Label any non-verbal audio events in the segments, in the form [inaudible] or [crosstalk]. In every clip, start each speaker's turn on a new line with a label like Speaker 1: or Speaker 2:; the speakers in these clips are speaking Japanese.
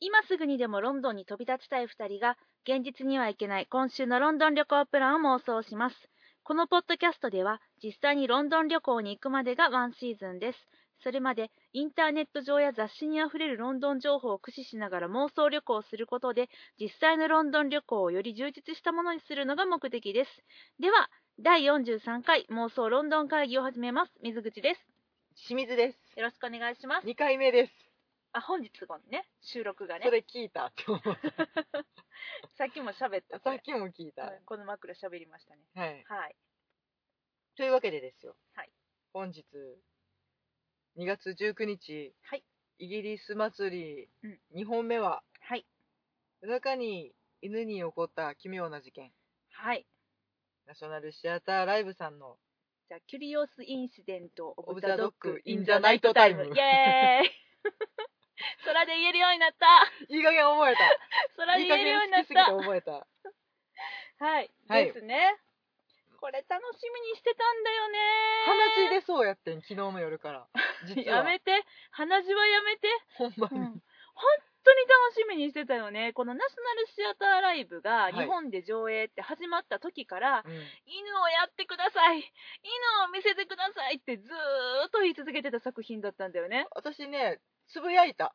Speaker 1: 今すぐにでもロンドンに飛び立ちたい2人が現実には行けない今週のロンドン旅行プランを妄想しますこのポッドキャストでは実際にロンドン旅行に行くまでがワンシーズンですそれまでインターネット上や雑誌にあふれるロンドン情報を駆使しながら妄想旅行をすることで実際のロンドン旅行をより充実したものにするのが目的ですでは第43回妄想ロンドン会議を始めます水口です
Speaker 2: 清水です。
Speaker 1: よろしくお願いします
Speaker 2: 2回目です。
Speaker 1: あ本日のね収録がね
Speaker 2: それ聞いたって
Speaker 1: [laughs]
Speaker 2: 思った。
Speaker 1: さっきも喋ったこ
Speaker 2: さ
Speaker 1: れ
Speaker 2: っきも聞いた。
Speaker 1: うんこの枕喋りましたね
Speaker 2: はい。
Speaker 1: はい
Speaker 2: というわけでですよ。
Speaker 1: はい。
Speaker 2: 本日、2月19日、
Speaker 1: はい
Speaker 2: イギリス祭
Speaker 1: うん
Speaker 2: り2本目は、
Speaker 1: はい
Speaker 2: 夜中に犬に起こった奇妙な事件、
Speaker 1: はい
Speaker 2: ナショナルシアターライブさんの、
Speaker 1: じゃあキュリオスインシデントオ
Speaker 2: オ
Speaker 1: ブ
Speaker 2: ブ
Speaker 1: ザ
Speaker 2: ザ
Speaker 1: ド
Speaker 2: ド
Speaker 1: ッ
Speaker 2: ッ
Speaker 1: グ
Speaker 2: グ
Speaker 1: イ
Speaker 2: イ
Speaker 1: ン
Speaker 2: ン
Speaker 1: ザ
Speaker 2: ザ
Speaker 1: ナ
Speaker 2: ナ
Speaker 1: イ
Speaker 2: イ
Speaker 1: ト
Speaker 2: ト
Speaker 1: タ
Speaker 2: タ
Speaker 1: イ
Speaker 2: イ
Speaker 1: ム
Speaker 2: ム
Speaker 1: イエ
Speaker 2: [laughs]
Speaker 1: ーイ空で言えるようになった
Speaker 2: いい加
Speaker 1: [laughs]
Speaker 2: 減覚えた。
Speaker 1: 空で
Speaker 2: いい
Speaker 1: 言
Speaker 2: 加
Speaker 1: えるように
Speaker 2: 減
Speaker 1: な
Speaker 2: 好
Speaker 1: っ
Speaker 2: きすぎて
Speaker 1: た
Speaker 2: 覚えた。
Speaker 1: はい、
Speaker 2: はい
Speaker 1: ですねこれ楽しみにしてたんだよね
Speaker 2: 鼻血出そうやってん、昨日の夜
Speaker 1: [laughs]
Speaker 2: から。実は。
Speaker 1: やめて鼻血はやめて、
Speaker 2: ほんま
Speaker 1: うん、
Speaker 2: に。
Speaker 1: 本当に楽しみにしてたよねこのナショナルシアターライブが
Speaker 2: はい
Speaker 1: 日本で上映って始まった時から、
Speaker 2: うん
Speaker 1: 犬をやってください犬を見せてくださいってずーっと言い続けてた作品だったんだよね
Speaker 2: 私ね、つぶやいた。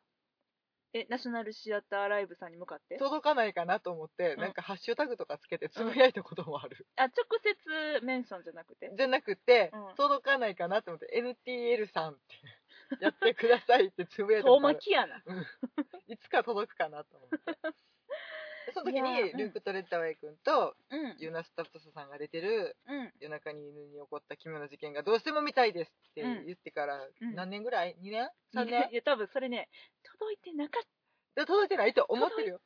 Speaker 1: えナショナルシアターライブさんに向かって
Speaker 2: 届かないかなと思って、
Speaker 1: うん
Speaker 2: なんかハッシュタグとかつけてつぶやいたこともある、
Speaker 1: あ直接メンションじゃなくて
Speaker 2: じゃなくて、
Speaker 1: うん
Speaker 2: 届かないかなと思って NTL さんってやってくださいってつぶやいたこ
Speaker 1: 遠
Speaker 2: とある
Speaker 1: 巻きやない
Speaker 2: つか届くかなと思って
Speaker 1: [laughs]
Speaker 2: その時
Speaker 1: いやーう
Speaker 2: に
Speaker 1: ん
Speaker 2: ルーク・トレッダーウェイ君と
Speaker 1: うん
Speaker 2: ユナ・スタプトサさんが出てる
Speaker 1: うん
Speaker 2: 夜中に犬に起こった奇妙な事件がどうしても見たいですって言ってから
Speaker 1: うん
Speaker 2: 何年ぐらい、2年 ?3
Speaker 1: い
Speaker 2: 年
Speaker 1: やいや多分それね届いてなかっ
Speaker 2: で届いてないと思ってるよ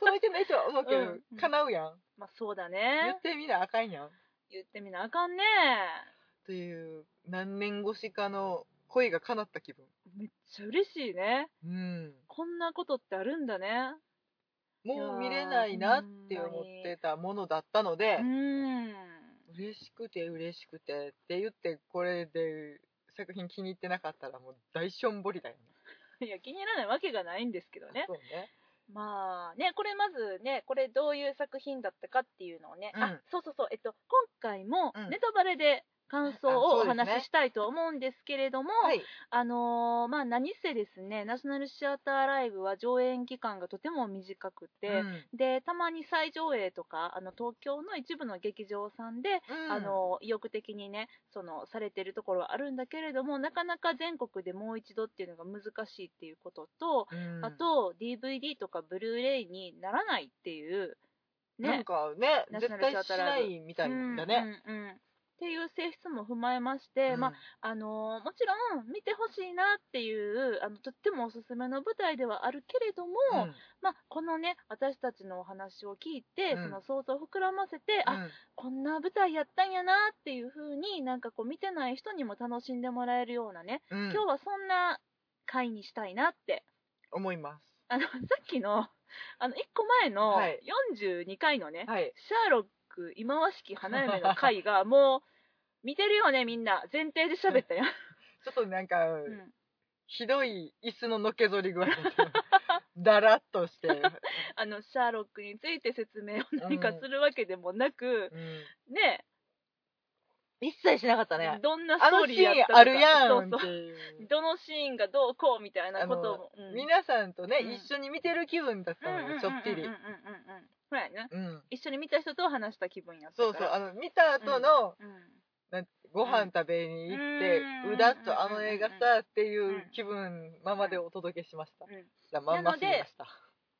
Speaker 2: 届いてないとは思うけど、
Speaker 1: うん
Speaker 2: 叶うやん
Speaker 1: たまあそうだ
Speaker 2: 言
Speaker 1: ね
Speaker 2: ってみなあかんやん
Speaker 1: 言ってみなあかんね
Speaker 2: という何年越しかの恋が叶った気分
Speaker 1: めっちゃ嬉しいね
Speaker 2: うん
Speaker 1: こんなことってあるんだね
Speaker 2: もう見れないなって思ってたものだったので
Speaker 1: うーん
Speaker 2: 嬉しくて嬉しくてって言ってこれで作品気に入ってなかったらもう大しょんぼりだよね
Speaker 1: いや気に入らないわけがないんですけどね
Speaker 2: そうね
Speaker 1: まあね、これまずね、これどういう作品だったかっていうのをね、
Speaker 2: うん
Speaker 1: あそうそうそう、えっと、今回も
Speaker 2: うん
Speaker 1: ネタバレで感想を
Speaker 2: あ
Speaker 1: お
Speaker 2: そうですね
Speaker 1: 話ししたいと思うんですけれども、
Speaker 2: はい
Speaker 1: あのーまあ、何せですね、ナショナルシアターライブは上演期間がとても短くて、でたまに再上映とか、あの東京の一部の劇場さんで、
Speaker 2: うん
Speaker 1: あの意欲的にねそのされてるところはあるんだけれどもなかなか全国でもう一度っていうのが難しいっていうことと、
Speaker 2: うん
Speaker 1: あと DVD とかブルーレイにならないっていう
Speaker 2: なん
Speaker 1: ね
Speaker 2: かね
Speaker 1: ナショナ
Speaker 2: 絶
Speaker 1: ルシ
Speaker 2: 対
Speaker 1: ア
Speaker 2: し
Speaker 1: ターラ
Speaker 2: な
Speaker 1: イブ
Speaker 2: いみたい
Speaker 1: うん
Speaker 2: だね
Speaker 1: うんうんっていう性質も踏まえまして、まああのーもちろん見てほしいなっていうあのとってもおすすめの舞台ではあるけれども、
Speaker 2: うんうん
Speaker 1: まあ、このね私たちのお話を聞いて、
Speaker 2: うん
Speaker 1: その想像を膨らませて、あ
Speaker 2: うん
Speaker 1: こんな舞台やったんやなっていう風になんかこう見てない人にも楽しんでもらえるようなね、
Speaker 2: うん
Speaker 1: 今日はそんな回にしたいなって
Speaker 2: 思いま
Speaker 1: あの [laughs] さっきのあの1個前の
Speaker 2: はい
Speaker 1: 42回のね、
Speaker 2: すはい
Speaker 1: シャーロック忌まわしき花嫁の回
Speaker 2: [laughs]
Speaker 1: がもう見てるよねみんな前提で喋ったよ、
Speaker 2: ちょっとなんか、
Speaker 1: うん
Speaker 2: ひどい椅子ののけぞり具合だと [laughs] だらっとして、
Speaker 1: [laughs] あのシャーロックについて説明を何かするわけでもなく、ね
Speaker 2: 一切しなかった
Speaker 1: え
Speaker 2: ね
Speaker 1: どんなス
Speaker 2: あ
Speaker 1: トー
Speaker 2: の
Speaker 1: リ
Speaker 2: シ
Speaker 1: ーやっ
Speaker 2: ーン
Speaker 1: たのか
Speaker 2: あるやん
Speaker 1: そ
Speaker 2: っ
Speaker 1: う
Speaker 2: て
Speaker 1: そう
Speaker 2: いう
Speaker 1: どのシーンがどうこうみたいなことも、うん、
Speaker 2: 皆さんとね、
Speaker 1: うん
Speaker 2: 一緒に見てる気分だったのよ、ちょっぴ
Speaker 1: うん
Speaker 2: り
Speaker 1: うんうんうんうんうんそうやね
Speaker 2: うん
Speaker 1: 一緒に見た人と話した気分やったか
Speaker 2: そ
Speaker 1: ら
Speaker 2: うそうあの見た後の、
Speaker 1: うん
Speaker 2: なんご飯食べに行って、
Speaker 1: う
Speaker 2: うんだっとあの映画さって
Speaker 1: ん
Speaker 2: いううん気分ままでお届けしました、
Speaker 1: うん
Speaker 2: じゃあまんま
Speaker 1: なの
Speaker 2: す
Speaker 1: で
Speaker 2: ぎました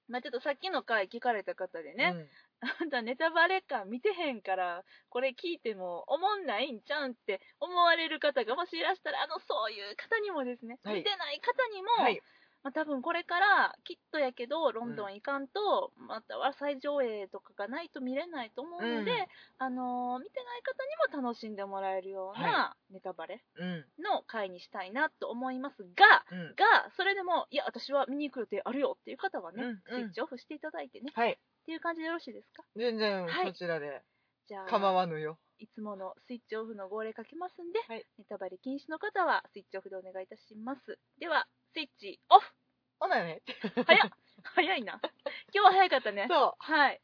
Speaker 1: まあ、ちょっとさっきの回聞かれた方でね、 [laughs] あんたネタバレか見てへんからこれ聞いてもおもんないんちゃうんって思われる方がもしいらしたらあのそういう方にもですね、
Speaker 2: はい
Speaker 1: 見てない方にも、
Speaker 2: うんはい
Speaker 1: まあ、多分これからきっとやけどロンドン行かんと、または再上映とかがないと見れないと思うので、
Speaker 2: うん
Speaker 1: あのー見てない方にも楽しんでもらえるようなネタバレ
Speaker 2: うん
Speaker 1: の回にしたいなと思いますが。
Speaker 2: うん
Speaker 1: が、それでも、いや、私は見に行く予定あるよっていう方はね、
Speaker 2: うんうん
Speaker 1: スイッチオフしていただいてね、
Speaker 2: はい
Speaker 1: っていう感じでよろしいですか
Speaker 2: 全然
Speaker 1: はい
Speaker 2: そちらで
Speaker 1: じゃあ、
Speaker 2: 構わぬよ、
Speaker 1: いつものスイッチオフの号令かけますんで、
Speaker 2: はい
Speaker 1: ネタバレ禁止の方はスイッチオフでお願いいたします。では、スイッチオフ
Speaker 2: [laughs] ほなね
Speaker 1: 早っ早いな。今日は早かったね。
Speaker 2: そ
Speaker 1: はい。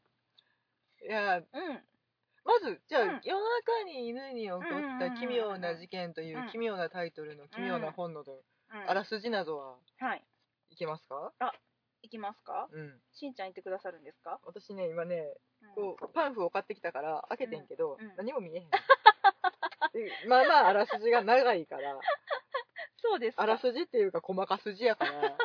Speaker 2: ういや
Speaker 1: うん。
Speaker 2: まずじゃあ、
Speaker 1: うん
Speaker 2: 夜中に犬に起こった奇妙な事件とい
Speaker 1: うん
Speaker 2: う奇妙なタイトルの奇妙な本の
Speaker 1: うん
Speaker 2: あらすじなどは
Speaker 1: はい。
Speaker 2: いけますか
Speaker 1: 行きますか
Speaker 2: うん
Speaker 1: しんちゃん行ってくださるんですか
Speaker 2: 私ね今ね
Speaker 1: うん
Speaker 2: こうパンフを買ってきたから開けてんけど、
Speaker 1: うんうん
Speaker 2: 何も見えへんでまあまああらすじが長い
Speaker 1: [laughs]
Speaker 2: から
Speaker 1: そうですか
Speaker 2: あらすじっていうか細かすじやから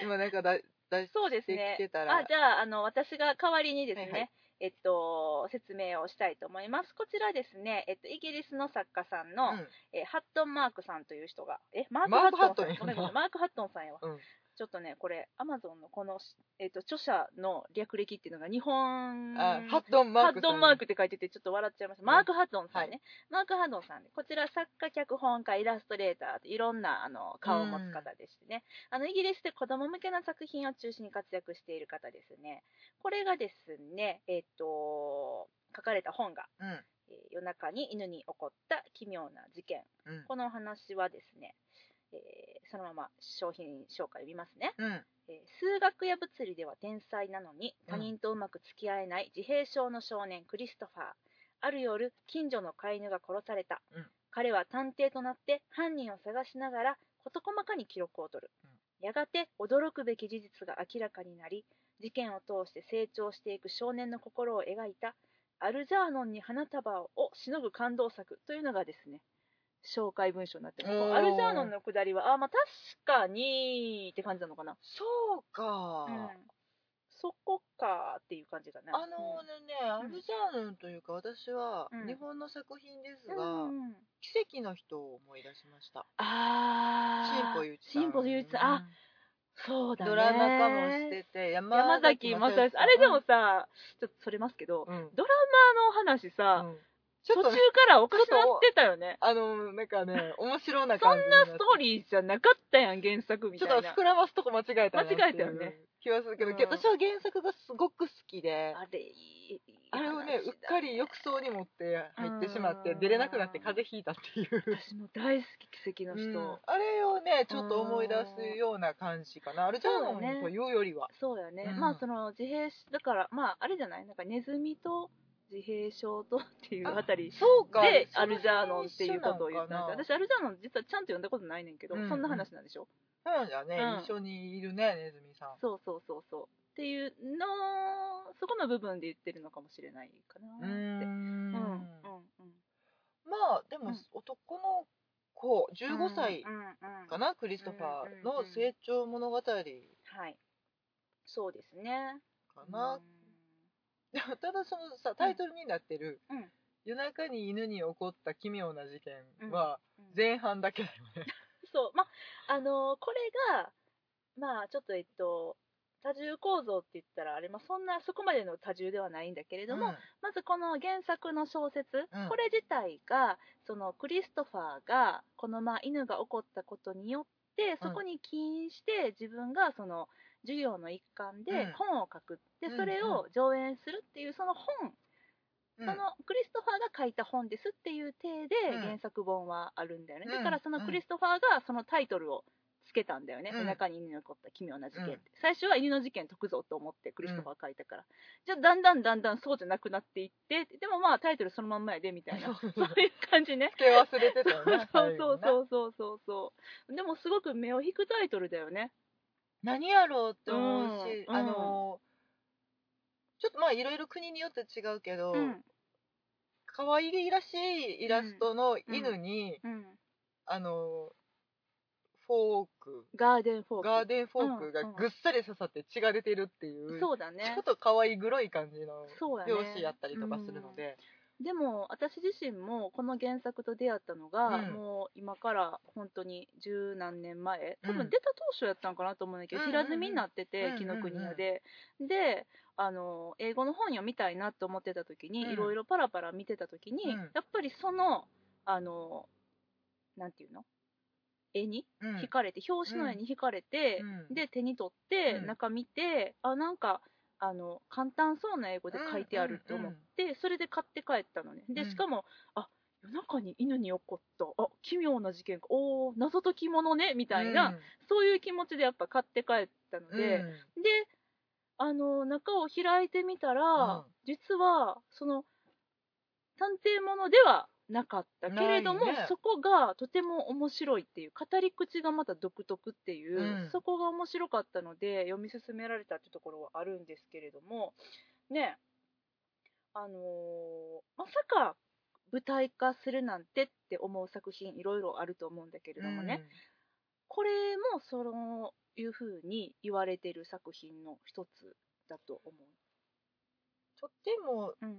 Speaker 2: 今なんかだ出して
Speaker 1: そうです
Speaker 2: き
Speaker 1: ね
Speaker 2: て。たら
Speaker 1: あ、じゃあ、あの、私が代わりにですね、
Speaker 2: はいはい
Speaker 1: えっと、説明をしたいと思います。こちらですね、えっと、イギリスの作家さんの、
Speaker 2: うん
Speaker 1: えハットン・マークさんという人が、え、マ
Speaker 2: マークハットン
Speaker 1: さん
Speaker 2: や
Speaker 1: ごめんごめんマーク・ハットンさんやわ。
Speaker 2: うん
Speaker 1: ちょっとね、これ、アマゾンのこの、えっと、著者の略歴っていうのが、日本、
Speaker 2: あハッドンマ
Speaker 1: ハ
Speaker 2: ーク
Speaker 1: ッ
Speaker 2: さん
Speaker 1: ドンマークって書いててちょっと笑っちゃいました。マーク・ハッドンさんね。
Speaker 2: は
Speaker 1: マーク・ハッドンさんで、こちら作家、脚本家、イラストレーターといろんなあの顔を持つ方でしてね、あのイギリスで子供向けの作品を中心に活躍している方ですね。これがですね、えっと、書かれた本が、
Speaker 2: うん
Speaker 1: えー夜中に犬に起こった奇妙な事件。
Speaker 2: うん
Speaker 1: このお話はですね、えーそのまま商品紹介を見ますね。
Speaker 2: うん
Speaker 1: えー数学や物理では天才なのに他人とうまく付き合えない自閉症の少年クリストファーある夜近所の飼い犬が殺された、
Speaker 2: うん
Speaker 1: 彼は探偵となって犯人を探しながら事細かに記録を取る、やがて驚くべき事実が明らかになり事件を通して成長していく少年の心を描いたアルジャーノンに花束ををしのぐ感動作というのがですね紹介文章になってます
Speaker 2: おー
Speaker 1: アルジャーノンのくだりはあまあ確かにって感じなのかな
Speaker 2: そうか、
Speaker 1: うんそこかっていう感じだね。
Speaker 2: あのね、
Speaker 1: ん
Speaker 2: アルジャーノンというか私は
Speaker 1: うん
Speaker 2: 日本の作品です
Speaker 1: うん
Speaker 2: が、
Speaker 1: うんうん
Speaker 2: 奇跡の人を思い出しました
Speaker 1: あー
Speaker 2: 進歩ゆう
Speaker 1: 進歩ゆういちさん、あ、そうだね。
Speaker 2: ドラマ化もしてて山
Speaker 1: 山崎まさよし、あれでもさ、ちょっとそれますけど、
Speaker 2: うん、うん
Speaker 1: ドラマの話さ、
Speaker 2: うんちょっ
Speaker 1: 途
Speaker 2: と
Speaker 1: 中
Speaker 2: ね
Speaker 1: からおかしなってたよね。
Speaker 2: あのなん
Speaker 1: [laughs]
Speaker 2: かね面白な感じになって
Speaker 1: ストーリーじゃなかったやん、原作み
Speaker 2: ち
Speaker 1: たい
Speaker 2: ょっ
Speaker 1: な。
Speaker 2: と膨らますとこ間違えたなっていう
Speaker 1: 間違えたよね
Speaker 2: 気はするけど、
Speaker 1: うん
Speaker 2: 私は原作がすごく好きで
Speaker 1: あれ、いい
Speaker 2: あれをねうっかり浴槽に持って入ってしまっ
Speaker 1: う
Speaker 2: て
Speaker 1: ん
Speaker 2: 出れなくなって風邪ひいたっていう
Speaker 1: 私も大好き、奇跡の人。
Speaker 2: うんあれをねちょっと思い出すような感じかなアルジャーノンというよりは、
Speaker 1: そうやね、
Speaker 2: うん
Speaker 1: まあその自閉しだからまああれじゃないなんかネズミと自閉症とっていうあたり
Speaker 2: そうか
Speaker 1: で
Speaker 2: そ
Speaker 1: ア
Speaker 2: の
Speaker 1: ル
Speaker 2: 辺
Speaker 1: ジャーノンっていうことを言っ
Speaker 2: 一
Speaker 1: たんで
Speaker 2: 緒なのかな
Speaker 1: すよ私アルジャーノン実はちゃんと読んだことないねんけど、
Speaker 2: うんうん
Speaker 1: そんな話なんでしょ
Speaker 2: そうじゃね、
Speaker 1: うん
Speaker 2: 一緒にいるねネズミさん
Speaker 1: そうそうそうそうっていうのそこの部分で言ってるのかもしれないか
Speaker 2: う
Speaker 1: な
Speaker 2: ー
Speaker 1: ーってうんうん
Speaker 2: んまあでも、
Speaker 1: うん
Speaker 2: 男の子
Speaker 1: うん
Speaker 2: 15歳
Speaker 1: うんうん
Speaker 2: かな、クリストファーの成長物語か
Speaker 1: はいそうですね
Speaker 2: な、でも [laughs] ただそのさタイトルになってる、
Speaker 1: うん
Speaker 2: 夜中に犬に起こった奇妙な事件は
Speaker 1: うんうん
Speaker 2: 前半だけだよね、
Speaker 1: そう、ま、あのーこれが、まあ、ちょっと、えっと、多重構造って言ったら、あれ、まあ、そんな、そこまでの多重ではないんだけれども、まずこの原作の小説、
Speaker 2: うん
Speaker 1: これ自体が、その、クリストファーが、この、まあ、犬が起こったことによって、そこに起因して、自分が、その、授業の一環
Speaker 2: う
Speaker 1: で
Speaker 2: ん
Speaker 1: 本を書く。で、
Speaker 2: うん
Speaker 1: それを上演するっていう、その本、
Speaker 2: うん
Speaker 1: そのクリストファーが書いた本ですっていう体で
Speaker 2: うん
Speaker 1: 原作本はあるんだよね、
Speaker 2: うん
Speaker 1: だからそのクリストファーがそのタイトルをつけたんだよね、
Speaker 2: うん
Speaker 1: 夜中に犬に起こった奇妙な事件って、
Speaker 2: うん
Speaker 1: 最初は犬の事件解くぞと思ってクリストファーが書いたから、じゃあだんだんだんだんそうじゃなくなっていってでもまあタイトルそのまんまやでみたいな
Speaker 2: [laughs] そう
Speaker 1: そういう感じね
Speaker 2: 付け忘れてた
Speaker 1: そう
Speaker 2: よね
Speaker 1: [laughs] そうそう
Speaker 2: 最後ね
Speaker 1: そうそうそうそうでもすごく目を引くタイトルだよね
Speaker 2: 何やろうって思うし、
Speaker 1: うん
Speaker 2: あのちょっとまあいろいろ国によって違うけど、
Speaker 1: うん
Speaker 2: 可愛いらしいイラストの犬に、
Speaker 1: うん
Speaker 2: あのフォーク
Speaker 1: ガーデンフォーク
Speaker 2: ガーデンフォークが
Speaker 1: うんうん
Speaker 2: ぐっさり刺さって血が出てるっていう、
Speaker 1: そうだね
Speaker 2: ちょっと可愛いグロい感じの
Speaker 1: そうやね
Speaker 2: 表紙やったりとかするので、
Speaker 1: でも私自身もこの原作と出会ったのが、
Speaker 2: うん
Speaker 1: もう今から本当に十何年前多
Speaker 2: う
Speaker 1: 分
Speaker 2: ん
Speaker 1: 出た当初やったんかなと思うんだけど、
Speaker 2: うんうんうん
Speaker 1: 平積みになってて
Speaker 2: うん
Speaker 1: 紀、の国屋で、であの英語の本読みたいなと思ってた時に
Speaker 2: うん
Speaker 1: いろいろパラパラ見てた時に、
Speaker 2: うん
Speaker 1: やっぱりそのあのなんていうの絵に
Speaker 2: うん
Speaker 1: 惹かれて、表紙の絵に惹かれて、
Speaker 2: うん
Speaker 1: で手に取って
Speaker 2: うん
Speaker 1: 中見て、あなんかあの簡単そうな英語で書いてあると思って、それで買って帰ったのね
Speaker 2: う
Speaker 1: で
Speaker 2: ん
Speaker 1: しかも、あ夜中に犬に起こったあ奇妙な事件かおお謎解き物ねみたいな、そういう気持ちでやっぱ買って帰ったので、
Speaker 2: うん
Speaker 1: であの中を開いてみたら、
Speaker 2: うん
Speaker 1: 実はその探偵ものではなかったけれども、
Speaker 2: ないね
Speaker 1: そこがとても面白いっていう語り口がまた独特っていう、
Speaker 2: うん
Speaker 1: そこが面白かったので読み進められたってところはあるんですけれどもねあのーまさか舞台化するなんてって思う作品いろいろあると思うんだけれどもね、これもそういうふうに言われてる作品の一つだと思
Speaker 2: とても
Speaker 1: う。うん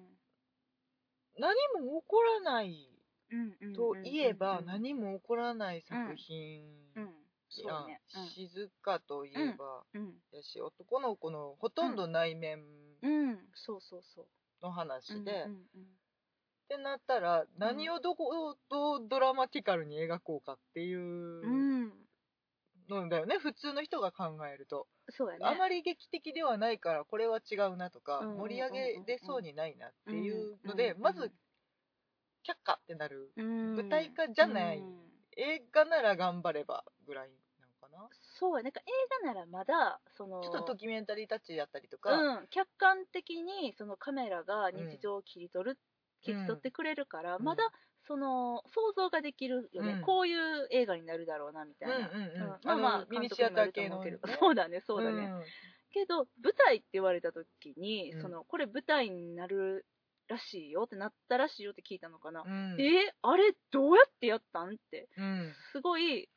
Speaker 2: 何も起こらない
Speaker 1: うんうんうん
Speaker 2: といえば
Speaker 1: うん
Speaker 2: 何も起こらない作品
Speaker 1: うん、そ
Speaker 2: や
Speaker 1: うんね。
Speaker 2: 静かといえば
Speaker 1: うん、
Speaker 2: やし男の子のほとんど内面
Speaker 1: うん、うん、そうそうそう。
Speaker 2: の話で、
Speaker 1: う
Speaker 2: っ
Speaker 1: んうん
Speaker 2: てなったら何をどこをどうドラマティカルに描こうかってい
Speaker 1: うん
Speaker 2: う、
Speaker 1: うん、
Speaker 2: のだよね普通の人が考えると、
Speaker 1: そうやね。
Speaker 2: あまり劇的ではないからこれは違うなとか、
Speaker 1: うん
Speaker 2: 盛り上げれそうにないなっていうの
Speaker 1: うん
Speaker 2: で、
Speaker 1: うん
Speaker 2: まず却下ってなる
Speaker 1: うん
Speaker 2: 舞台化じゃない
Speaker 1: うん
Speaker 2: 映画なら頑張ればぐらいなのかな
Speaker 1: そうや、なんか映画ならまだその
Speaker 2: ちょっとドキュメンタリータッチやったりとか、
Speaker 1: うん、客観的にそのカメラが日常を切り取る、切り取ってくれるから、
Speaker 2: うん
Speaker 1: まだその想像ができるよね、
Speaker 2: うん
Speaker 1: こういう映画になるだろうなみたいな、
Speaker 2: うんうんうん
Speaker 1: まあまあ
Speaker 2: あのミニシアター系の
Speaker 1: 監督になると
Speaker 2: ね
Speaker 1: 思うけどそうだねそうだね、けど舞台って言われた時に、
Speaker 2: うん
Speaker 1: そのこれ舞台になるらしいよってなったらしいよって聞いたのかな、
Speaker 2: うん、うん
Speaker 1: えーあれどうやってやったんって
Speaker 2: うん
Speaker 1: すごい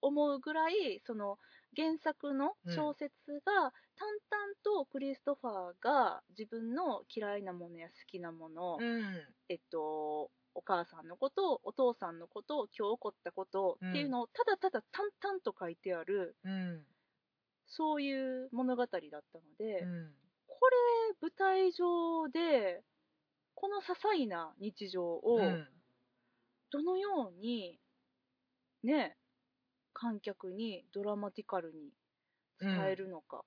Speaker 1: 思うぐらいその原作の小説が淡々とクリストファーが自分の嫌いなものや好きなもの、
Speaker 2: うん
Speaker 1: えっと、お母さんのことお父さんのこと今日起こったことっていうのをただただ淡々と書いてある
Speaker 2: うん
Speaker 1: そういう物語だったので、
Speaker 2: うん
Speaker 1: これ舞台上でこの些細な日常を、
Speaker 2: うん
Speaker 1: どのようにね観客にドラマティカルに伝えるのか、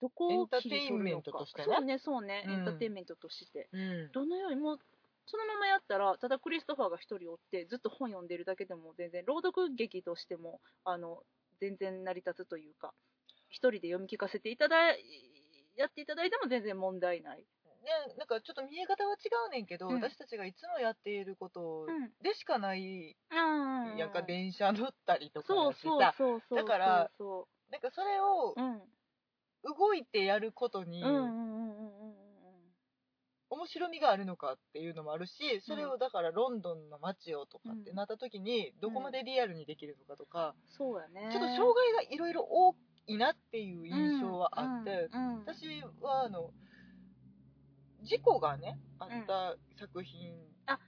Speaker 1: どこを切り取るのか
Speaker 2: エンターテインメントとしてね
Speaker 1: そうねそうね、
Speaker 2: うん
Speaker 1: エンターテインメントとして
Speaker 2: うん
Speaker 1: どのようにもうそのままやったらただクリストファーが一人おってずっと本読んでるだけでも全然朗読劇としてもあの全然成り立つというか一人で読み聞かせていただいやっていただいても全然問題ない。
Speaker 2: ね、なんかちょっと見え方は違うねんけど、
Speaker 1: うん
Speaker 2: 私たちがいつもやっていること
Speaker 1: うん
Speaker 2: でしかない、
Speaker 1: うん
Speaker 2: やんか電車乗ったりとか
Speaker 1: そ
Speaker 2: や
Speaker 1: う
Speaker 2: しさ
Speaker 1: そうそうそう
Speaker 2: だから
Speaker 1: そ
Speaker 2: なんかそれを
Speaker 1: ううん
Speaker 2: 動いてやることに
Speaker 1: うんうんうんうんうんうん
Speaker 2: 面白みがあるのかっていうのもあるしそれをだからロンドンの街をとかってなった時にどこまでリアルにできるのかとか、
Speaker 1: そうやね
Speaker 2: ちょっと障害がいろいろ多いなっていう印象はあって、
Speaker 1: うんうんうん
Speaker 2: 私はあの事故がねあった作品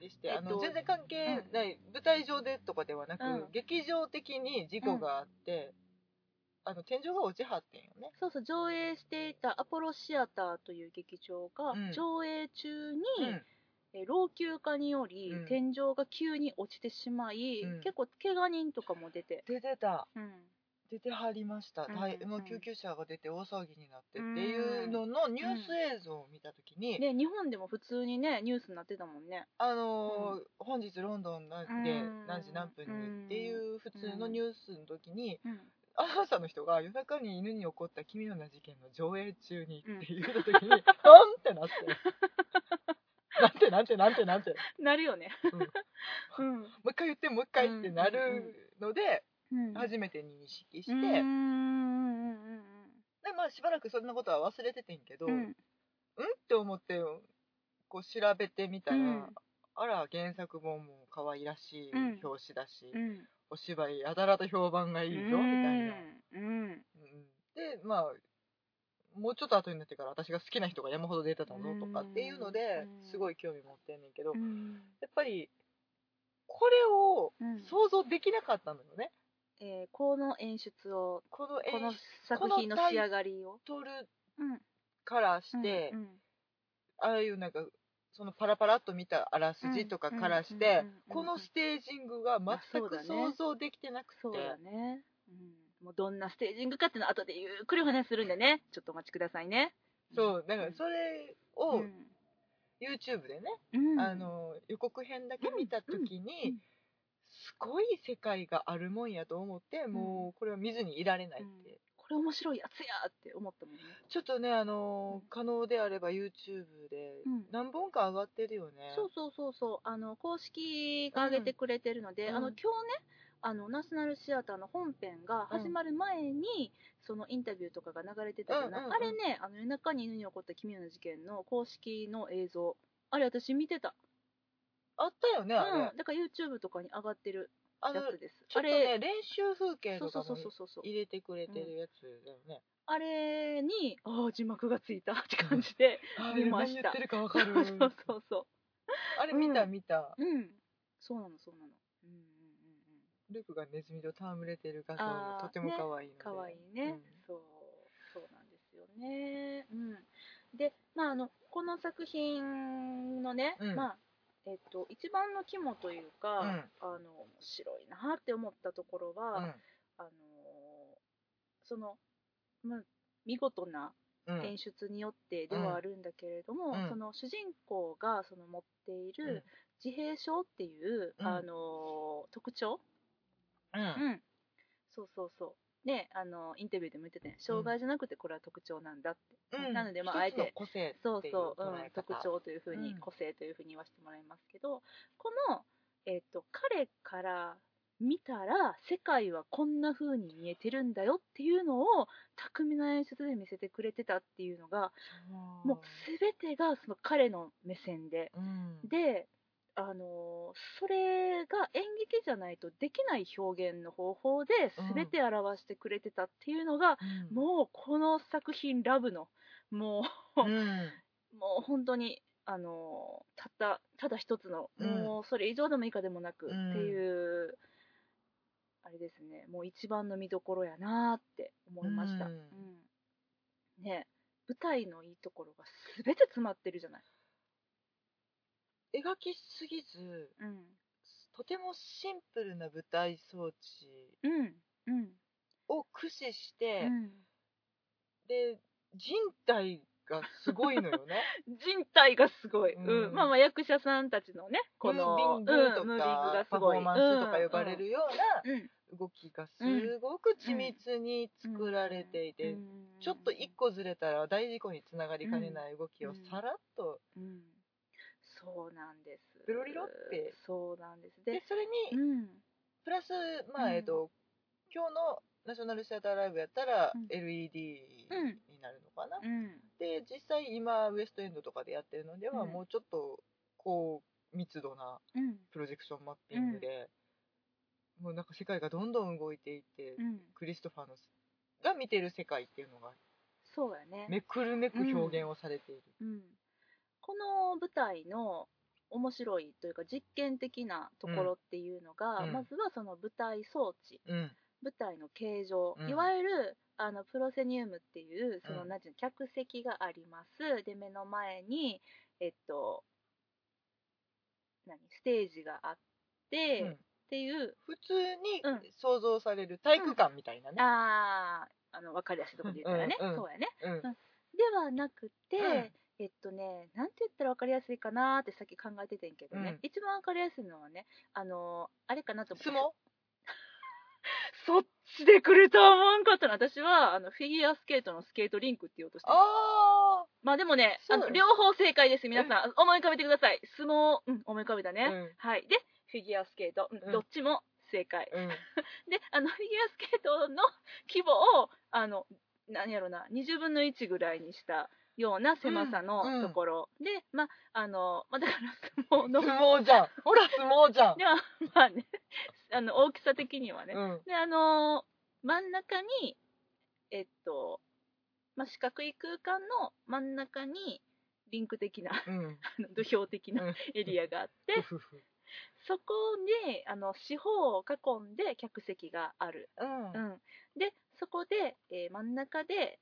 Speaker 2: でして、
Speaker 1: あ
Speaker 2: あの
Speaker 1: えっと
Speaker 2: 全然関係ない、舞台上でとかではなく、
Speaker 1: うん
Speaker 2: 劇場的に事故があって、あの天井が落ちはってんよね。
Speaker 1: そうそう上映していたアポロシアターという劇場が、
Speaker 2: うん
Speaker 1: 上映中に、
Speaker 2: うん
Speaker 1: え老朽化により、
Speaker 2: うん
Speaker 1: 天井が急に落ちてしまい、
Speaker 2: うん
Speaker 1: 結構怪我人とかも出て、
Speaker 2: 出てた
Speaker 1: うん
Speaker 2: 出てはりました、
Speaker 1: うん
Speaker 2: 大
Speaker 1: うん
Speaker 2: もう救急車が出て大騒ぎになってっていうののニュース映像を見た時に、
Speaker 1: ね、日本でも普通にねニュースになってたもんね
Speaker 2: あのー本日ロンドンなんで
Speaker 1: うん
Speaker 2: 何時何分にっていう普通のニュースの時に、
Speaker 1: うん
Speaker 2: アナウンサーの人が夜中に犬に起こった奇妙な事件の上映中にって言った時
Speaker 1: [laughs]
Speaker 2: に、なんてなって。なんてなんてなんてなんて。
Speaker 1: なるよねうん、
Speaker 2: もう一回言って、もう一回ってなるので、
Speaker 1: うん、
Speaker 2: 初めて認識して、
Speaker 1: うんう
Speaker 2: で、
Speaker 1: んうんうん
Speaker 2: まあしばらくそんなことは忘れててんけど、
Speaker 1: う
Speaker 2: うん
Speaker 1: うんん
Speaker 2: って思って、こう調べてみたら、
Speaker 1: うん
Speaker 2: あら、原作本も可愛らしい
Speaker 1: うん
Speaker 2: 表紙だし、
Speaker 1: うん
Speaker 2: お芝居やたらと評判がいいぞ、みたい
Speaker 1: う
Speaker 2: な。
Speaker 1: んうん
Speaker 2: うんでまあもうちょっと後になってから私が好きな人が山ほど出てたぞとかっていうので
Speaker 1: うん
Speaker 2: すごい興味持ってんねんけど
Speaker 1: う
Speaker 2: や
Speaker 1: ん
Speaker 2: っぱりこれを
Speaker 1: うん
Speaker 2: 想像できなかったのよね
Speaker 1: えーこの演出を
Speaker 2: この
Speaker 1: この
Speaker 2: 演
Speaker 1: 作品の仕上がりを
Speaker 2: 撮る
Speaker 1: うん
Speaker 2: からして
Speaker 1: うんうん
Speaker 2: ああいうなんかそのパラパラっと見たあらすじとかからし
Speaker 1: う
Speaker 2: て
Speaker 1: んうんうんうん
Speaker 2: このステージングが全
Speaker 1: あ
Speaker 2: く
Speaker 1: そうだね
Speaker 2: 想像できてなくて
Speaker 1: そうだね、うん、もうどんなステージングかっていうのは後でゆっくりお話しするんでねちょっとお待ちくださいね
Speaker 2: そうだからそれを
Speaker 1: ん
Speaker 2: YouTube でね
Speaker 1: うん
Speaker 2: あの予告編だけ見た時
Speaker 1: うんう
Speaker 2: に
Speaker 1: ん
Speaker 2: すごい世界があるもんやと思ってもうこれは見ずにいられないって
Speaker 1: これ面白いやつやって思ったもんね
Speaker 2: ちょっとねあの
Speaker 1: うん
Speaker 2: 可能であれば YouTube で
Speaker 1: うん
Speaker 2: 何本か上がってるよね、
Speaker 1: そうそうそうそうあの公式が上げてくれてるので、
Speaker 2: うん
Speaker 1: あの今日ねあのナショナルシアターの本編が始まる前に、そのインタビューとかが流れてたじゃない、
Speaker 2: うんうんうん
Speaker 1: あれねあの夜中に犬に起こった奇妙な事件の公式の映像あれ私見てた、
Speaker 2: あったよね
Speaker 1: う
Speaker 2: あれ、
Speaker 1: ん、だから YouTube とかに上がってる
Speaker 2: あ
Speaker 1: や
Speaker 2: の
Speaker 1: つです
Speaker 2: ち
Speaker 1: あ
Speaker 2: ょっとね
Speaker 1: れ
Speaker 2: 練習風景
Speaker 1: そう
Speaker 2: と
Speaker 1: そ
Speaker 2: か
Speaker 1: うそ
Speaker 2: も
Speaker 1: うそうそうそう
Speaker 2: 入れてくれてるやつだよね、
Speaker 1: あれにああ字幕がついたって感じで
Speaker 2: あ
Speaker 1: 見
Speaker 2: れ
Speaker 1: ま
Speaker 2: 何
Speaker 1: し
Speaker 2: 言
Speaker 1: た
Speaker 2: ってるかわ
Speaker 1: [laughs] そ
Speaker 2: か
Speaker 1: う
Speaker 2: る
Speaker 1: そうそうそ
Speaker 2: あれ見た
Speaker 1: うん
Speaker 2: 見た、
Speaker 1: ううんそうなのそうなのうんうんうんうん
Speaker 2: ルクがネズミと戯れてる画像
Speaker 1: あー
Speaker 2: とても可愛いので、
Speaker 1: 可愛いね、
Speaker 2: うん
Speaker 1: そうそうなんですよね、うん、でまああのこの作品のね、
Speaker 2: うん
Speaker 1: まあえっと、一番の肝というか、
Speaker 2: うん
Speaker 1: あの面白いなって思ったところは、あのその、まあ、見事な
Speaker 2: うんうん
Speaker 1: 演出によってではあるんだけれども、
Speaker 2: うん
Speaker 1: その主人公がその持っている自閉症っていう、
Speaker 2: うん
Speaker 1: あの特徴、
Speaker 2: うんうん
Speaker 1: うん、そうそうそう。ね、あのインタビューでも言ってたね、障害じゃなくてこれは特徴なんだって、
Speaker 2: うん
Speaker 1: なので、まあ、あえ
Speaker 2: 一つの
Speaker 1: て、
Speaker 2: 個性ってい
Speaker 1: そう
Speaker 2: 捉え
Speaker 1: そう、う
Speaker 2: 方
Speaker 1: ん、特徴というふうに、
Speaker 2: うん
Speaker 1: 個性というふうに言わせてもらいますけど、この、えっと彼から見たら、世界はこんなふうに見えてるんだよっていうのを、巧みな演出で見せてくれてたっていうのが、もう全てがその彼の目線で
Speaker 2: うん、
Speaker 1: で、あのーそれが演劇じゃないとできない表現の方法で
Speaker 2: うん
Speaker 1: 全て表してくれてたっていうのが、
Speaker 2: うん
Speaker 1: もうこの作品ラブのもう、
Speaker 2: うん
Speaker 1: もう本当に、あのーたったただ一つの、
Speaker 2: うん
Speaker 1: もうそれ以上でも以下でもなくって
Speaker 2: うん
Speaker 1: いう、あれですねもう一番の見どころやなーって思いました、う
Speaker 2: うんん
Speaker 1: ね舞台のいいところが全て詰まってるじゃない、
Speaker 2: 描きすぎず
Speaker 1: うん
Speaker 2: とてもシンプルな舞台装置
Speaker 1: うんうん
Speaker 2: を駆使して、
Speaker 1: うん
Speaker 2: で人体がすごいのよ
Speaker 1: [laughs]
Speaker 2: ね
Speaker 1: 人体がすごい、うん
Speaker 2: うん
Speaker 1: まあまあ役者さんたちのねこの、
Speaker 2: ムービン
Speaker 1: うん
Speaker 2: グとか、
Speaker 1: ムービングがす
Speaker 2: パフ
Speaker 1: ごい
Speaker 2: ォーマンスとか呼ばれるような
Speaker 1: うんうん
Speaker 2: 動きがすごく緻密に作られていて、
Speaker 1: うん
Speaker 2: ちょっと一個ずれたら大事故につながりかねない動きをさらっと、
Speaker 1: うんそうなんです
Speaker 2: ペロリロって
Speaker 1: そうなんです
Speaker 2: で
Speaker 1: で
Speaker 2: それ
Speaker 1: う
Speaker 2: に
Speaker 1: ん
Speaker 2: プラス、ま
Speaker 1: うん
Speaker 2: あえっと今日のナショナルシアターライブやったら
Speaker 1: うん
Speaker 2: LED
Speaker 1: うん
Speaker 2: になるのかな、
Speaker 1: うん
Speaker 2: で実際今ウエストエンドとかでやってるのでは、
Speaker 1: うん
Speaker 2: もうちょっとこう密度な
Speaker 1: うん
Speaker 2: プロジェクションマッピングで、もうなんか世界がどんどん動いていって、
Speaker 1: うん
Speaker 2: クリストファーのが見てる世界っていうのが
Speaker 1: そうやね
Speaker 2: めくるめく表現をされている。
Speaker 1: うん、この舞台の面白いというか実験的なところっていうのが、
Speaker 2: うん
Speaker 1: まずはその舞台装置
Speaker 2: うん
Speaker 1: 舞台の形状、
Speaker 2: うん
Speaker 1: いわゆるあのプロセニウムっていうその、
Speaker 2: うん
Speaker 1: なんていうの客席がありますで目の前にえっと何ステージがあって、
Speaker 2: う
Speaker 1: っ
Speaker 2: ん
Speaker 1: ていう
Speaker 2: 普通に
Speaker 1: うん
Speaker 2: 想像される体育館みたいなね。
Speaker 1: あーあの分かりやすいところで言ったらね、
Speaker 2: うんうん
Speaker 1: そうやね
Speaker 2: うん
Speaker 1: ではなくて、えっとね、なんて言ったら分かりやすいかなーってさっき考えててんけどね、
Speaker 2: うん
Speaker 1: 一番分かりやすいのはね、あのーあれかなと思って
Speaker 2: 相撲
Speaker 1: そっちでくれた思わんかったの私はあのフィギュアスケートのスケートリンクって言おうとしてた
Speaker 2: あ
Speaker 1: まあでもねあの
Speaker 2: そう
Speaker 1: 両方正解です皆さん思い浮かべてください相撲、うん、思い浮かべた
Speaker 2: あ、
Speaker 1: ね、はいでフィギュアスケート、うん
Speaker 2: うん
Speaker 1: どっちも正解
Speaker 2: うん、うん、
Speaker 1: であのフィギュアスケートの規模をあの何やろな20分の1ぐらいにしたような狭さ
Speaker 2: うんう
Speaker 1: の
Speaker 2: ん
Speaker 1: ところ、でまああの、まあ、だから相撲の
Speaker 2: [laughs] 相撲じゃん。ほら、相撲じゃん。
Speaker 1: ではまあねあの大きさ的にはね、
Speaker 2: うん、
Speaker 1: であのー真ん中にえっと、まあ、四角い空間の真ん中にリンク的な [laughs]
Speaker 2: うん、
Speaker 1: あの土俵的
Speaker 2: う
Speaker 1: なんエリアがあって、
Speaker 2: ふふふ
Speaker 1: そこにあの四方を囲んで客席がある、
Speaker 2: うん
Speaker 1: う、ん、でそこで、えー真ん中で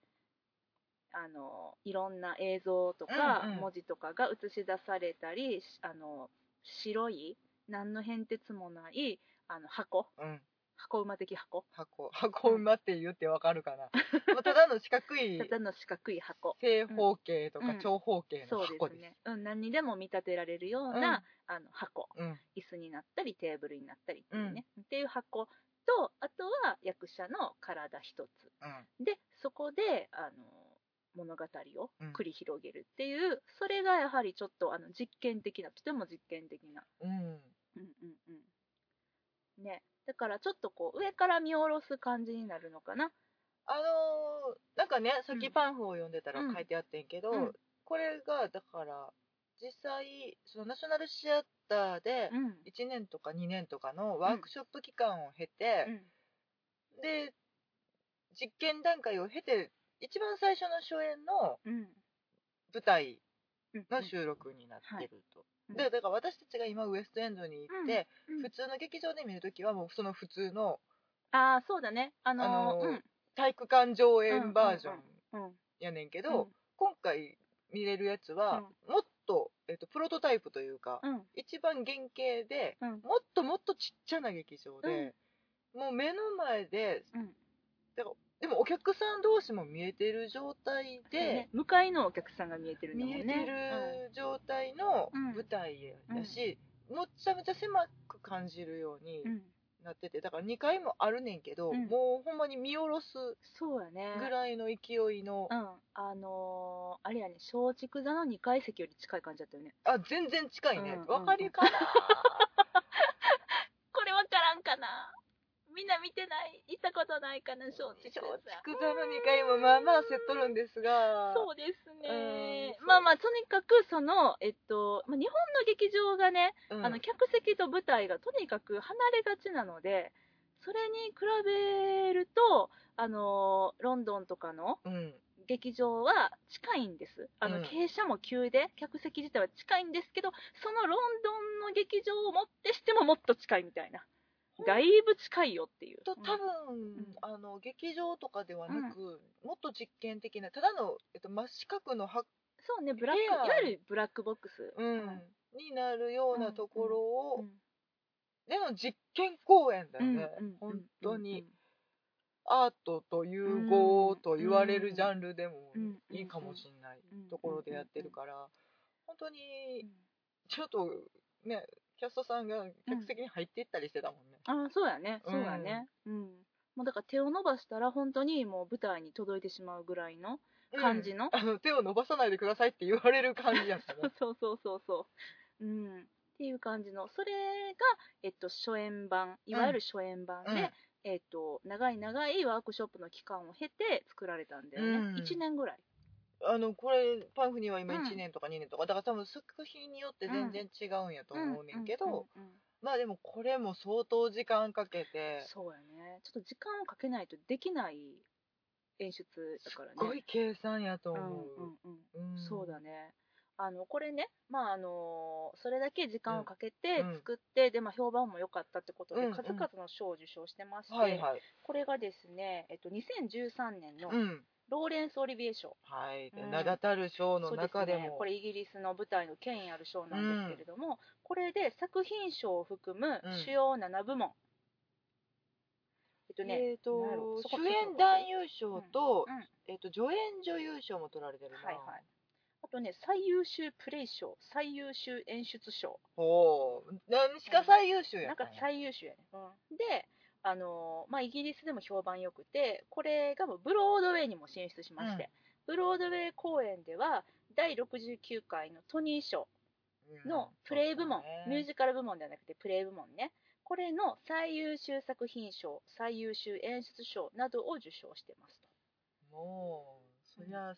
Speaker 1: あのいろんな映像とか
Speaker 2: うんうん
Speaker 1: 文字とかが映し出されたり、しあの白い何の変哲もないあの箱
Speaker 2: うん、
Speaker 1: 箱馬的箱
Speaker 2: 箱、箱馬って言ってわかるかな。まあただの四角い
Speaker 1: ただの四角い箱
Speaker 2: 正方形と
Speaker 1: う
Speaker 2: か
Speaker 1: ん
Speaker 2: 長方形
Speaker 1: そ
Speaker 2: の
Speaker 1: う
Speaker 2: 箱
Speaker 1: で
Speaker 2: ですす。
Speaker 1: ね、うん、何にでも見立てられるような、あの箱
Speaker 2: うん、
Speaker 1: 椅子になったりテーブルになったりっていうね、っていう箱とあとは役者の体一つでそこであの物語を繰り広げるっていう、それがやはりちょっとあの実験的なとても実験的な、
Speaker 2: うんうん
Speaker 1: うんうんうんね、だからちょっとこう上から見下ろす感じになるのかな、
Speaker 2: あのーなんかねさっ
Speaker 1: う
Speaker 2: き
Speaker 1: ん
Speaker 2: パンフを読んでたら書いてあってんけど、
Speaker 1: うん
Speaker 2: これがだから実際そのナショナルシアターで
Speaker 1: うん
Speaker 2: 1年とか2年とかのワークショップ期間を経て、で実験段階を経て一番最初の初演の
Speaker 1: うんうん
Speaker 2: 舞台
Speaker 1: うん、
Speaker 2: の収録になってると、
Speaker 1: うん
Speaker 2: でだから私たちが今ウエストエンドに行って、
Speaker 1: うんうん
Speaker 2: 普通の劇場で見るときはもうその普通の
Speaker 1: ああそうだねあのー
Speaker 2: あのー
Speaker 1: うん
Speaker 2: 体育館上演バージョン
Speaker 1: うん
Speaker 2: やねんけど、
Speaker 1: うん
Speaker 2: 今回見れるやつは、もっと,、えっとプロトタイプというか、
Speaker 1: うん
Speaker 2: 一番原型で
Speaker 1: うん
Speaker 2: もっともっとちっちゃな劇場で、もう目の前で
Speaker 1: うん
Speaker 2: でもお客さん同士も見えてる状態
Speaker 1: そう
Speaker 2: で、
Speaker 1: ね向かいのお客さんが見えてるんだも
Speaker 2: 見
Speaker 1: ん
Speaker 2: え
Speaker 1: ね
Speaker 2: てる状態の舞台やし、もっちゃめちゃ狭く感じるように
Speaker 1: うんうん
Speaker 2: なっててだから2階もあるねんけど、
Speaker 1: うん
Speaker 2: もうほんまに見下ろす
Speaker 1: そうやね
Speaker 2: ぐらいの勢いの、
Speaker 1: うん、あのーあれやね、松竹座の2階席より近い感じだったよね。
Speaker 2: あ全然近いね
Speaker 1: うん
Speaker 2: わ、かるかな
Speaker 1: これわからんかなみんな見てない行ったことないかな、松
Speaker 2: 松
Speaker 1: 竹座。
Speaker 2: 竹座の2階もまあまあ競っとるんですが
Speaker 1: そうですね
Speaker 2: う。ん
Speaker 1: まあまあ、とにかくその、えっと、まあ日本の劇場がね、
Speaker 2: うん
Speaker 1: あの客席と舞台がとにかく離れがちなので、それに比べると、あのーロンドンとかの
Speaker 2: うん
Speaker 1: 劇場は近いんですあの、
Speaker 2: うん
Speaker 1: 傾斜も急で客席自体は近いんですけどそのロンドンの劇場をもってしてももっと近いみたいな
Speaker 2: ほん
Speaker 1: だいぶ近いよっていう
Speaker 2: と多
Speaker 1: ん
Speaker 2: 分、あの劇場とかではなく、もっと実験的なただの、えっと、真四角の箱
Speaker 1: そうねブラック
Speaker 2: いや
Speaker 1: いわゆるブラックボックス、
Speaker 2: うん
Speaker 1: うん
Speaker 2: になるようなところを、
Speaker 1: うん
Speaker 2: での実験公演だよね、
Speaker 1: うんうん
Speaker 2: 本当に
Speaker 1: うん
Speaker 2: アートと融合と言われるジャンルでも
Speaker 1: うんうん
Speaker 2: いいかもしんない
Speaker 1: うん
Speaker 2: ところでやってるから本当
Speaker 1: う
Speaker 2: に
Speaker 1: ん
Speaker 2: ちょっとねキャストさんが客席に入っていったりしてたもんね、
Speaker 1: ああそうやねそうやねうん、もうだから手を伸ばしたら本当にもう舞台に届いてしまうぐらいの
Speaker 2: うん
Speaker 1: 感じの、
Speaker 2: あの手を伸ばさないでくださいって言われる感じやったね
Speaker 1: そうそうそうそう。うん。っていう感じの、それが、えっと、初演版、いわゆる初演版で、えっと、長い長いワークショップの期間を経て作られたんだよね。
Speaker 2: うん
Speaker 1: 1年ぐらい。
Speaker 2: うん、あのこれパンフには今
Speaker 1: うん
Speaker 2: 1年とか2年とか、だから多分作品によって全然違うんやと思うねんけど、
Speaker 1: うんうんうん
Speaker 2: まあでもこれも相当時間かけてす
Speaker 1: そうやね。ちょっと時間をかけないとできない演出だからね。
Speaker 2: ごい計算やと
Speaker 1: うん
Speaker 2: 思う、
Speaker 1: うんうん。
Speaker 2: ん
Speaker 1: そうだね。あのこれね、まああのそれだけ時間をかけて
Speaker 2: うん
Speaker 1: 作って、でまあ、評判も良かったってことで、
Speaker 2: うんうん
Speaker 1: 数々の賞を受賞してまして、
Speaker 2: はいはい。
Speaker 1: これがですね、えっと、2013年の
Speaker 2: うん。
Speaker 1: ローレンス・オリビエ賞、
Speaker 2: はい。で
Speaker 1: うん
Speaker 2: 名だたる賞の
Speaker 1: そうです
Speaker 2: 中でも。
Speaker 1: ね、これイギリスの舞台の権威ある賞なんですけれども、これで作品賞を含む
Speaker 2: うん
Speaker 1: 主要7部門、えっとね、
Speaker 2: えっ、と
Speaker 1: なんやろそこ
Speaker 2: 主演男優賞と、
Speaker 1: うんうん
Speaker 2: えっ、と助演女優賞も取られてるな。
Speaker 1: はいはい、あとね、最優秀プレイ賞、最優秀演出賞、
Speaker 2: おお。何しか最優秀や
Speaker 1: なん
Speaker 2: った
Speaker 1: か
Speaker 2: んや
Speaker 1: 最優秀やね。うんであのーまあ、イギリスでも評判良くてこれがもうブロードウェイにも進出しまして、ブロードウェイ公演では第69回のトニー賞のプレイ部門、ミュージカル部門ではなくてプレイ部門ね、これの最優秀作品賞、最優秀演出賞などを受賞してますと。
Speaker 2: うんもうそりゃ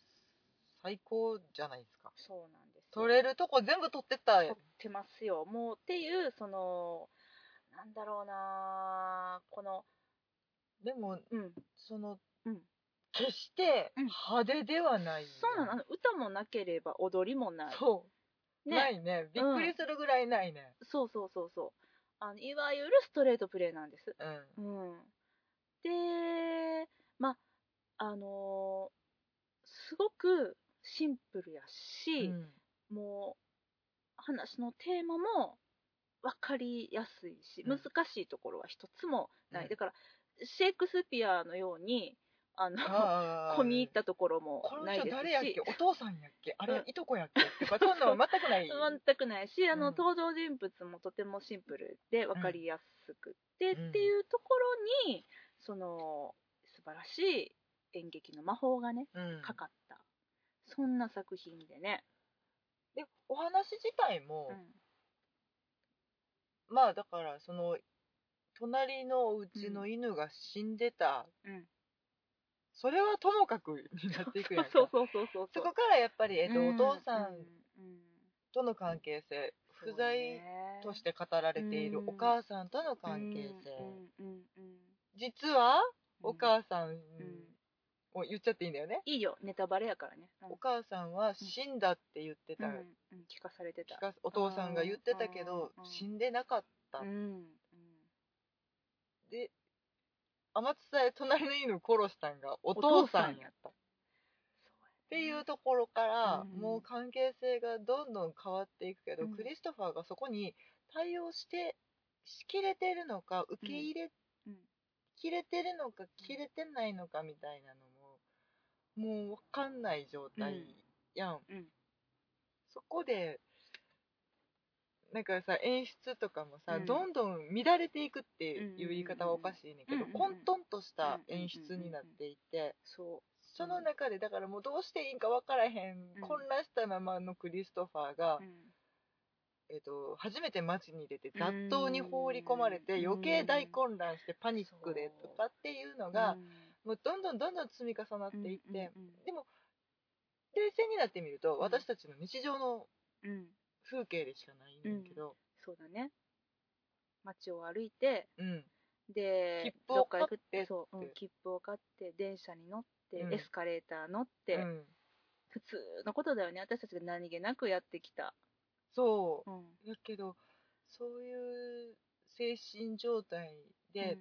Speaker 2: 最高じゃないですか。
Speaker 1: そうなんですよ。
Speaker 2: 取れるとこ全部取ってった。
Speaker 1: 取ってますよ。もうっていう、その、なんだろうなこの、
Speaker 2: でも
Speaker 1: うん、
Speaker 2: その、
Speaker 1: うん
Speaker 2: 決して
Speaker 1: うん
Speaker 2: 派手ではないやん。
Speaker 1: そうなのあの、歌もなければ踊りもない。
Speaker 2: そう。
Speaker 1: ね
Speaker 2: ないね。びっくりするぐらいないね。
Speaker 1: そうそうそうそうあの。いわゆるストレートプレイなんです。
Speaker 2: うん。
Speaker 1: うん、で、まああのーすごくシンプルや
Speaker 2: う
Speaker 1: し、
Speaker 2: ん
Speaker 1: もう話のテーマも分かりやすいし
Speaker 2: うん
Speaker 1: 難しいところは一つもない、
Speaker 2: うん
Speaker 1: だからシェイクスピアのようにあの
Speaker 2: あ
Speaker 1: [laughs]
Speaker 2: ー
Speaker 1: 込み入ったところも
Speaker 2: この
Speaker 1: ない
Speaker 2: 人
Speaker 1: です
Speaker 2: 誰やっ
Speaker 1: し
Speaker 2: けお父さんやっけあ
Speaker 1: うん
Speaker 2: れいとこやっけとかそんなの全
Speaker 1: [laughs]
Speaker 2: くない
Speaker 1: 全くないしあの、
Speaker 2: うん
Speaker 1: 登場人物もとてもシンプルで分かりやすくて、
Speaker 2: うん
Speaker 1: っていうところにその素晴らしい演劇の魔法がね
Speaker 2: うん
Speaker 1: かかった、そんな作品でね、
Speaker 2: でお話自体も
Speaker 1: うん、
Speaker 2: まあだからその隣のおうちの犬が死んでた、
Speaker 1: うん
Speaker 2: それはともかくになっていくやん
Speaker 1: [laughs]
Speaker 2: か
Speaker 1: そうそうそうそう
Speaker 2: そこからやっぱり、えっと
Speaker 1: う
Speaker 2: お父さん
Speaker 1: うんうん
Speaker 2: との関係性
Speaker 1: そう
Speaker 2: 不在
Speaker 1: ね
Speaker 2: として語られている
Speaker 1: うん
Speaker 2: お母さんとの関係性、
Speaker 1: うんうんうんうん
Speaker 2: 実はお母さん
Speaker 1: うん
Speaker 2: を言っちゃっていいんだよね、
Speaker 1: いいよネタバレやからね、うん
Speaker 2: お母さんは死んだって言ってた、
Speaker 1: うんうん聞かされてた
Speaker 2: 聞かすお父さんが言ってたけど
Speaker 1: うん
Speaker 2: 死んでなかった、
Speaker 1: うんうん
Speaker 2: で天津さえ隣の犬を殺したんがお父さんやった
Speaker 1: そ
Speaker 2: っ
Speaker 1: う
Speaker 2: て
Speaker 1: やね
Speaker 2: いうところから、
Speaker 1: うん
Speaker 2: もう関係性がどんどん変わっていくけど、
Speaker 1: うん
Speaker 2: クリストファーがそこに対応してしきれてるのか受け入れ、
Speaker 1: うん
Speaker 2: 切れてるのか切れてないのかみたいなのももう分かんない状態やん、
Speaker 1: うん
Speaker 2: そこでなんかさ演出とかもさ、
Speaker 1: うん
Speaker 2: どんどん乱れていくっていう言い方はおかしいねんけど、
Speaker 1: うんうんうん
Speaker 2: 混沌とした演出になっていて、
Speaker 1: そう
Speaker 2: その中でだからもうどうしていいんか分からへん、
Speaker 1: うん
Speaker 2: 混乱したままのクリストファーが、
Speaker 1: うん
Speaker 2: えっと初めて街に出て雑踏に放り込まれて、
Speaker 1: うん
Speaker 2: 余計大混乱してパニックでとかっていうのが、もうどんどんどんどん積み重なっ
Speaker 1: う
Speaker 2: て
Speaker 1: ん
Speaker 2: いって、
Speaker 1: うんうん
Speaker 2: でも冷静になってみると
Speaker 1: ん
Speaker 2: 私たちの日常の
Speaker 1: うんうん
Speaker 2: 風景でしかないねんだけど、
Speaker 1: そうだね街を歩いて
Speaker 2: うん
Speaker 1: で
Speaker 2: 切符を買って
Speaker 1: どか行くそう、う
Speaker 2: っ
Speaker 1: ん
Speaker 2: て、
Speaker 1: 切符を買って電車に乗って、
Speaker 2: うん
Speaker 1: エスカレーター乗っ
Speaker 2: う
Speaker 1: て、
Speaker 2: ん
Speaker 1: 普通のことだよね私たちが何気なくやってきた、
Speaker 2: そ
Speaker 1: うん
Speaker 2: うだけどそういう精神状態で、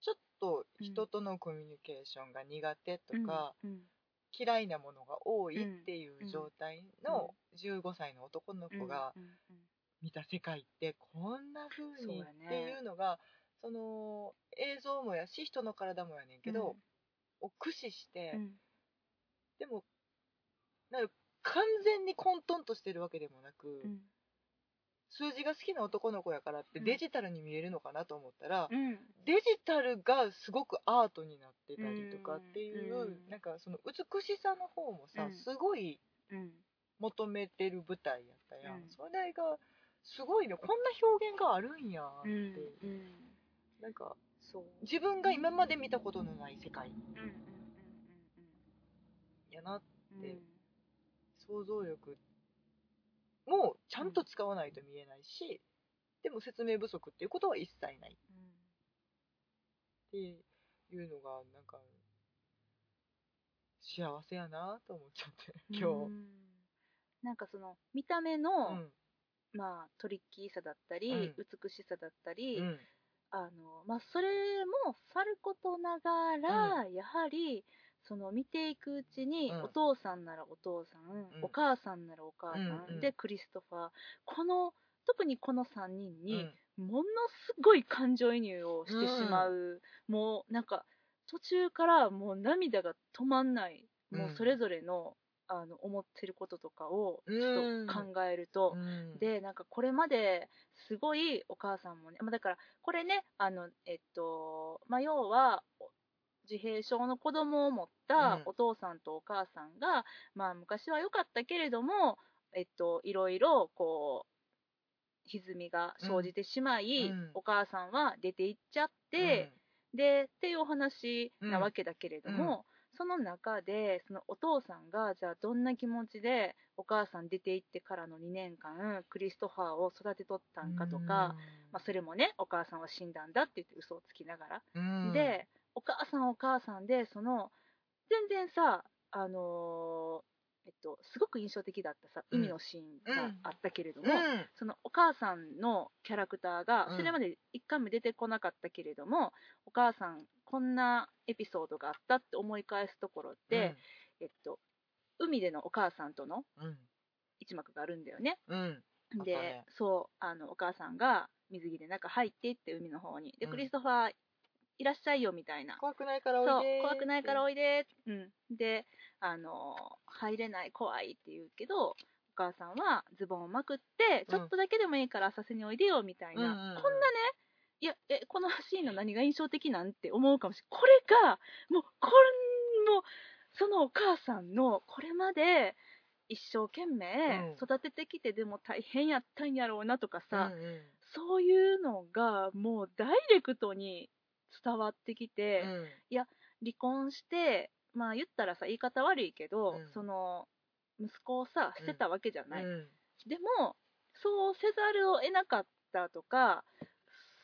Speaker 2: ちょっと人とのコミュニケーションが苦手とか、、
Speaker 1: うんうん
Speaker 2: 嫌いなものが多い
Speaker 1: うん
Speaker 2: っていう状態の15歳の男の
Speaker 1: うん
Speaker 2: 子が
Speaker 1: うんうん
Speaker 2: 見た世界ってこんな風
Speaker 1: そう
Speaker 2: にっ
Speaker 1: やね
Speaker 2: ていうのがその映像もやし人の体もやねんけど、を駆使して、
Speaker 1: うんうん
Speaker 2: でもなんか完全に混沌としてるわけでもなく、
Speaker 1: うん
Speaker 2: 数字が好きな男の子やからって
Speaker 1: うん
Speaker 2: デジタルに見えるのかなと思ったら、
Speaker 1: うん
Speaker 2: デジタルがすごくアートになってたりとかっていう、
Speaker 1: うん
Speaker 2: なんかその美しさの方もさ、
Speaker 1: うん
Speaker 2: すごい
Speaker 1: うん
Speaker 2: 求めてる舞台やったやん、
Speaker 1: うん
Speaker 2: それがすごいねこんな表現があるんやって、
Speaker 1: うんうん
Speaker 2: なんか
Speaker 1: そう
Speaker 2: 自分が今まで見たことのない世界
Speaker 1: うんうんうん
Speaker 2: やな
Speaker 1: うんうん
Speaker 2: で想像力もちゃんと使わないと見えないし、でも説明不足っていうことは一切ないっていうのがなんか幸せやなと思っちゃって
Speaker 1: うん
Speaker 2: 今
Speaker 1: う
Speaker 2: 日。
Speaker 1: んなんかその見た目の、まあ、トリッキーさだったり、
Speaker 2: うん
Speaker 1: 美しさだった
Speaker 2: うん
Speaker 1: り、
Speaker 2: うん
Speaker 1: あのまあ、それもさることながら、やはりその見ていくうちに、
Speaker 2: うん
Speaker 1: お父さんならお父さん、
Speaker 2: うん
Speaker 1: お母さんならお母さん、
Speaker 2: うんうん
Speaker 1: でクリストファーこの特にこの3人
Speaker 2: う
Speaker 1: に、
Speaker 2: ん
Speaker 1: ものすごい感情移入をしてしまう、もうなんか途中からもう涙が止まんない、もううんそれぞれのあの思ってることとかをちょっと考えると。
Speaker 2: うん
Speaker 1: でなんかこれまですごいお母さんもね、まあ、だからこれねあのえっと、まあ、要はお自閉症の子供を持っ
Speaker 2: う
Speaker 1: た
Speaker 2: ん
Speaker 1: お父さんとお母さんが、まあ、昔は良かったけれども、えっと、いろいろこう歪みが生じてしまい、
Speaker 2: うん
Speaker 1: お母さんは出て行っちゃって、でっていうお話なわけだけれども、その中でそのお父さんがじゃあどんな気持ちでお母さん出て行ってからの2年間クリストファーを育てとったんかとか、まあ、それもねお母さんは死んだんだって言って嘘をつきながら、
Speaker 2: うん、
Speaker 1: でお母さんお母さんでその全然さあのーえっと、すごく印象的だったさ
Speaker 2: うん
Speaker 1: 海のシーンがあったけれど
Speaker 2: う
Speaker 1: も、
Speaker 2: ん、
Speaker 1: そのお母さんのキャラクターが
Speaker 2: うん
Speaker 1: それまで一回も出てこなかったけれども、お母さんこんなエピソードがあったって思い返すところで、えっと、海でのお母さんとの
Speaker 2: うん、
Speaker 1: 一幕があるんだよね。
Speaker 2: うん、うん、あった
Speaker 1: で、
Speaker 2: ね
Speaker 1: そうあのお母さんが水着で中入っていって海の方にで
Speaker 2: うん
Speaker 1: クリストファーいらっしゃいよみたいな
Speaker 2: 怖くないから
Speaker 1: そ
Speaker 2: お
Speaker 1: う
Speaker 2: いでー
Speaker 1: 怖くないから
Speaker 2: っ
Speaker 1: おいでーうん、であのー入れない怖いって言うけどお母さんはズボンをまくって、
Speaker 2: うん
Speaker 1: ちょっとだけでもいいから浅瀬においでよみたいな、
Speaker 2: うんうんうん
Speaker 1: こんなねいやえこのシーンの何が印象的なんて思うかもしれないこれがもうこんもうそのお母さんのこれまで一生懸
Speaker 2: う
Speaker 1: 命
Speaker 2: ん
Speaker 1: 育ててきて、でも大変やったんやろうなとか
Speaker 2: て
Speaker 1: さ、
Speaker 2: うんうん
Speaker 1: そういうのがもうダイレクトに伝わってきて、
Speaker 2: うん
Speaker 1: 離婚してまあ言ったらさ言い方悪いけど、
Speaker 2: うん
Speaker 1: その息子をさ捨てたわけじゃない、
Speaker 2: うん
Speaker 1: でもそうせざるを得なかったとか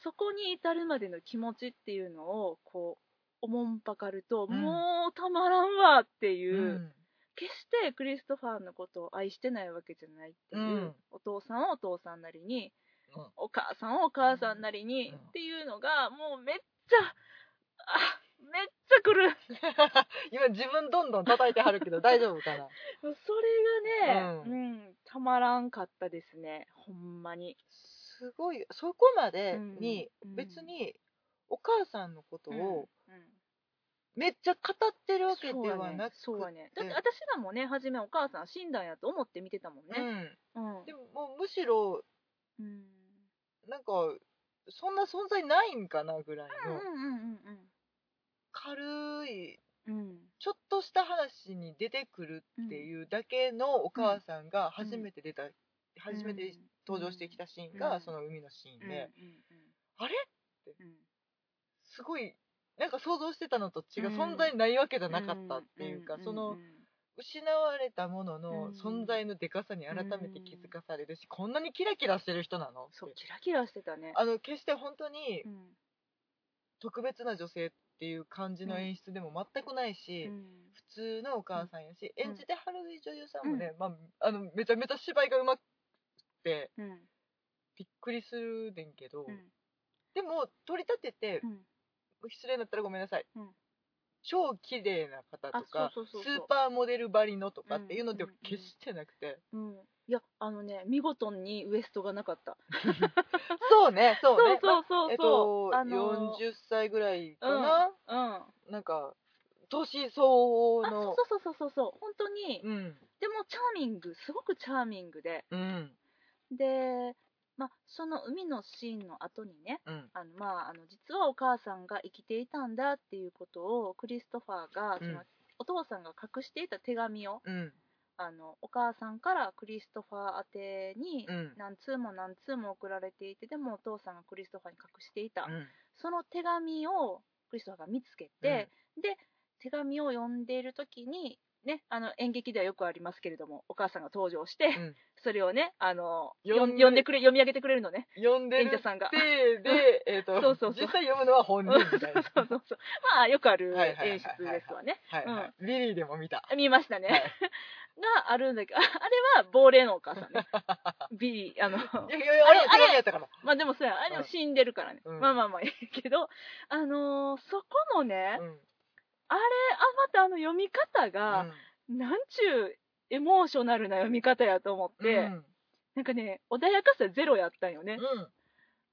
Speaker 1: そこに至るまでの気持ちっていうのをこうおもんぱかると、
Speaker 2: うん
Speaker 1: もうたまらんわっていうう、
Speaker 2: ん
Speaker 1: 決してクリストファーのことを愛してないわけじゃないっていう、
Speaker 2: うん
Speaker 1: お父さんはお父さんなりに、
Speaker 2: うん
Speaker 1: お母さんはお母さんなりに、
Speaker 2: うん
Speaker 1: っていうのがもうめっちゃあめっちゃくる
Speaker 2: 今自分どんどん叩いてはるけど大丈夫かな
Speaker 1: それがね、う
Speaker 2: うんん
Speaker 1: たまらんかったですねほんまに、
Speaker 2: すごいそこまでに
Speaker 1: うん
Speaker 2: 別にお母さんのこと
Speaker 1: うん
Speaker 2: を
Speaker 1: うん
Speaker 2: めっちゃ語ってるわけで
Speaker 1: そう
Speaker 2: は
Speaker 1: や
Speaker 2: な
Speaker 1: ね
Speaker 2: く
Speaker 1: そうやねだって私らもね初めお母さん死んだんやと思って見てたもんね、うん
Speaker 2: うんでももうむしろ
Speaker 1: うん
Speaker 2: なんかそんな存在ないんかなぐらい
Speaker 1: うん
Speaker 2: の
Speaker 1: うん
Speaker 2: 軽い
Speaker 1: うんうん
Speaker 2: ちょっとした話に出てくるっていうだけのお母さんが初めて出た、初めて登場してきたシーン
Speaker 1: うん
Speaker 2: がその海のシーンで、
Speaker 1: うんうん
Speaker 2: あれ
Speaker 1: うんうん
Speaker 2: すごいなんか想像してたのと違う、
Speaker 1: うん
Speaker 2: 存在ないわけじゃなかったっていうか、
Speaker 1: んん
Speaker 2: その
Speaker 1: ん
Speaker 2: 失われたもの
Speaker 1: うん
Speaker 2: の存在のでかさに改めて気づかされるし、こんなにキラキラしてる人なのって
Speaker 1: そうキラキラしてたね
Speaker 2: あの決して本当に
Speaker 1: うん
Speaker 2: 特別な女性っていう感じの演出でも全くないし、
Speaker 1: うん
Speaker 2: 普通のお母さんやし、
Speaker 1: ん
Speaker 2: 演じてはる女優さんもね、まあ、あのめちゃめちゃ芝居がうまくて
Speaker 1: うん
Speaker 2: びっくりするねんけど、
Speaker 1: うん
Speaker 2: でも取り立てて、
Speaker 1: うん
Speaker 2: 失礼になったらごめんなさい、
Speaker 1: うん
Speaker 2: 超綺麗な方と
Speaker 1: あ
Speaker 2: か
Speaker 1: そうそうそうそう
Speaker 2: スーパーモデルばりのとかっていうので
Speaker 1: う
Speaker 2: は
Speaker 1: んうんうん
Speaker 2: 決してなくて、
Speaker 1: うんいやあのね見事にウエストがなかった
Speaker 2: そうねそうね
Speaker 1: そうそうそうそう、
Speaker 2: まあえっと、
Speaker 1: あのー
Speaker 2: 40歳ぐらいかな、
Speaker 1: うん
Speaker 2: なんか年相応
Speaker 1: あ
Speaker 2: の
Speaker 1: そうそうそうそうそう本当に、
Speaker 2: うん
Speaker 1: でもチャーミングすごくチャーミングで
Speaker 2: うん
Speaker 1: でまあその海のシーンの後にね
Speaker 2: うん
Speaker 1: あのまああの実はお母さんが生きていたんだっていうことをクリストファーがその、
Speaker 2: うん
Speaker 1: お父さんが隠していた手紙を
Speaker 2: うん
Speaker 1: あのお母さんからクリストファー宛てに
Speaker 2: うん
Speaker 1: 何通も何通も送られていてでもお父さんがクリストファーに隠していた、
Speaker 2: うん
Speaker 1: その手紙をクリストファーが見つけて、で手紙を読んでいる時にね、あの演劇ではよくありますけれどもお母さんが登場して、
Speaker 2: うん
Speaker 1: それをねあの読
Speaker 2: 読
Speaker 1: ん
Speaker 2: んで
Speaker 1: 読んでくれ読み上げてくれるのね
Speaker 2: 読んで
Speaker 1: 演
Speaker 2: る
Speaker 1: 者さんが。
Speaker 2: せいで、えっと
Speaker 1: そうそうそう
Speaker 2: 実際読むのは本人
Speaker 1: うん [laughs] そう
Speaker 2: みたいな。
Speaker 1: そうそうそうまあよくある
Speaker 2: はいはいはいはい
Speaker 1: 演出ですわね
Speaker 2: はいはいリリーでも
Speaker 1: [laughs]
Speaker 2: 見た。
Speaker 1: 見ましたね、
Speaker 2: はい
Speaker 1: があるんだけどああれは亡霊のお母さん
Speaker 2: [laughs]
Speaker 1: ね B あの
Speaker 2: いやいやいや、あれも手紙やったから。
Speaker 1: まあでもそうやあれ
Speaker 2: う
Speaker 1: も
Speaker 2: ん
Speaker 1: 死んでるからね、
Speaker 2: うん
Speaker 1: まあまあまあいいけどあのーそこのね、
Speaker 2: うんうん
Speaker 1: あまたあの読み方が、なんちゅうエモーショナルな読み方やと思って、
Speaker 2: うん
Speaker 1: なんかね穏やかさゼロやったんよね、
Speaker 2: うん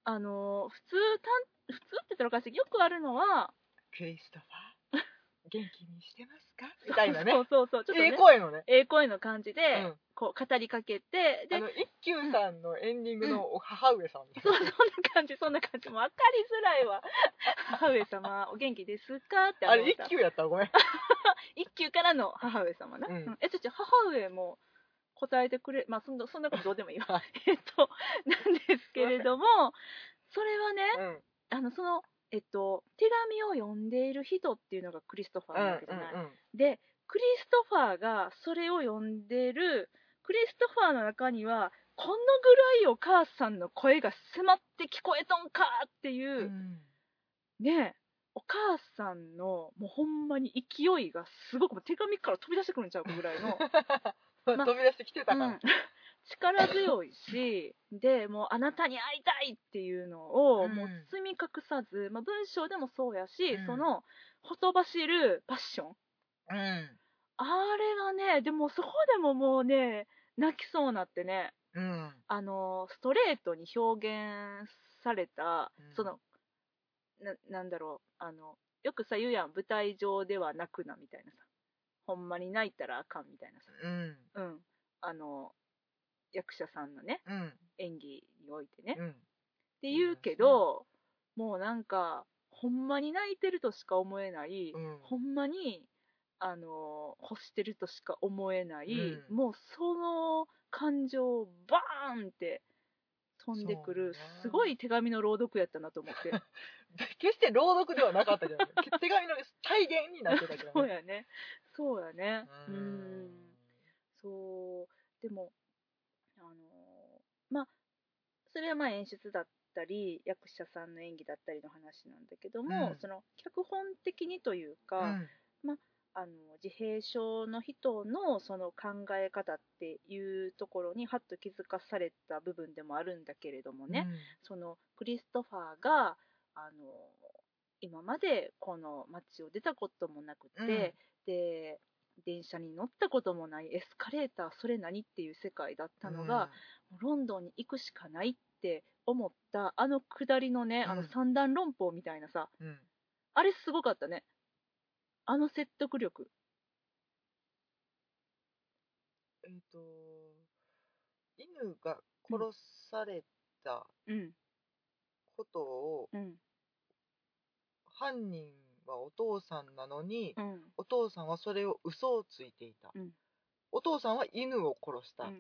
Speaker 1: あのー普通たん普通って言ったらおかしいよくあるのは
Speaker 2: クリストファー、元気にしてますかみたいなね
Speaker 1: そ。うそうそうちょっと
Speaker 2: ええ
Speaker 1: ね
Speaker 2: 声のね。
Speaker 1: ええ声の感じで、
Speaker 2: うん
Speaker 1: こう語りかけてで
Speaker 2: あの、一休さんのエンディングのお母上さんみたい
Speaker 1: そう、
Speaker 2: な
Speaker 1: そんな感じ、そんな感じ。もう分かりづらいわ。母上
Speaker 2: [laughs]
Speaker 1: 様、お元気ですかって
Speaker 2: あ
Speaker 1: の
Speaker 2: れ、一
Speaker 1: さ
Speaker 2: 休やったらごめん。
Speaker 1: 一級からの母上様な。
Speaker 2: うん
Speaker 1: うんえ、ちょちょ、母上も答えてくれ、まあ、そんな、そんなことどうでもいい
Speaker 2: は
Speaker 1: わ
Speaker 2: い。
Speaker 1: [laughs] えっと、なんですけれども、それはね、
Speaker 2: うん
Speaker 1: あの、その、えっと、手紙を読んでいる人っていうのがクリストファー
Speaker 2: う
Speaker 1: な
Speaker 2: んう
Speaker 1: わ
Speaker 2: ん
Speaker 1: けじゃない。で、クリストファーがそれを読んでる、クリストファーの中には、このぐらいお母さんの声が迫って聞こえとんかっていうう、
Speaker 2: ん
Speaker 1: ねえお母さんのもうほんまに勢いがすごくもう手紙から飛び出してくるんちゃうかぐらいの、 [laughs] ま
Speaker 2: [laughs] 飛び出してきてたか
Speaker 1: うん
Speaker 2: ら。
Speaker 1: 力強い
Speaker 2: [laughs]
Speaker 1: しでもうあなたに会いたいっていうのを
Speaker 2: うん
Speaker 1: もう包み隠さず、まあ、文章でもそうやし、
Speaker 2: うん
Speaker 1: そのほとばしるパッション
Speaker 2: うん
Speaker 1: あれがねでもそこでももうね泣きそうなってね
Speaker 2: うん
Speaker 1: あのストレートに表現された、
Speaker 2: うん
Speaker 1: そのななんだろうあのよくさ言うやん舞台上では泣くなみたいなさほんまに泣いたらあかんみたいなさ
Speaker 2: うん
Speaker 1: うんあの役者さんのね
Speaker 2: うん
Speaker 1: 演技においてね、っ
Speaker 2: うん
Speaker 1: て言うけど、もうなんかほんまに泣いてるとしか思えない、
Speaker 2: うん
Speaker 1: ほんまにあの欲してるとしか思えない、
Speaker 2: うん
Speaker 1: もうその感情バーンって飛んでくる、
Speaker 2: そうね
Speaker 1: すごい手紙の朗読やったなと思って
Speaker 2: [laughs] 決して朗読ではなかったじゃない手紙の体現になってたけど
Speaker 1: そうやねそうやね
Speaker 2: う
Speaker 1: うんそうでもあのまあそれはまあ演出だったり役者さんの演技だったりの話なんだけども、
Speaker 2: うん
Speaker 1: その脚本的にというか、
Speaker 2: うん
Speaker 1: あの自閉症の人のその考え方っていうところにハッと気づかされた部分でもあるんだけれどもね、そのクリストファーがあの今までこの街を出たこともなくて、
Speaker 2: うん
Speaker 1: で電車に乗ったこともないエスカレーターそれ何っていう世界だったのが、、ロンドンに行くしかないって思ったあの下りのね、あの
Speaker 2: うん
Speaker 1: 三段論法みたいなさ
Speaker 2: うんうん
Speaker 1: あれすごかったねあの説得力
Speaker 2: えっ、と犬が殺された
Speaker 1: うん
Speaker 2: ことを、
Speaker 1: うん
Speaker 2: 犯人はお父さんなのに、
Speaker 1: うん
Speaker 2: お父さんはそれを嘘をついていた、
Speaker 1: うん
Speaker 2: お父さんは犬を殺した、
Speaker 1: うん
Speaker 2: っ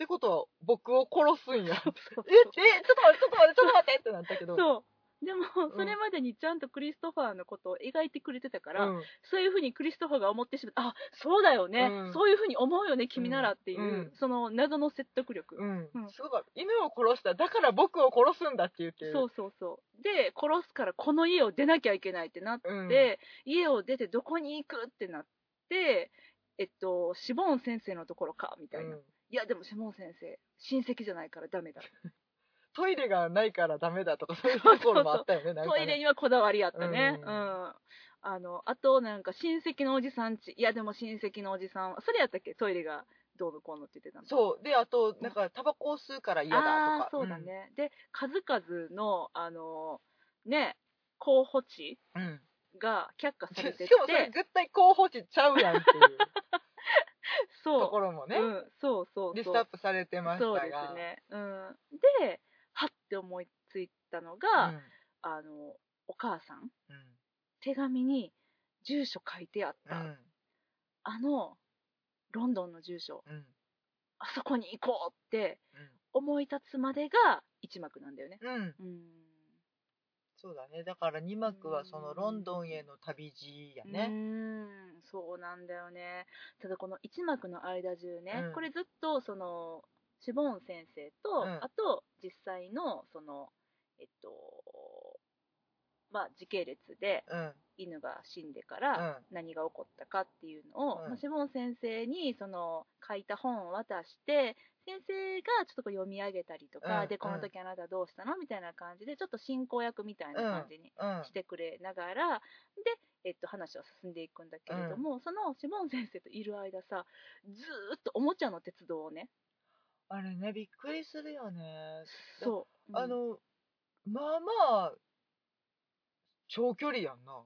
Speaker 2: てことは僕を殺すんや
Speaker 1: [laughs] そうそう
Speaker 2: ええちょっと待ってちょっと待ってちょっと待ってってなったけど
Speaker 1: そうでも、
Speaker 2: ん
Speaker 1: それまでにちゃんとクリストファーのことを描いてくれてたから、
Speaker 2: うん
Speaker 1: そういうふうにクリストファーが思ってしまったあそうだよね、
Speaker 2: うん
Speaker 1: そういうふうに思うよね君ならっていう、
Speaker 2: うん
Speaker 1: その謎の説得力、
Speaker 2: うん
Speaker 1: うん
Speaker 2: すごかった犬を殺しただから僕を殺すんだって言ってる
Speaker 1: そうそうそうで殺すからこの家を出なきゃいけないってなって、
Speaker 2: うん、
Speaker 1: 家を出てどこに行くってなってえっとシボーン先生のところかみたいな、
Speaker 2: うん
Speaker 1: いやでもシボーン先生親戚じゃないからダメだ
Speaker 2: トイレがないからダメだとかそういうところもあったよねなんか
Speaker 1: ト
Speaker 2: ね
Speaker 1: イレにはこだわりあったね。う。
Speaker 2: うんん
Speaker 1: あの、あと、なんか、親戚のおじさんち、いや、でも親戚のおじさんは、それやったっけトイレがどうのこうのって言ってたの。う。
Speaker 2: そうであとなんかタバコを吸うから嫌だと
Speaker 1: ああ
Speaker 2: か
Speaker 1: ー、そうだ、ね。で、数々の、あの、ね、候補地
Speaker 2: うんうん
Speaker 1: が却下されてて、
Speaker 2: [laughs] しか [laughs] もそれ絶対候補地ちゃうやんっていうと
Speaker 1: そ
Speaker 2: ころも
Speaker 1: う。
Speaker 2: ね、
Speaker 1: うん、そうそうそう。
Speaker 2: リストアップされてました
Speaker 1: そう
Speaker 2: が
Speaker 1: ですね。うん。で、はって思いついたのが、あの、お母さん、
Speaker 2: うん
Speaker 1: 手紙に住所書いてあっ
Speaker 2: う
Speaker 1: た。
Speaker 2: ん
Speaker 1: あのロンドンの住所
Speaker 2: うん
Speaker 1: あそこに行こうって思い立つまでが一幕なんだよね
Speaker 2: うんうん
Speaker 1: うん
Speaker 2: そうだねだから2幕はそのロンドンへの旅路や
Speaker 1: う
Speaker 2: ね
Speaker 1: んそうなんだよねただこの一幕の間中ね、
Speaker 2: うん
Speaker 1: これずっとそのシボーン先生と、
Speaker 2: うん
Speaker 1: あと実際のそのえっとまあ時系列で
Speaker 2: うんうん
Speaker 1: 犬が死んでから、何が起こったかっていうのを、
Speaker 2: うん
Speaker 1: まあシモン先生にその書いた本を渡して先生がちょっとこう読み上げたりとか、
Speaker 2: うん
Speaker 1: で
Speaker 2: うん
Speaker 1: この時あなたどうしたのみたいな感じでちょっと進行役みたいな感じに
Speaker 2: うん
Speaker 1: してくれながら、で、えっと、話は進んでいくんだけれども、そのシモン先生といる間さずーっとおもちゃの鉄道をね
Speaker 2: あれねびっくりするよね
Speaker 1: そう、うん
Speaker 2: あのまあまあ長距離やんな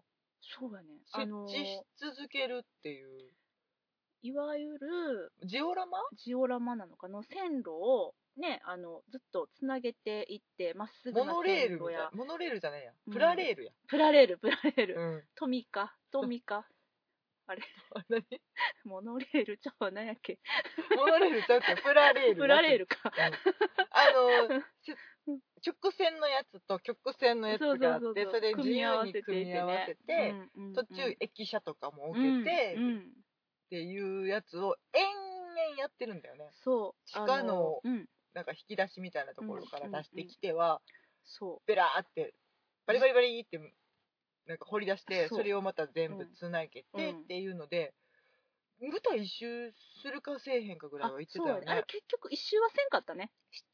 Speaker 1: そうやねあ
Speaker 2: 設
Speaker 1: の
Speaker 2: 置し続けるっていう
Speaker 1: いわゆる
Speaker 2: ジオラマ
Speaker 1: ジオラマなのかの線路をねあのずっとつなげていってまっすぐ
Speaker 2: モ
Speaker 1: な
Speaker 2: ノレー
Speaker 1: 線
Speaker 2: ルみ
Speaker 1: 路
Speaker 2: たい
Speaker 1: や
Speaker 2: なモノレールじゃないや
Speaker 1: うん
Speaker 2: プラレールや、
Speaker 1: プラレールプラレール、
Speaker 2: うん、
Speaker 1: トミカトミ
Speaker 2: [laughs]
Speaker 1: カ
Speaker 2: 何
Speaker 1: [laughs] モノレールちゃうわ何やっけ
Speaker 2: モノレールちゃうってプラレール
Speaker 1: プラレー
Speaker 2: ル
Speaker 1: ルか
Speaker 2: あ
Speaker 1: [laughs]
Speaker 2: のせ直線のやつと曲線のやつ
Speaker 1: そう
Speaker 2: があ
Speaker 1: そうそ
Speaker 2: っ
Speaker 1: う
Speaker 2: て
Speaker 1: そう
Speaker 2: それ自
Speaker 1: 組み合
Speaker 2: 由
Speaker 1: わ
Speaker 2: に
Speaker 1: せていて
Speaker 2: 組み合わせて
Speaker 1: ねうんうんうん
Speaker 2: 途中駅舎とかも置けて、
Speaker 1: うんう
Speaker 2: っ
Speaker 1: ん
Speaker 2: ていうやつを延々やってるんだよね
Speaker 1: そう
Speaker 2: 地下の
Speaker 1: あうん
Speaker 2: なんか引き出しみたいなところか
Speaker 1: う
Speaker 2: ら
Speaker 1: んうんうん
Speaker 2: 出してきては、
Speaker 1: そ
Speaker 2: ベラーってバリバリバリってなんか掘り出して
Speaker 1: そ
Speaker 2: そうれをまた全部つなげて
Speaker 1: うん
Speaker 2: っていうので、舞台一周するかせえへんかぐ
Speaker 1: う
Speaker 2: らい
Speaker 1: あ
Speaker 2: は言って
Speaker 1: そ
Speaker 2: た
Speaker 1: うや
Speaker 2: よ
Speaker 1: ねあれ
Speaker 2: ね
Speaker 1: 結局一周はせんかったね、
Speaker 2: し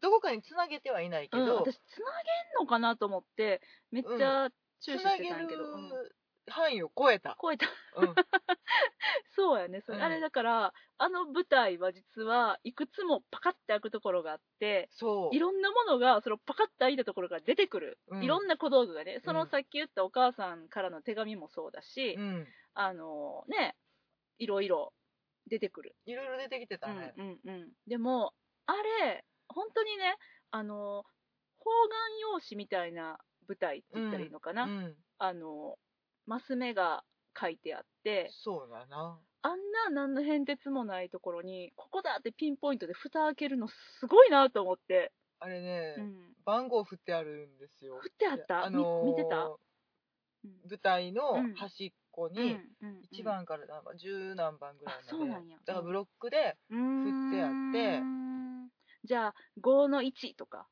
Speaker 2: どこかにつなげてはいないけ
Speaker 1: うん、
Speaker 2: ど、
Speaker 1: 私つなげんのかなと思ってめっちゃ注視
Speaker 2: つ
Speaker 1: し
Speaker 2: な
Speaker 1: て
Speaker 2: げ
Speaker 1: たんや
Speaker 2: る
Speaker 1: けど、うん
Speaker 2: 範囲を超えた、
Speaker 1: 超えた
Speaker 2: うん、
Speaker 1: そ [laughs] そうやねそれ、
Speaker 2: うん
Speaker 1: あれだからあの舞台は実はいくつもパカッて開くところがあって
Speaker 2: そう
Speaker 1: いろんなものがそのパカッて開いたところから出てくる、
Speaker 2: うん
Speaker 1: いろんな小道具がねそうの
Speaker 2: ん
Speaker 1: さっき言ったお母さんからの手紙もそうだし、
Speaker 2: うん
Speaker 1: あのねいろいろ出てくる
Speaker 2: いろいろ出てきてたね、
Speaker 1: うんうんうん、でもあれ本当にねあの方眼用紙みたいな舞台って言ったらいいのか
Speaker 2: う
Speaker 1: な、
Speaker 2: ん
Speaker 1: あのマス目が書いてあって
Speaker 2: そうだな
Speaker 1: あんな何の変哲もないところにここだってピンポイントで蓋開けるのすごいなと思って、
Speaker 2: あれね、
Speaker 1: うん、
Speaker 2: 番号振ってあるんですよ
Speaker 1: 振ってあった、
Speaker 2: いやのー
Speaker 1: み見てた、うん
Speaker 2: 舞台の
Speaker 1: うん
Speaker 2: 端っ
Speaker 1: う
Speaker 2: こ
Speaker 1: ん
Speaker 2: に
Speaker 1: うん
Speaker 2: 1番から何番10何番ぐらい
Speaker 1: あそう
Speaker 2: ま
Speaker 1: な
Speaker 2: で
Speaker 1: んや
Speaker 2: だから
Speaker 1: うん
Speaker 2: ブロックで
Speaker 1: うん
Speaker 2: 振ってあって
Speaker 1: うーんじゃあ5の1とか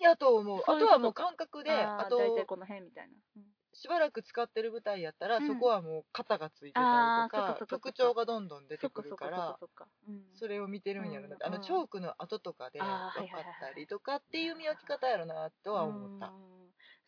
Speaker 2: やと思う
Speaker 1: そう
Speaker 2: あ
Speaker 1: いうこと
Speaker 2: と
Speaker 1: か
Speaker 2: はもう感覚で
Speaker 1: あ
Speaker 2: あ
Speaker 1: ー
Speaker 2: と
Speaker 1: 大体この辺みたいな、うん
Speaker 2: しばらく使ってる舞台やったら、
Speaker 1: うん
Speaker 2: そこはもう肩がついてたりと
Speaker 1: あーそっ
Speaker 2: か
Speaker 1: かそっかそっか
Speaker 2: 特徴がどんどん出
Speaker 1: そ
Speaker 2: て
Speaker 1: っか
Speaker 2: く
Speaker 1: そ
Speaker 2: る
Speaker 1: っかそ
Speaker 2: か
Speaker 1: っ
Speaker 2: ら
Speaker 1: かそっか、うん、
Speaker 2: それを見てるんやろなってあ
Speaker 1: う
Speaker 2: の
Speaker 1: ん
Speaker 2: チョークの跡とかで
Speaker 1: あ
Speaker 2: 分
Speaker 1: ー
Speaker 2: か
Speaker 1: はいはいはい
Speaker 2: ったりとかっていう見分け方やろなとは思った
Speaker 1: うん、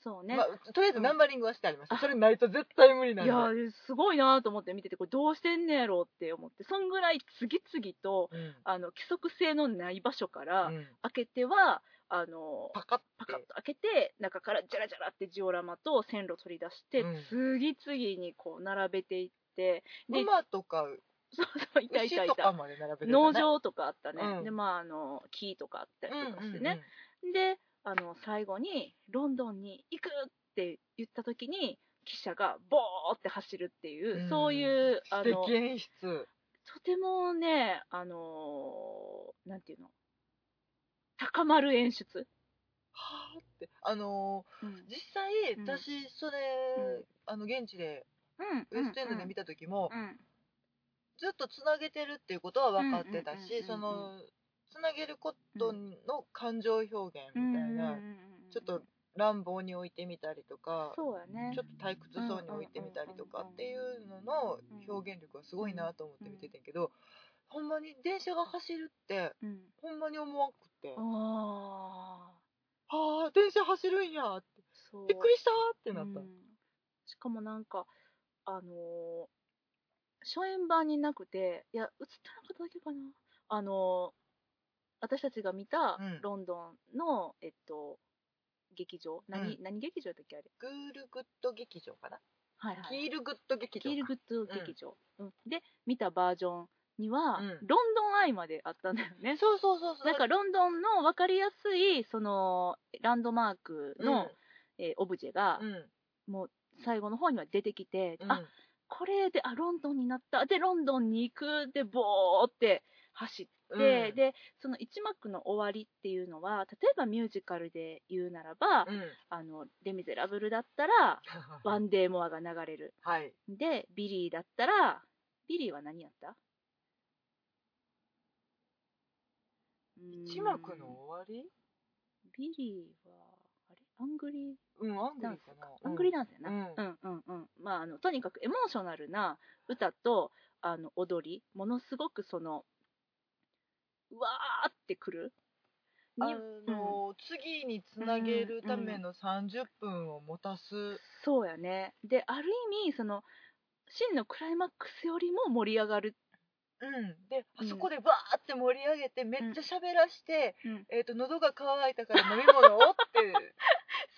Speaker 1: そうね、
Speaker 2: まあ、とりあえずナンバリングはしてありました、
Speaker 1: うん
Speaker 2: それないと絶対無理なん
Speaker 1: い
Speaker 2: で
Speaker 1: やーすごいなと思って見ててこれどうしてんねやろうって思ってそんぐらい次々と
Speaker 2: うん
Speaker 1: あの規則性のない場所から
Speaker 2: うん
Speaker 1: 開けては、あの
Speaker 2: パカッ
Speaker 1: パカッ
Speaker 2: て
Speaker 1: と開けて中からジャラジャラってジオラマと線路取り出して、
Speaker 2: うん
Speaker 1: 次々にこう並べていってで
Speaker 2: 馬とか
Speaker 1: そうそういたいた
Speaker 2: 牛
Speaker 1: い
Speaker 2: とか
Speaker 1: た
Speaker 2: まで並べてたね
Speaker 1: 農場とかあったね、
Speaker 2: うん
Speaker 1: でまああの木とかあったり
Speaker 2: うん
Speaker 1: とかしてね、
Speaker 2: うん
Speaker 1: であの最後にロンドンに行くって言った時に記者がボーって走るっていう、
Speaker 2: うん
Speaker 1: そういうあ
Speaker 2: 素
Speaker 1: の
Speaker 2: 敵演出
Speaker 1: とてもねあのーなんていうの高まる演出、
Speaker 2: はあってあの
Speaker 1: うん
Speaker 2: ー実際、
Speaker 1: うん
Speaker 2: 私それ、
Speaker 1: うん
Speaker 2: あの現地で
Speaker 1: う
Speaker 2: ウエ
Speaker 1: ん
Speaker 2: ストエンドで見た時も、
Speaker 1: うん
Speaker 2: ずっとつなげてるっていうことは分かってた
Speaker 1: うんうんうんう
Speaker 2: し
Speaker 1: ん
Speaker 2: そのつなげることの感情表現み
Speaker 1: う
Speaker 2: たいな、
Speaker 1: んうんうんうん
Speaker 2: ちょっと乱暴に置いてみたりとか、
Speaker 1: そうやね
Speaker 2: ちょっと退屈そうに置いてみたりとかっていうのの表現力がすごいなと思って見ててんけど、ほんまに電車が走るって
Speaker 1: うん
Speaker 2: ほんまに思わんくって、あ
Speaker 1: ああ
Speaker 2: あ電車走るんやって
Speaker 1: そう
Speaker 2: びっくりしたってなった、
Speaker 1: うんしかもなんかあのー初演版になくていや映ってなかっただけかなあのー私たちが見た
Speaker 2: うん
Speaker 1: ロンドンの、えっと劇場何,、
Speaker 2: う
Speaker 1: 何劇場だったっけあれ
Speaker 2: グールグッド劇場かな、
Speaker 1: はいは
Speaker 2: ギールグッド劇
Speaker 1: キ
Speaker 2: 場
Speaker 1: ール
Speaker 2: か
Speaker 1: グッド劇場、うんで見たバージョンには、
Speaker 2: うん
Speaker 1: ロンドンアイまであったんだよね
Speaker 2: そうそうそうそう
Speaker 1: なんかロンドンの分かりやすいそのランドマークの、えーオブジェが
Speaker 2: うん、うん
Speaker 1: もう最後の方には出てきて、
Speaker 2: うん
Speaker 1: あこれであロンドンになったでロンドンに行くでボーって走って、
Speaker 2: うん
Speaker 1: でその1幕の終わりっていうのは例えばミュージカルで言うならば「
Speaker 2: うん、
Speaker 1: あのレ・ミゼラブル」だったら「ワンデー・モア」が流れる
Speaker 2: [laughs] はい
Speaker 1: でビリーだったらビリーは何やったうーん
Speaker 2: 一幕の終わり
Speaker 1: ビリーはあれアングリー
Speaker 2: うんアング
Speaker 1: ダ
Speaker 2: リ
Speaker 1: ン
Speaker 2: ー
Speaker 1: ス
Speaker 2: か
Speaker 1: か
Speaker 2: な
Speaker 1: アングリー
Speaker 2: だ
Speaker 1: ダンスやな、
Speaker 2: うん
Speaker 1: うんうんうんまああのとにかくエモーショナルな歌とあの踊りものすごくそのうわーってくる
Speaker 2: あ
Speaker 1: に
Speaker 2: の、次につなげるための30分を持たす、
Speaker 1: そうやねである意味その真のクライマックスよりも盛り上がる、
Speaker 2: うん、で、あ
Speaker 1: うん
Speaker 2: そこでバーって盛り上げてめっちゃ喋らして、
Speaker 1: うん
Speaker 2: えっ、と喉が渇いたから飲み物を
Speaker 1: [laughs]
Speaker 2: って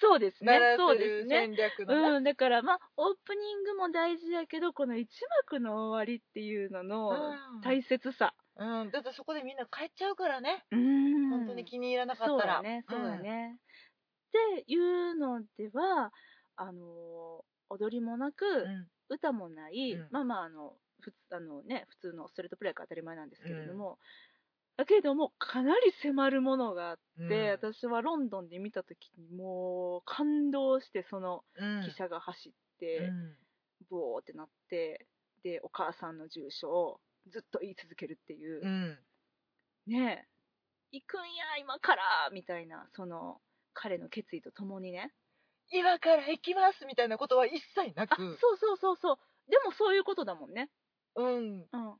Speaker 1: そうですね
Speaker 2: なら
Speaker 1: そうで
Speaker 2: せ
Speaker 1: す
Speaker 2: る
Speaker 1: ね
Speaker 2: 戦略のね
Speaker 1: うん、だからまあオープニングも大事やけどこの一幕の終わりっていうのの
Speaker 2: うん
Speaker 1: 大切さ、
Speaker 2: うん、だってそこでみんな帰っちゃうからね、
Speaker 1: うん
Speaker 2: 本当に気に入らなかったら
Speaker 1: そうだねそうだね、っていうのではあの踊りもなく、
Speaker 2: うんうん
Speaker 1: 歌もない、
Speaker 2: うん
Speaker 1: まあまああの普通あの、ね、普通のストレートプレイが当たり前なんですけれども、だけれどもかなり迫るものがあって、
Speaker 2: うん
Speaker 1: 私はロンドンで見た時にもう感動してその
Speaker 2: うん
Speaker 1: 汽車が走って、
Speaker 2: うん
Speaker 1: ブオーってなってでお母さんの住所をずっと言い続けるっていう。
Speaker 2: うん
Speaker 1: ねえ行くんや今からみたいなその彼の決意とともにね
Speaker 2: 今から行きますみたいなことは一切な
Speaker 1: あ
Speaker 2: く、
Speaker 1: そうそうそうそうでもそういうことだもんね
Speaker 2: うん、
Speaker 1: うん
Speaker 2: ただなん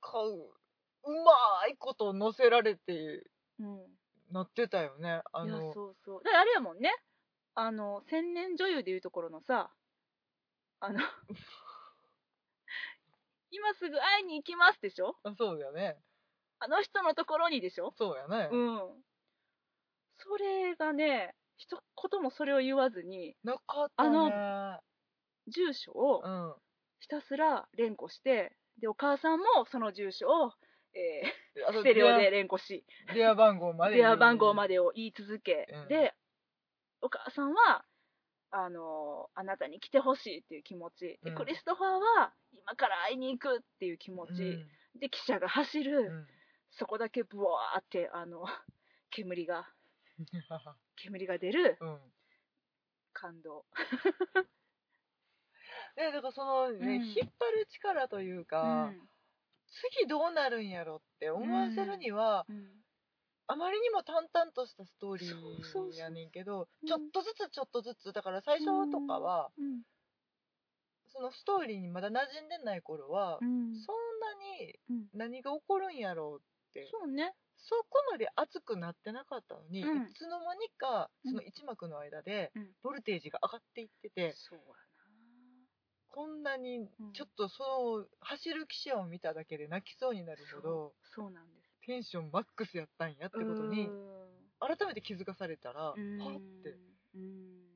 Speaker 2: かうまいこと乗せられて
Speaker 1: うん
Speaker 2: なってたよねあ
Speaker 1: いや
Speaker 2: の
Speaker 1: そうそうだからあれやもんねあ
Speaker 2: [laughs]
Speaker 1: の千年女優でいうところのさあの今すぐ会いに行きますでしょ
Speaker 2: あそうやね
Speaker 1: あの人のところにでしょ
Speaker 2: そうやね、
Speaker 1: うんそれがね一言もそれを言わずに
Speaker 2: なかったね
Speaker 1: 住所を
Speaker 2: うん
Speaker 1: ひたすら連呼してでお母さんもその住所を、え
Speaker 2: あ
Speaker 1: ー
Speaker 2: と
Speaker 1: ステレオで
Speaker 2: 電
Speaker 1: 連呼し
Speaker 2: 話電話番号まで
Speaker 1: 電話番号ま
Speaker 2: で
Speaker 1: でを言い続け、
Speaker 2: うん
Speaker 1: でお母さんはあのあなたに来てほしいっていう気持ち、で
Speaker 2: うん
Speaker 1: クリストファーは今から会いに行くっていう気持ち、で汽車が走る、
Speaker 2: うん [laughs] うん、
Speaker 1: そこだけブワーってあの煙が煙が出る
Speaker 2: うん
Speaker 1: 感動、
Speaker 2: でだからそのね、
Speaker 1: うん
Speaker 2: 引っ張る力という
Speaker 1: う
Speaker 2: か、
Speaker 1: ん
Speaker 2: 次どうなるんやろって思わせるには、
Speaker 1: うん
Speaker 2: あまりにも淡々としたストーリ
Speaker 1: そうそうそう
Speaker 2: ーやねんけど
Speaker 1: うん
Speaker 2: ちょっとずつちょっとずつだから最初とかは、
Speaker 1: うん
Speaker 2: そのストーリーにまだ馴染んでない頃は、
Speaker 1: うん
Speaker 2: そんなに
Speaker 1: うん
Speaker 2: 何が起こるんやろうって
Speaker 1: そうね
Speaker 2: そこまで熱くなってなかったのに、
Speaker 1: うん
Speaker 2: いつの間にか
Speaker 1: うん
Speaker 2: その一幕の間で
Speaker 1: うん
Speaker 2: ボルテージが上がっていってて、
Speaker 1: そうや
Speaker 2: こんなに
Speaker 1: うん
Speaker 2: ちょっとその走る汽車を見ただけで泣きそうになるほど
Speaker 1: そうなんです
Speaker 2: テンションマックスやったんやってことに改めて気づかされたら、
Speaker 1: うん
Speaker 2: はって
Speaker 1: うん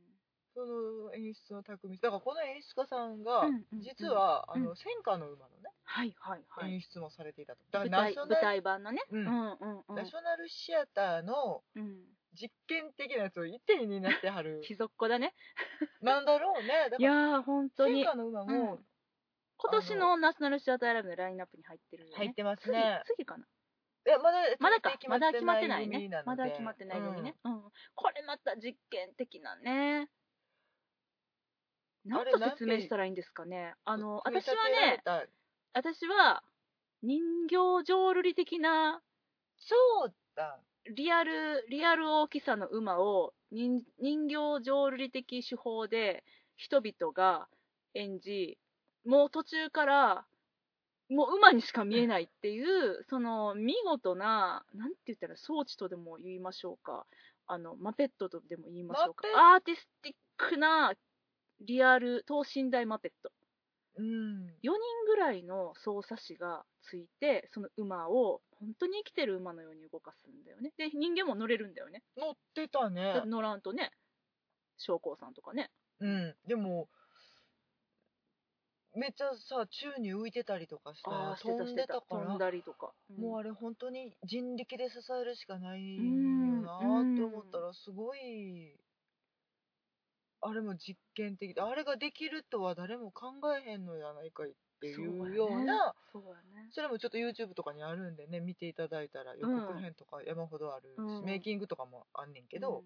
Speaker 2: その演出の巧みさだからこの演出家さんが
Speaker 1: うんうんうん
Speaker 2: 実は、
Speaker 1: うん
Speaker 2: あの戦火の馬のね、
Speaker 1: はいはいはい、
Speaker 2: 演出もされていたとだか
Speaker 1: 舞
Speaker 2: らナ
Speaker 1: 台
Speaker 2: ショ
Speaker 1: 舞
Speaker 2: ナル、
Speaker 1: 台版のね、
Speaker 2: う
Speaker 1: うんんうんうん
Speaker 2: ナショナルシアターの
Speaker 1: うん、
Speaker 2: 実験的なやつを一点になってはる
Speaker 1: ひぞっこだね
Speaker 2: なんだろうねだ
Speaker 1: い
Speaker 2: から
Speaker 1: やー本当
Speaker 2: 戦
Speaker 1: に
Speaker 2: 火の馬
Speaker 1: うん
Speaker 2: も
Speaker 1: 今年のナショナルシアターライブのラインナップに入ってるよね
Speaker 2: 入ってます
Speaker 1: 次
Speaker 2: ね、
Speaker 1: 次かない
Speaker 2: やまだ
Speaker 1: まだかまだ決まってないね
Speaker 2: 組なので
Speaker 1: まだ決まってないのにね、うんこれまた実験的なねなんと説明したらいいんですかねあ
Speaker 2: うん
Speaker 1: の
Speaker 2: 組み
Speaker 1: 私は
Speaker 2: 立てら
Speaker 1: ね
Speaker 2: れた
Speaker 1: 私は人形浄瑠璃的な
Speaker 2: そうだ
Speaker 1: リアル、リアル大きさの馬を人人形浄瑠璃的手法で人々が演じ、もう途中からもう馬にしか見えないっていう、その見事な、なんて言ったら装置とでも言いましょうか、あの、マペットとでも言いましょうかア
Speaker 2: マペ、
Speaker 1: ーティスティックなリアル等身大マペット。
Speaker 2: うん
Speaker 1: 4人ぐらいの操作士がついてその馬を本当に生きてる馬のように動かすんだよねで人間も乗れるんだよね
Speaker 2: 乗ってたね
Speaker 1: だって乗らんとね将校さんとかね
Speaker 2: うんでもめっちゃさ宙に浮いてたりとかして
Speaker 1: ああして
Speaker 2: 飛
Speaker 1: た
Speaker 2: ん
Speaker 1: し
Speaker 2: で
Speaker 1: て
Speaker 2: た
Speaker 1: た
Speaker 2: から
Speaker 1: 飛んだりとか、うん
Speaker 2: もうあれ本当に人力で支えるしかないよ
Speaker 1: うん
Speaker 2: な
Speaker 1: うん
Speaker 2: と思ったらすごいあれも実験的であれができるとは誰も考えへんのじゃないかいっていうような
Speaker 1: そうやね
Speaker 2: それもちょっと YouTube とかにあるんでね見ていただいたら予告編とか山ほどあるし、
Speaker 1: うん
Speaker 2: メイキングとかもあんねんけ
Speaker 1: う
Speaker 2: ど
Speaker 1: ん、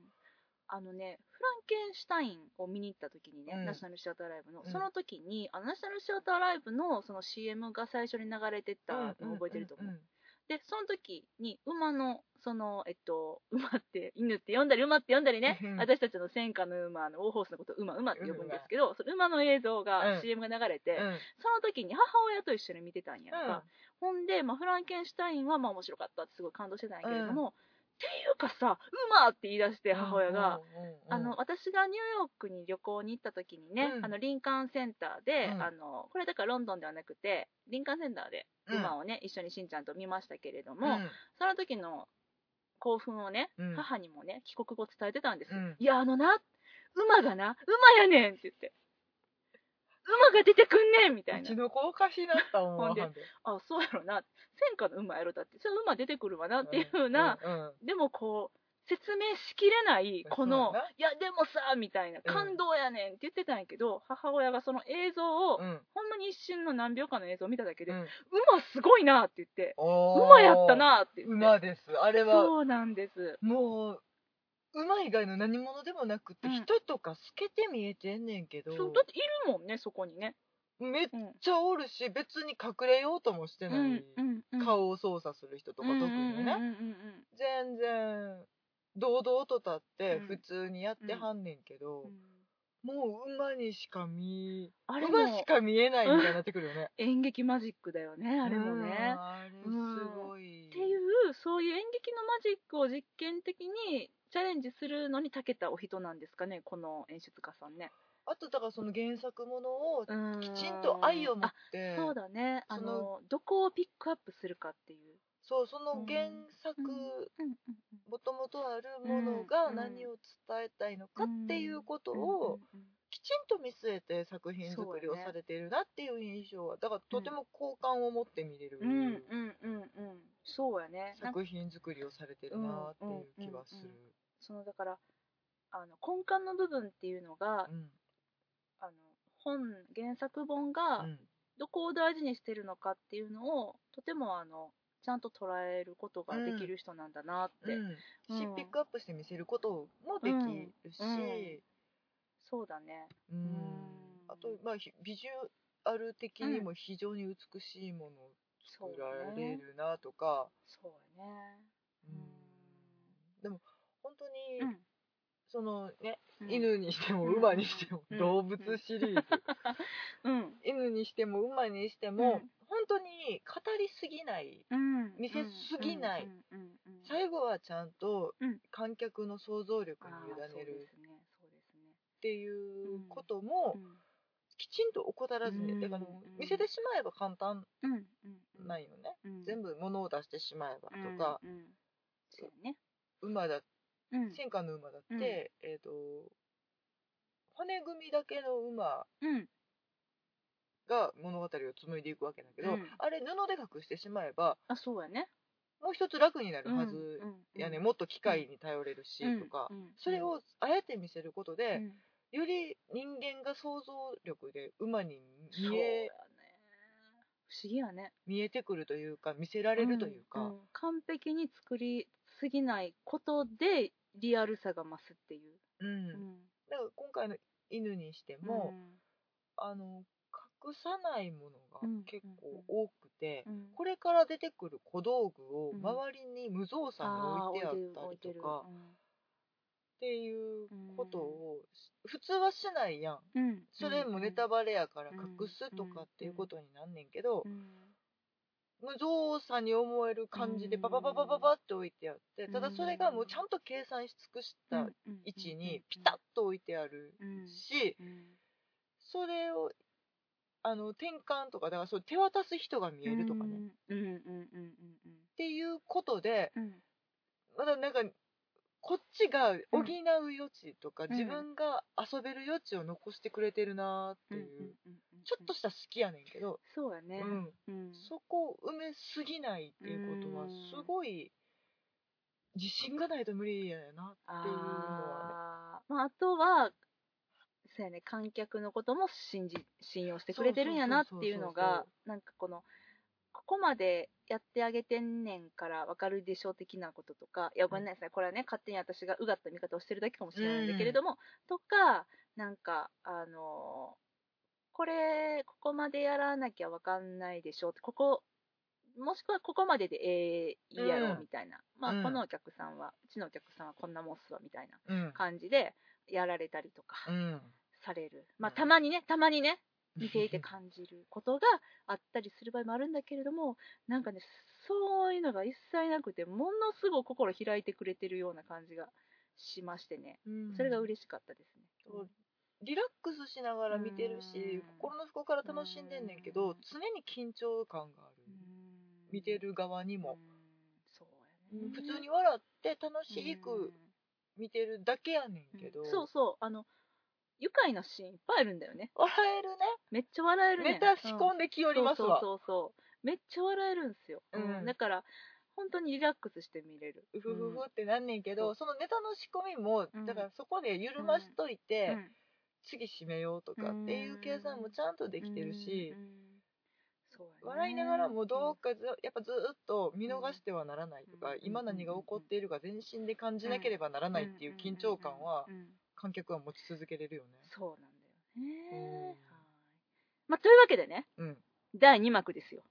Speaker 1: あのねフランケンシュタインを見に行った時にね、
Speaker 2: うん
Speaker 1: ナショナルシアターライブの、
Speaker 2: うん
Speaker 1: その時にあのナショナルシアターライブのその CM が最初に流れてたのを覚えてると思う、
Speaker 2: んんん
Speaker 1: で、その時に馬の、その、えっと、馬って、犬って呼んだり、馬って呼んだりね
Speaker 2: うん、
Speaker 1: 私たちの戦火の馬のオーホースのことを馬、馬って呼ぶんですけど、その馬の映像
Speaker 2: う
Speaker 1: が、
Speaker 2: ん
Speaker 1: CM が流れて、
Speaker 2: うん
Speaker 1: その時に母親と一緒に見てたんやんか。ほんで、まあ、フランケンシュタインは、まあ、面白かったってすごい感動してたんやけれども、っていうかさ、馬って言い出して、母親が、、
Speaker 2: うんうんうんうん
Speaker 1: あの、私がニューヨークに旅行に行った時にね、
Speaker 2: うん
Speaker 1: あのリンカーンセンターで、
Speaker 2: うん
Speaker 1: あのこれだからロンドンではなくてリンカーンセンターで
Speaker 2: うん
Speaker 1: 馬をね、一緒にしんちゃんと見ましたけれども、
Speaker 2: うん
Speaker 1: その時の興奮をね、
Speaker 2: うん
Speaker 1: 母にもね帰国後伝えてたんですよ、
Speaker 2: うん
Speaker 1: いやあのな馬がな馬やねんって言って馬が出てくんねんみたいうな
Speaker 2: ちの子おかしいなったもん
Speaker 1: ほんで
Speaker 2: わかんない
Speaker 1: あそうやろな戦火の馬やろだってその馬出てくるわなっていうふうな、
Speaker 2: うんうん
Speaker 1: でもこう説明しきれないこの
Speaker 2: そうやない
Speaker 1: やでもさみたいな
Speaker 2: うん
Speaker 1: 感動やねんって言ってたんやけど、母親がその映像を、
Speaker 2: うん
Speaker 1: ほんまに一瞬の何秒間の映像を見ただけで、
Speaker 2: うん
Speaker 1: 馬すごいなって言って
Speaker 2: おー
Speaker 1: 馬やったなって言って
Speaker 2: 馬ですあれは
Speaker 1: そうなんです
Speaker 2: もう馬以外の何者でもなくて、
Speaker 1: うん
Speaker 2: 人とか透けて見えてんねんけど
Speaker 1: そうだっているもんねそこにね
Speaker 2: めっ
Speaker 1: うん
Speaker 2: ちゃおるし別に隠れようともして
Speaker 1: う
Speaker 2: ない、
Speaker 1: んうんうん
Speaker 2: 顔を操作する人とか特にね、
Speaker 1: うんうんうんうん
Speaker 2: 全然堂々と立って
Speaker 1: うん
Speaker 2: 普通にやってはんねんけど、
Speaker 1: うんうん
Speaker 2: もう馬にしか見
Speaker 1: あれ
Speaker 2: 馬し
Speaker 1: も
Speaker 2: か見えないみたいになってくるよね
Speaker 1: 演劇マジックだよねあれも
Speaker 2: うん
Speaker 1: ね
Speaker 2: あれすごい、
Speaker 1: っていうそういう演劇のマジックを実験的にチャレンジするのに長けたお人なんですかねこの演出家さんね
Speaker 2: あとだからその原作ものを
Speaker 1: うん
Speaker 2: きちんと愛を持っ
Speaker 1: あ
Speaker 2: て
Speaker 1: そうだねあ
Speaker 2: そ
Speaker 1: の
Speaker 2: の
Speaker 1: どこをピックアップするかっていう、
Speaker 2: そうその原
Speaker 1: うん
Speaker 2: 作
Speaker 1: うんうん
Speaker 2: もともとあるものが
Speaker 1: うん
Speaker 2: 何を伝えたいのかっていうことを
Speaker 1: うんうん
Speaker 2: きちんと見据えて作品作りをされているなっていう印象はだからとても好感を持って見れる
Speaker 1: うんうんうんうんうんそうやねなんか
Speaker 2: 作品作りをされてるなっていう気はする。
Speaker 1: そのだからあの根幹の部分っていうのが、
Speaker 2: うん
Speaker 1: あの本原作本が
Speaker 2: うん
Speaker 1: どこを大事にしてるのかっていうのをとてもあのちゃんと捉えることができる人なんだなって、
Speaker 2: うん
Speaker 1: うん
Speaker 2: しピックアップして見せることもできるし、
Speaker 1: うんうんそうだね
Speaker 2: うん
Speaker 1: うん
Speaker 2: あと、まあ、ひビジュアル的にも非常に美しいものを
Speaker 1: そう
Speaker 2: 作
Speaker 1: だ
Speaker 2: られ
Speaker 1: ね
Speaker 2: るなとか、
Speaker 1: そうやね
Speaker 2: うん
Speaker 1: ん
Speaker 2: でも本当
Speaker 1: う
Speaker 2: に、
Speaker 1: ん
Speaker 2: そのね、
Speaker 1: うん
Speaker 2: 犬にしても
Speaker 1: うん
Speaker 2: 馬にしても、
Speaker 1: うん
Speaker 2: 動物シリーズ、
Speaker 1: うん
Speaker 2: 犬にしても馬にして
Speaker 1: う
Speaker 2: も、
Speaker 1: ん
Speaker 2: 本当に語りすぎない
Speaker 1: うん
Speaker 2: 見せすぎない
Speaker 1: うんうんうんうん
Speaker 2: 最後はちゃんと
Speaker 1: うん
Speaker 2: 観客の想像力
Speaker 1: あ
Speaker 2: に
Speaker 1: ー
Speaker 2: 委ね
Speaker 1: そうで
Speaker 2: る
Speaker 1: すねそうですね
Speaker 2: っていうことも
Speaker 1: うん
Speaker 2: きちんと怠らずに、
Speaker 1: うん
Speaker 2: だからも
Speaker 1: うん
Speaker 2: う見せてしまえば簡単
Speaker 1: うんうんうん
Speaker 2: ないよね、
Speaker 1: うん
Speaker 2: 全部物を出してしまえばとか、
Speaker 1: うんうんそうやね
Speaker 2: 馬だ
Speaker 1: うん
Speaker 2: 戦火の馬だって、
Speaker 1: うん
Speaker 2: えっ、と骨組みだけの馬
Speaker 1: うん
Speaker 2: が物語を紡いでいくわけだけど、
Speaker 1: うん
Speaker 2: あれ布で隠してしまえば
Speaker 1: あそうやね
Speaker 2: もう一つ楽になるは
Speaker 1: うん
Speaker 2: ず
Speaker 1: うんうん
Speaker 2: やね、もっと機械に頼れるしとか、
Speaker 1: うんうん
Speaker 2: それをあえて見せること
Speaker 1: う
Speaker 2: で、
Speaker 1: ん
Speaker 2: より人間が想像力で馬に
Speaker 1: そう
Speaker 2: 見
Speaker 1: や
Speaker 2: え
Speaker 1: ね不思議やね
Speaker 2: 見えてくるというか見せられるというか、
Speaker 1: んん完璧に作りすぎないことでリアルさが増すっていう、
Speaker 2: うん
Speaker 1: うん
Speaker 2: だから今回の犬にしても、あの隠さないものが結構多くて、
Speaker 1: うん
Speaker 2: これから出てくる小道具を
Speaker 1: うん
Speaker 2: 周りに無造作に置いてあったりとか、っていうことを普通はしないやん
Speaker 1: うんうん、
Speaker 2: それもネタ
Speaker 1: ば、
Speaker 2: バレやから
Speaker 1: うん
Speaker 2: 隠すとかっていうことになんねんけど
Speaker 1: う、ん
Speaker 2: 無造作に思える感じで
Speaker 1: うん
Speaker 2: ババババババって置いてあってただそれがもうちゃんと計算し尽くした位置にピタッと置いてある
Speaker 1: ッ
Speaker 2: し
Speaker 1: うんうん
Speaker 2: それをあの転換とかだからそう手渡す人が見えるとかねっ
Speaker 1: うんうんうんうん
Speaker 2: ていうことで
Speaker 1: うんうん
Speaker 2: まだなんかこっちが補う余地とか
Speaker 1: ん
Speaker 2: 自分が遊べる余地を残してくれてるなー
Speaker 1: う
Speaker 2: っ
Speaker 1: ん
Speaker 2: て
Speaker 1: うん
Speaker 2: いう
Speaker 1: うんうん
Speaker 2: ちょっとした好きやねんけど
Speaker 1: そうやね
Speaker 2: う、ん
Speaker 1: うん
Speaker 2: そこを埋めすぎないっていうことは
Speaker 1: うん
Speaker 2: すごい自信がないと無理やなっていうのは
Speaker 1: あーまああとはそうやね観客のことも信じ信用してくれてるんやなっていうのが
Speaker 2: そうそうそうそう
Speaker 1: なんかこのここまでやってあげてんねんからわかるでしょう的なこととかいやごめんなさいこれはね勝手に私がうがった見方をしてるだけかもしれないんだけれども、とかなんかあのーこれここまでやらなきゃわかんないでしょうってここもしくはここまででええいいやろ
Speaker 2: うん
Speaker 1: みたいな、まあ、
Speaker 2: うん
Speaker 1: このお客さんはうちのお客さんはこんなもんっすわみたいな
Speaker 2: うん
Speaker 1: 感じでやられたりとか
Speaker 2: うん
Speaker 1: される、まあ
Speaker 2: うん
Speaker 1: たまにねたまにね見ていて感じることがあったりする場合もあるんだけれどもなんかねそういうのが一切なくてものすごく心開いてくれてるような感じがしましてね
Speaker 2: うん
Speaker 1: それが嬉しかったですね。
Speaker 2: そうリラックスしながら見てるし
Speaker 1: うん
Speaker 2: 心の底から楽しんでんねんけ
Speaker 1: う
Speaker 2: ど
Speaker 1: ん
Speaker 2: 常に緊張感があ
Speaker 1: う
Speaker 2: る
Speaker 1: ん
Speaker 2: 見てる側に
Speaker 1: うん
Speaker 2: も
Speaker 1: そうやね
Speaker 2: 普通に笑って楽しく見てるだけやねんけど
Speaker 1: うんそうそうあの愉快なシーンいっぱいあるんだよね
Speaker 2: 笑える
Speaker 1: めっちゃ笑える
Speaker 2: ね
Speaker 1: ね
Speaker 2: ネタ仕込んできよりますわ
Speaker 1: そうそうそうそうめっちゃ笑えるんですよ、
Speaker 2: うん
Speaker 1: だから本当にリラックスして見れる
Speaker 2: うふふふってなんねんけど、
Speaker 1: うん
Speaker 2: そのネタの仕込みも、
Speaker 1: うん
Speaker 2: だからそこで緩ましといて、
Speaker 1: うん
Speaker 2: 次締めようとかっていう計算もちゃんとできてるし
Speaker 1: う、んそうやね
Speaker 2: 笑いながらもどうかずやっぱずっと見逃してはならないとか、
Speaker 1: うん
Speaker 2: 今何が起こっているか全身で感じなければならないっていう緊張感は
Speaker 1: うんうんうんうん
Speaker 2: 観客は持ち続けれるよね。
Speaker 1: そうなんだよね、
Speaker 2: うん
Speaker 1: はいまあ、というわけでね
Speaker 2: うん、
Speaker 1: 第2幕ですよ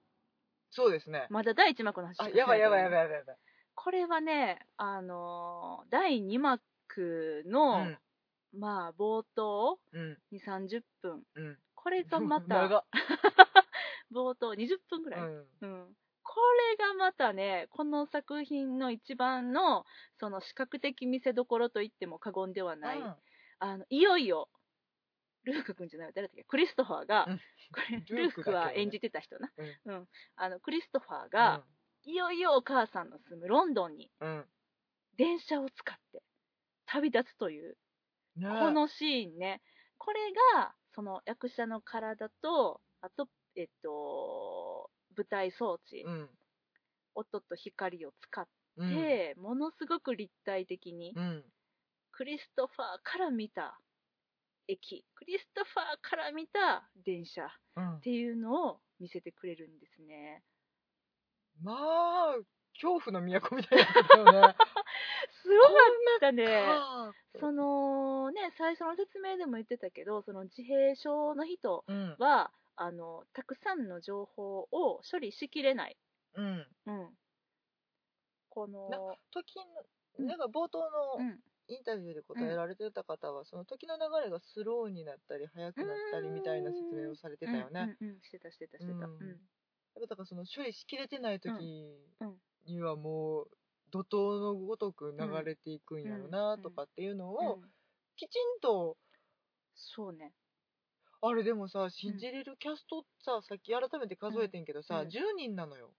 Speaker 2: そうですね。
Speaker 1: まだ第1幕の話しか
Speaker 2: あ
Speaker 1: して
Speaker 2: やばいやばいやばい
Speaker 1: い
Speaker 2: やばいやばい。
Speaker 1: これはねあのー第2幕の、まあ冒頭
Speaker 2: うんうん
Speaker 1: 2 3 0分
Speaker 2: うん。
Speaker 1: これがまた
Speaker 2: [laughs] 長っ
Speaker 1: 冒頭20分ぐらい、
Speaker 2: うん
Speaker 1: うんこれがまたねこの作品の一番のその視覚的見せどころといっても過言ではない、
Speaker 2: うん
Speaker 1: あのいよいよルーク君じゃない誰だっけクリストファーが、
Speaker 2: うん
Speaker 1: これル
Speaker 2: ル
Speaker 1: ー
Speaker 2: ー
Speaker 1: ク
Speaker 2: クだけどね
Speaker 1: は演じてた人な、うんあのクリストファー
Speaker 2: うん
Speaker 1: が、いよいよお母さんの住むロンドンに
Speaker 2: うん
Speaker 1: 電車を使って旅立つという
Speaker 2: ね
Speaker 1: このシーンねこれがその役者の体とあとえっと舞台装置、
Speaker 2: うん
Speaker 1: 音と光を使っ
Speaker 2: うん
Speaker 1: て、ものすごく立体的に、
Speaker 2: うん
Speaker 1: クリストファーから見た駅クリストファーから見た電車っ
Speaker 2: うん
Speaker 1: ていうのを見せてくれるんですね
Speaker 2: まあ恐怖の都みたいだったよ
Speaker 1: [laughs]
Speaker 2: ね
Speaker 1: すごかったね
Speaker 2: か
Speaker 1: そのね最初の説明でも言ってたけどその自閉症の人
Speaker 2: うん
Speaker 1: はあのたくさんの情報を処理しきれない、
Speaker 2: うん
Speaker 1: うん、この、
Speaker 2: 時
Speaker 1: うん
Speaker 2: のなんか冒頭
Speaker 1: う
Speaker 2: の
Speaker 1: ん、
Speaker 2: インタビューで答えられてた方は、その時の流れがスローになったり速くなったりみたいな説明をされてたよね、やっ
Speaker 1: うんうんうんしてたしてたしてた、う
Speaker 2: うんんぱだからその処理しきれてない時
Speaker 1: うんうん
Speaker 2: にはもう怒涛のごとく流れていくんやろなとかっていうの
Speaker 1: う
Speaker 2: を
Speaker 1: ん
Speaker 2: きちんと
Speaker 1: そうね
Speaker 2: あれでもさ信じれるキャストささっき改めて数えてんけどさ、
Speaker 1: うん
Speaker 2: 10人なのよ。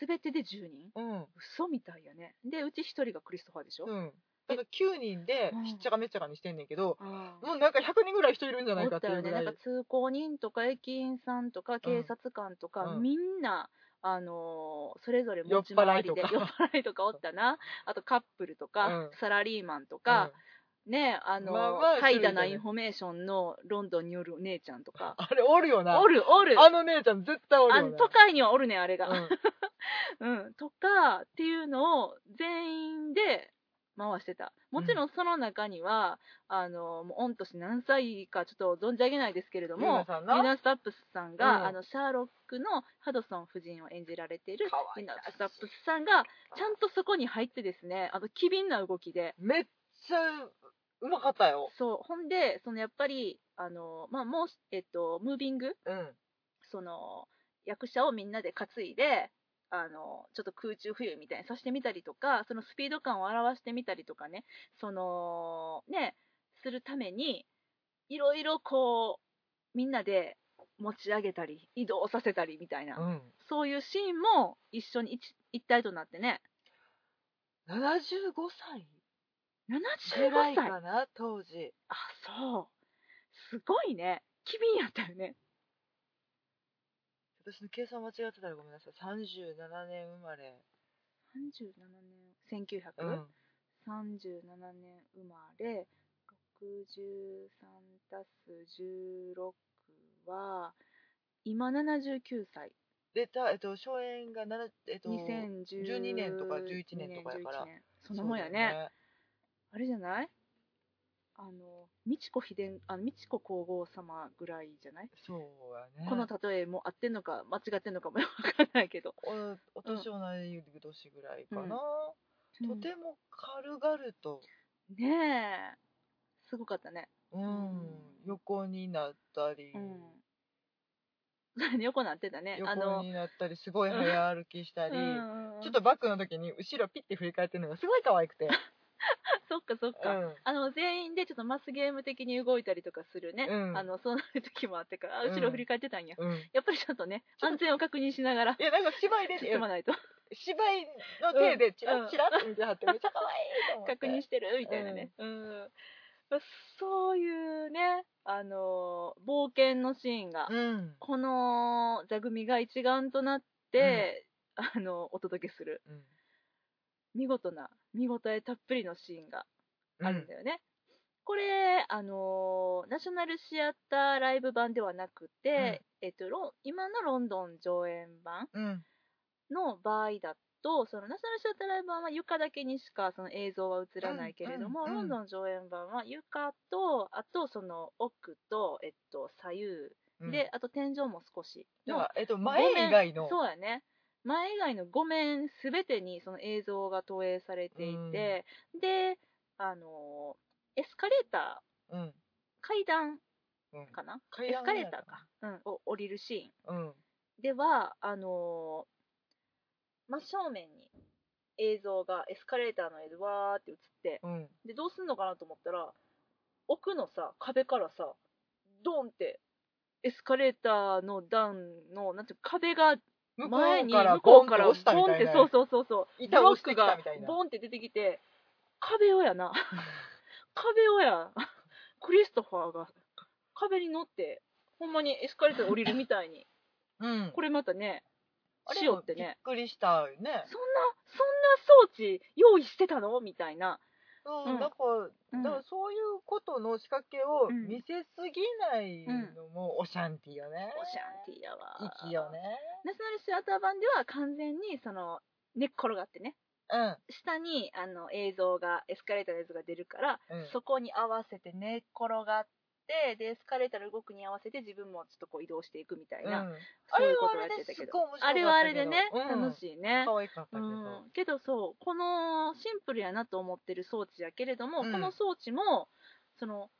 Speaker 1: 全てで10人
Speaker 2: うん
Speaker 1: 嘘みたいやねでうち1人がクリストファーでしょ、
Speaker 2: うん、だから9人で
Speaker 1: うん
Speaker 2: しっちゃかめっちゃかにしてんねんけど、
Speaker 1: ああ
Speaker 2: もうなんか100人ぐらい人いるんじゃない
Speaker 1: お
Speaker 2: か
Speaker 1: っ
Speaker 2: ったてい
Speaker 1: よ
Speaker 2: うぐ
Speaker 1: ね
Speaker 2: ら
Speaker 1: ないんか通行人とか駅員さんとか警察官とか、
Speaker 2: うん
Speaker 1: みんなあのーそれぞれ持ち回りで
Speaker 2: 酔っ払いとか
Speaker 1: 酔っ払いとかおったなあとカップルとか、
Speaker 2: うん
Speaker 1: サラリーマンとか、ねあのー
Speaker 2: まあま
Speaker 1: 怠惰
Speaker 2: あ種類だ
Speaker 1: な
Speaker 2: ね
Speaker 1: インフォメーションのロンドンによるお姉ちゃんとか
Speaker 2: あれおるよな
Speaker 1: おるおる
Speaker 2: あの姉ちゃん絶対おる
Speaker 1: あ
Speaker 2: よ
Speaker 1: の
Speaker 2: な
Speaker 1: 都会にはおるねんあれが、
Speaker 2: うん
Speaker 1: うん、とかっていうのを全員で回してたもちろんその中には、あのもう御年何歳かちょっと存じ上げないですけれど
Speaker 2: リ
Speaker 1: も
Speaker 2: ナさんな
Speaker 1: リナ・スタップスさんが、
Speaker 2: うん
Speaker 1: あのシャーロックのハドソン夫人を演じられている
Speaker 2: かわい
Speaker 1: リ
Speaker 2: い
Speaker 1: ナ・スタップスさんがちゃんとそこに入ってですねあの機敏な動きで
Speaker 2: めっちゃうまかったよ。
Speaker 1: そうほんでそのやっぱりあの、まあ、もう、えっと、ムービング
Speaker 2: うん。
Speaker 1: その役者をみんなで担いであのちょっと空中浮遊みたいにさせてみたりとかそのスピード感を表してみたりとかねそのねするためにいろいろこうみんなで持ち上げたり移動させたりみたいな、
Speaker 2: うん。
Speaker 1: そういうシーンも一緒に一一体となってね
Speaker 2: 75歳ぐら
Speaker 1: 75
Speaker 2: い
Speaker 1: 歳
Speaker 2: かな、当時。
Speaker 1: あそうすごいね機敏やったよね
Speaker 2: 私の計算間違ってたらごめんなさい。37年生まれ。
Speaker 1: 37年1900、37年生まれ63たす16は今79歳
Speaker 2: で、た、えっと、初演が7、えっと、
Speaker 1: 2012
Speaker 2: 年とか11年とかやから
Speaker 1: 11年そのもんやねあれじゃないあの美智子秘伝あ美智子皇后様ぐらいじゃない、
Speaker 2: そうやね。
Speaker 1: この例えも合ってんのか間違ってんのかもよくわかんないけど
Speaker 2: お、お年同い年ぐらいかな。と
Speaker 1: ね
Speaker 2: ても軽々と、
Speaker 1: えすごかったね
Speaker 2: うん、横になったり、
Speaker 1: うんそれね [laughs] 横なってたねあ
Speaker 2: 横
Speaker 1: の
Speaker 2: になったり、すごい早歩きしたり、
Speaker 1: うん
Speaker 2: ちょっとバックの時に後ろピッて振り返ってるのがすごい可愛くて。
Speaker 1: そっかそっ
Speaker 2: う
Speaker 1: か、
Speaker 2: ん。
Speaker 1: あの全員でちょっとマスゲーム的に動いたりとかするね、
Speaker 2: うん
Speaker 1: あのそうなる時もあってからあ
Speaker 2: うん
Speaker 1: 後ろ振り返ってたんや、
Speaker 2: うん。
Speaker 1: やっぱりちょっとね
Speaker 2: ちょっと
Speaker 1: 安全を確認しながら
Speaker 2: いや、なんか芝居で、い
Speaker 1: 進
Speaker 2: や
Speaker 1: まないと
Speaker 2: 芝居の手でチ
Speaker 1: うん
Speaker 2: ラチラって見てはって、めっちゃ可愛いと思って。
Speaker 1: 確認してるみたいなね、うんそういうねあのー冒険のシーンが、
Speaker 2: うん。
Speaker 1: この座組が一丸となって、あのお届けする
Speaker 2: うん
Speaker 1: 見事な見応えたっぷりのシーンが
Speaker 2: うん
Speaker 1: あるんだよね。これ、あのーナショナルシアターライブ版ではなくて、えっと、ロン今のロンドン上演版
Speaker 2: うん。
Speaker 1: の場合だと、そのナショナルシアターライブ版は床だけにしかその映像は映らないけれども、
Speaker 2: うんうんうん
Speaker 1: ロンドン上演版は床と、あとその奥と、えっと、左
Speaker 2: うん
Speaker 1: 右で、、あと天井も少し
Speaker 2: だ
Speaker 1: の
Speaker 2: からえっと、前以外の、
Speaker 1: そうやね前以外の5面すべてにその映像が投影されていて、であのーエスカレータ
Speaker 2: うん。
Speaker 1: ー階段
Speaker 2: うん
Speaker 1: かな
Speaker 2: 階
Speaker 1: エ
Speaker 2: 段
Speaker 1: ス
Speaker 2: ぐ
Speaker 1: カ
Speaker 2: ら
Speaker 1: レ
Speaker 2: い
Speaker 1: ーターか、うん、を降りるシ
Speaker 2: うん。
Speaker 1: ーンではあのー真正面に映像がエスカレーターの映像わーって映って
Speaker 2: うん。
Speaker 1: でどうすんのかなと思ったら奥のさ壁からさドンってエスカレーターの段のなんていうか壁が
Speaker 2: 向こ
Speaker 1: 前
Speaker 2: う
Speaker 1: に
Speaker 2: から
Speaker 1: 向こ
Speaker 2: ゴ
Speaker 1: う
Speaker 2: ン
Speaker 1: か
Speaker 2: からら
Speaker 1: ボン
Speaker 2: 押したみ
Speaker 1: った
Speaker 2: い
Speaker 1: て
Speaker 2: な
Speaker 1: そうそうそうそう
Speaker 2: 板を押してきたみたいな
Speaker 1: ボンって出てきて壁をや
Speaker 2: [laughs]
Speaker 1: な壁をやクリストファーが壁に乗ってほんまにエスカレーターで降りるみたい
Speaker 2: [laughs]
Speaker 1: に
Speaker 2: うん
Speaker 1: これまたね
Speaker 2: あれ
Speaker 1: しよってね
Speaker 2: びっくりしたよね
Speaker 1: そんなそんな装置用意してたのみたいな、
Speaker 2: う
Speaker 1: うん
Speaker 2: ん、だから
Speaker 1: うん
Speaker 2: だからそういうことの仕掛けを
Speaker 1: うん
Speaker 2: 見せすぎないのもオシャンティーよね。
Speaker 1: オシャンティーやわ
Speaker 2: いいよね。
Speaker 1: ナショナルシアター版では完全にその寝っ転がってね
Speaker 2: うん。
Speaker 1: 下にあの映像がエスカレーターの映像が出るから、
Speaker 2: うん
Speaker 1: そこに合わせて寝っ転がってでエスカレーターの動くに合わせて自分もちょっとこう移動していくみたいな、
Speaker 2: うん
Speaker 1: そ
Speaker 2: あ
Speaker 1: うい
Speaker 2: れ
Speaker 1: うこ
Speaker 2: は
Speaker 1: とをや
Speaker 2: あ
Speaker 1: っ
Speaker 2: れ
Speaker 1: て
Speaker 2: で
Speaker 1: たけ
Speaker 2: す
Speaker 1: ど
Speaker 2: ごい面白かったけど。
Speaker 1: あれはあれでね、
Speaker 2: うん
Speaker 1: 楽しいね。
Speaker 2: 可愛かったけ
Speaker 1: う
Speaker 2: ど。
Speaker 1: ん、けどそうこのシンプルやなと思ってる装置やけれども、
Speaker 2: うん
Speaker 1: この装置もその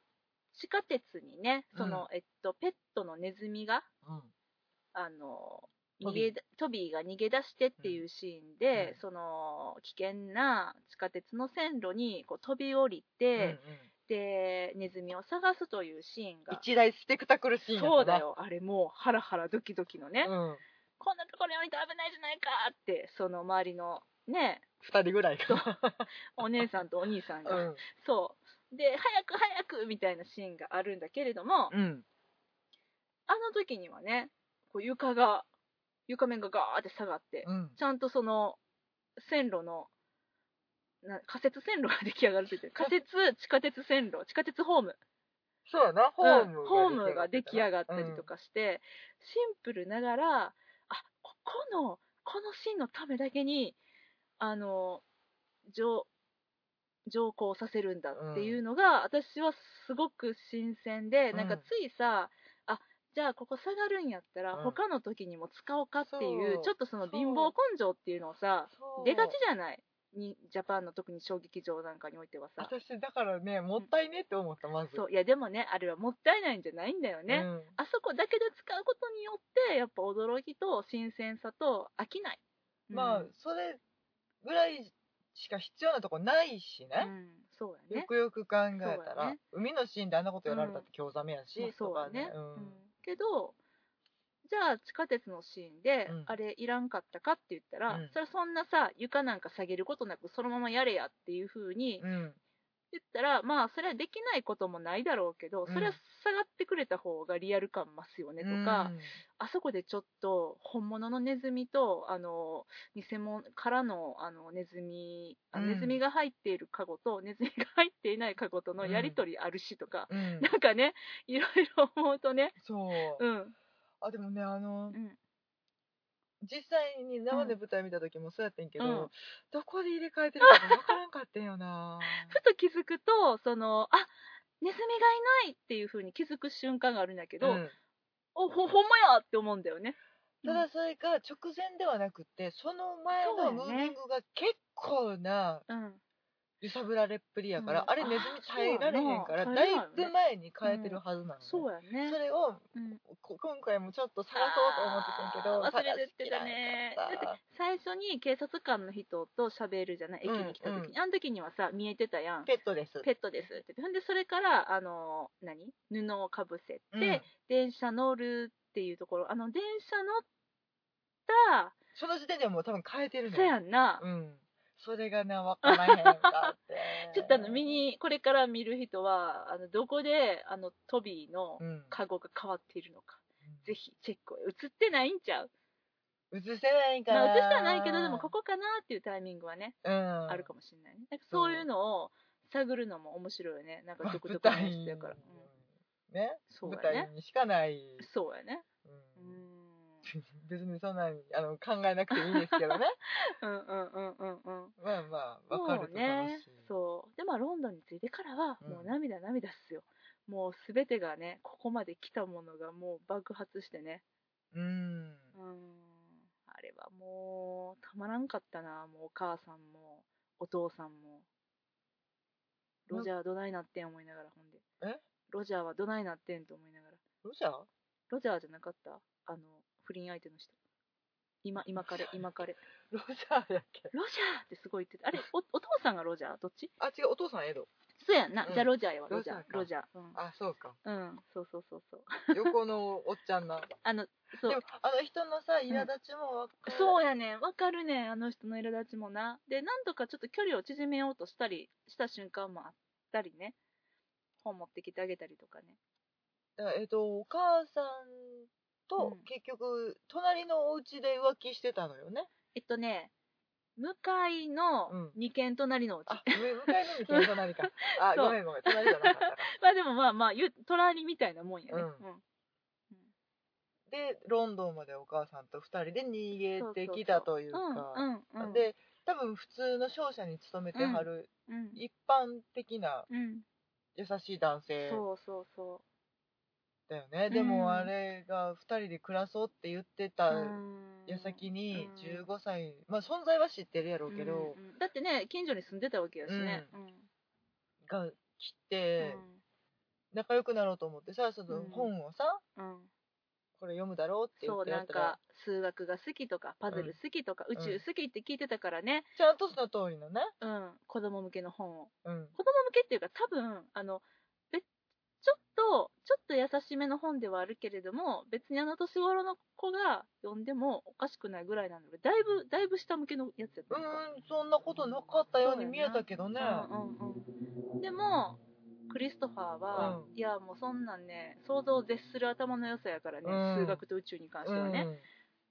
Speaker 1: 地下鉄にねその、えっと、ペットのネズミが
Speaker 2: うん
Speaker 1: あの逃
Speaker 2: ト
Speaker 1: げ
Speaker 2: ビー
Speaker 1: だトビーが逃げ出してっていうシーンで、
Speaker 2: うん
Speaker 1: その危険な地下鉄の線路にこう飛び降り
Speaker 2: うんう
Speaker 1: て
Speaker 2: ん、
Speaker 1: でネズミを探すというシーンが
Speaker 2: 一大スペクタクルシーンったな
Speaker 1: そうだ。よあれもうハラハラドキドキのね、
Speaker 2: うん。
Speaker 1: こんなところに降りて危ないじゃないかってその周りのね
Speaker 2: 二人ぐらいか。
Speaker 1: お姉さんとお兄さん
Speaker 2: う
Speaker 1: が、
Speaker 2: ん。
Speaker 1: そうで早く早くみたいなシーンがあるんだけれども、
Speaker 2: うん。
Speaker 1: あの時にはねこう床が床面がガーって下がって、
Speaker 2: うん。
Speaker 1: ちゃんとその線路のな仮設線路が出来上がるって言って仮設地下鉄線路地下鉄ホーム
Speaker 2: そうやな。ホ
Speaker 1: う
Speaker 2: ー
Speaker 1: ん
Speaker 2: ム。
Speaker 1: ホームが出来上
Speaker 2: が
Speaker 1: がったりとかして、シンプルながらあここのこのシーンのためだけにあの上上皇させるんだっていうのが、私はすごく新鮮で、
Speaker 2: うん
Speaker 1: なんかついさあじゃあここ下がるんやったら、
Speaker 2: うん
Speaker 1: 他の時にも使おうかっていう
Speaker 2: そう
Speaker 1: ちょっとその
Speaker 2: そう
Speaker 1: 貧乏根性っていうのをさ
Speaker 2: そう
Speaker 1: 出がちじゃないにジャパンの特に小劇場なんかにおいてはさ
Speaker 2: 私だからね、もったいねって思ったまず。
Speaker 1: そういやでもねあれはもったいないんじゃないんだよね、
Speaker 2: うん。
Speaker 1: あそこだけで使うことによってやっぱ驚きと新鮮さと飽きない、
Speaker 2: まあ
Speaker 1: うん、
Speaker 2: それぐらいしか必要なとこないし
Speaker 1: う
Speaker 2: ね、
Speaker 1: んそうや
Speaker 2: よ
Speaker 1: ね
Speaker 2: くよく考えた
Speaker 1: そうだ
Speaker 2: ら、
Speaker 1: ね
Speaker 2: 海のシーンであんなことやられたって興ざめやし、
Speaker 1: まあ
Speaker 2: と
Speaker 1: そうや
Speaker 2: か
Speaker 1: ね
Speaker 2: ね、うん
Speaker 1: うんけどじゃあ地下鉄のシーンで、
Speaker 2: うん
Speaker 1: あれいらんかったかって言ったら、
Speaker 2: うん
Speaker 1: それそんなさ床なんか下げることなくそのままやれやっていう風に
Speaker 2: うん
Speaker 1: 言ったら、まあそれはできないこともないだろうけど、
Speaker 2: うん
Speaker 1: それは下がってくれた方がリアル感増すよねとか、
Speaker 2: うん
Speaker 1: あそこでちょっと本物のネズミとあの偽物からのあのネズミあ
Speaker 2: うん
Speaker 1: ネズミが入っているカゴとネズミが入っていないカゴとの
Speaker 2: うん
Speaker 1: やり取りあるしとか、
Speaker 2: うん
Speaker 1: なんかねいろいろ思うとね
Speaker 2: そう、
Speaker 1: うん
Speaker 2: あでもねあの
Speaker 1: うん
Speaker 2: 実際に生で舞台見た時もそうやってんけど、
Speaker 1: うん
Speaker 2: どこで入れ替えてるか分からんかったん
Speaker 1: [laughs]
Speaker 2: よな
Speaker 1: ふと気づくとそのあネズミがいないっていう風に気づく瞬間があるんだけど、
Speaker 2: うん
Speaker 1: おほほんまやって思うんだよね
Speaker 2: ただそれが直前ではなくてその前のム
Speaker 1: そうやね
Speaker 2: ービングが結構な
Speaker 1: うん
Speaker 2: 揺さぶられっぷりやから、
Speaker 1: うん
Speaker 2: あれネズミ耐えられへんから
Speaker 1: あーそ
Speaker 2: だ
Speaker 1: う
Speaker 2: い
Speaker 1: やな
Speaker 2: ぶ前に変えてるはずなのね、
Speaker 1: そうやね
Speaker 2: それを
Speaker 1: うん
Speaker 2: こ今回もちょっと探そうと思ってたんやけど
Speaker 1: あー忘れてたね
Speaker 2: 探しきらんかっ
Speaker 1: 最初に警察官の人と喋るじゃない駅に来た時に、
Speaker 2: うんうん
Speaker 1: あの時にはさ見えてたやん
Speaker 2: たペットです
Speaker 1: ペットですって言ってほんでそれからあの何布をかぶせて、
Speaker 2: うん
Speaker 1: 電車乗るっていうところあの電車乗っ
Speaker 2: その時点ではもう多分変えてる
Speaker 1: た
Speaker 2: の
Speaker 1: そやんな、
Speaker 2: うんそれがね分からへんかって
Speaker 1: [laughs] ちょっとあの見にこれから見る人はあのどこであのトビーの
Speaker 2: うん
Speaker 1: カゴが変わっているのか、ぜひチェックを映ってないんちゃう、
Speaker 2: 映せないんか
Speaker 1: ま
Speaker 2: な、
Speaker 1: あ、映してはないけどでもここかなっていうタイミングはね
Speaker 2: うん
Speaker 1: あるかもしれないね、なんかそういうのを探るのも面白いよねなんか
Speaker 2: まあ
Speaker 1: 独
Speaker 2: 舞
Speaker 1: 特の演出
Speaker 2: 台
Speaker 1: やから、うん
Speaker 2: ね
Speaker 1: そう
Speaker 2: 舞
Speaker 1: やね
Speaker 2: 台にしかない、
Speaker 1: そうやね
Speaker 2: う
Speaker 1: うんん
Speaker 2: 別にそんなあの考えなくていいんです
Speaker 1: [laughs]
Speaker 2: けどね
Speaker 1: うんうんうんうんうん
Speaker 2: まあまあ分か
Speaker 1: も
Speaker 2: る
Speaker 1: う
Speaker 2: と楽
Speaker 1: ね
Speaker 2: しい、
Speaker 1: そうでまあロンドンに着いてからは
Speaker 2: うん
Speaker 1: もう涙涙っすよ、もう全てがねここまで来たものがもう爆発してね
Speaker 2: うん
Speaker 1: うんあれはもうたまらんかったなもうお母さんもお父さんもロジャーどないなってん思いながらほんで
Speaker 2: え
Speaker 1: ロジャーはどないなってんと思いながら
Speaker 2: ロジャー
Speaker 1: ロジャーじゃなかったあの不倫相手の人今今彼今彼
Speaker 2: ロジャーやっけ
Speaker 1: ロジャーってすごい言ってたあれおお父さんがロジャーどっち
Speaker 2: あ違うお父さんエド
Speaker 1: そうやんな、
Speaker 2: うん
Speaker 1: じゃあロジャーやわロ
Speaker 2: ロ
Speaker 1: ジ
Speaker 2: ジ
Speaker 1: ャ
Speaker 2: ャ
Speaker 1: ー
Speaker 2: ーか
Speaker 1: ロジャーうん、
Speaker 2: あそうか
Speaker 1: うん、そうそうそうそう
Speaker 2: 横のおっちゃんな
Speaker 1: あのそ
Speaker 2: で
Speaker 1: う
Speaker 2: もあの人のさ苛立ちもわかる、
Speaker 1: そうやねんわかるねんあの人の苛立ちもなで何度かちょっと距離を縮めようとしたりした瞬間もあったりね本持ってきてあげたりとかね
Speaker 2: だからえっとお母さん
Speaker 1: う
Speaker 2: と
Speaker 1: ん
Speaker 2: 結局隣のお家で浮気してたのよね、
Speaker 1: えっとね向かいの
Speaker 2: うん
Speaker 1: 2軒隣のうち、
Speaker 2: あ上向かいのみたいな
Speaker 1: [laughs]
Speaker 2: 隣かあ
Speaker 1: そう
Speaker 2: ごめんごめん隣じゃなかったか
Speaker 1: まあでもまあまあ言う隣みたいなもんやね、
Speaker 2: うんでロンドンまでお母さんと2人で逃げてきたというか
Speaker 1: うんうんうん
Speaker 2: で多分普通の商社に勤めてはる、
Speaker 1: うん
Speaker 2: 一般的な
Speaker 1: うん
Speaker 2: 優しい男性
Speaker 1: そうそうそ
Speaker 2: だよね、
Speaker 1: ん
Speaker 2: でもあれが2人で暮らそうって言って
Speaker 1: う
Speaker 2: た
Speaker 1: うん
Speaker 2: 矢先に
Speaker 1: うん
Speaker 2: 15歳、まあ存在は知ってるやろうけど、
Speaker 1: うんうんだってね近所に住んでたわけやしね、うん
Speaker 2: が来て仲良くなろうと思ってさその
Speaker 1: うん
Speaker 2: 本をさ
Speaker 1: うんうん
Speaker 2: これ読むだろうって言
Speaker 1: そ
Speaker 2: っ
Speaker 1: う
Speaker 2: てや
Speaker 1: な
Speaker 2: っ
Speaker 1: ん
Speaker 2: たら
Speaker 1: か数学が好きとかパズル好きとか、
Speaker 2: ん
Speaker 1: 宇宙好きって聞いてたからね、
Speaker 2: ちゃんとその通りのね、
Speaker 1: うん、子供向けの本を
Speaker 2: うん、
Speaker 1: 子供向けっていうか多分あのべちょっとちょっと優しめの本ではあるけれども別にあの年頃の子が読んでもおかしくないぐらいなんだけどだいぶだいぶ下向けのやつやった
Speaker 2: う
Speaker 1: のか
Speaker 2: ーんそんなことなかったように見えたけどね
Speaker 1: うんうんうん、でもクリストファーは、
Speaker 2: う
Speaker 1: いやもうそんなんね想像を絶する頭の良さやからね、
Speaker 2: うん
Speaker 1: 数学と宇宙に関してはね、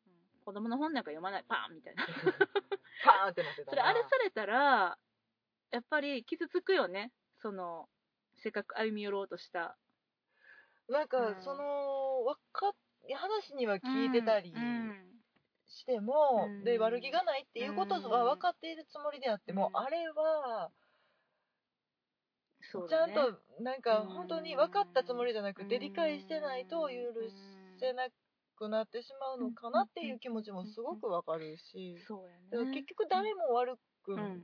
Speaker 1: うん子供の本なんか読まないパーンみたいな
Speaker 2: うんパーンってなってたな
Speaker 1: それあれされたらやっぱり傷つくよねそのせっかく歩み寄ろうとした
Speaker 2: なんか、
Speaker 1: うん
Speaker 2: そのわかっ話には聞いてたりしても、
Speaker 1: うん
Speaker 2: で悪気がないっていうことは分かっているつもりであっても、
Speaker 1: うん
Speaker 2: あれは
Speaker 1: そう
Speaker 2: ちゃ
Speaker 1: だ
Speaker 2: ん
Speaker 1: ね
Speaker 2: となんか
Speaker 1: うん
Speaker 2: 本当に分かったつもりじゃなくて
Speaker 1: うん
Speaker 2: 理解してないと許せなくなってしまうのかなっていう気持ちもすごく分かるし、
Speaker 1: そう
Speaker 2: で
Speaker 1: や
Speaker 2: も
Speaker 1: ね
Speaker 2: 結局誰も悪く
Speaker 1: うん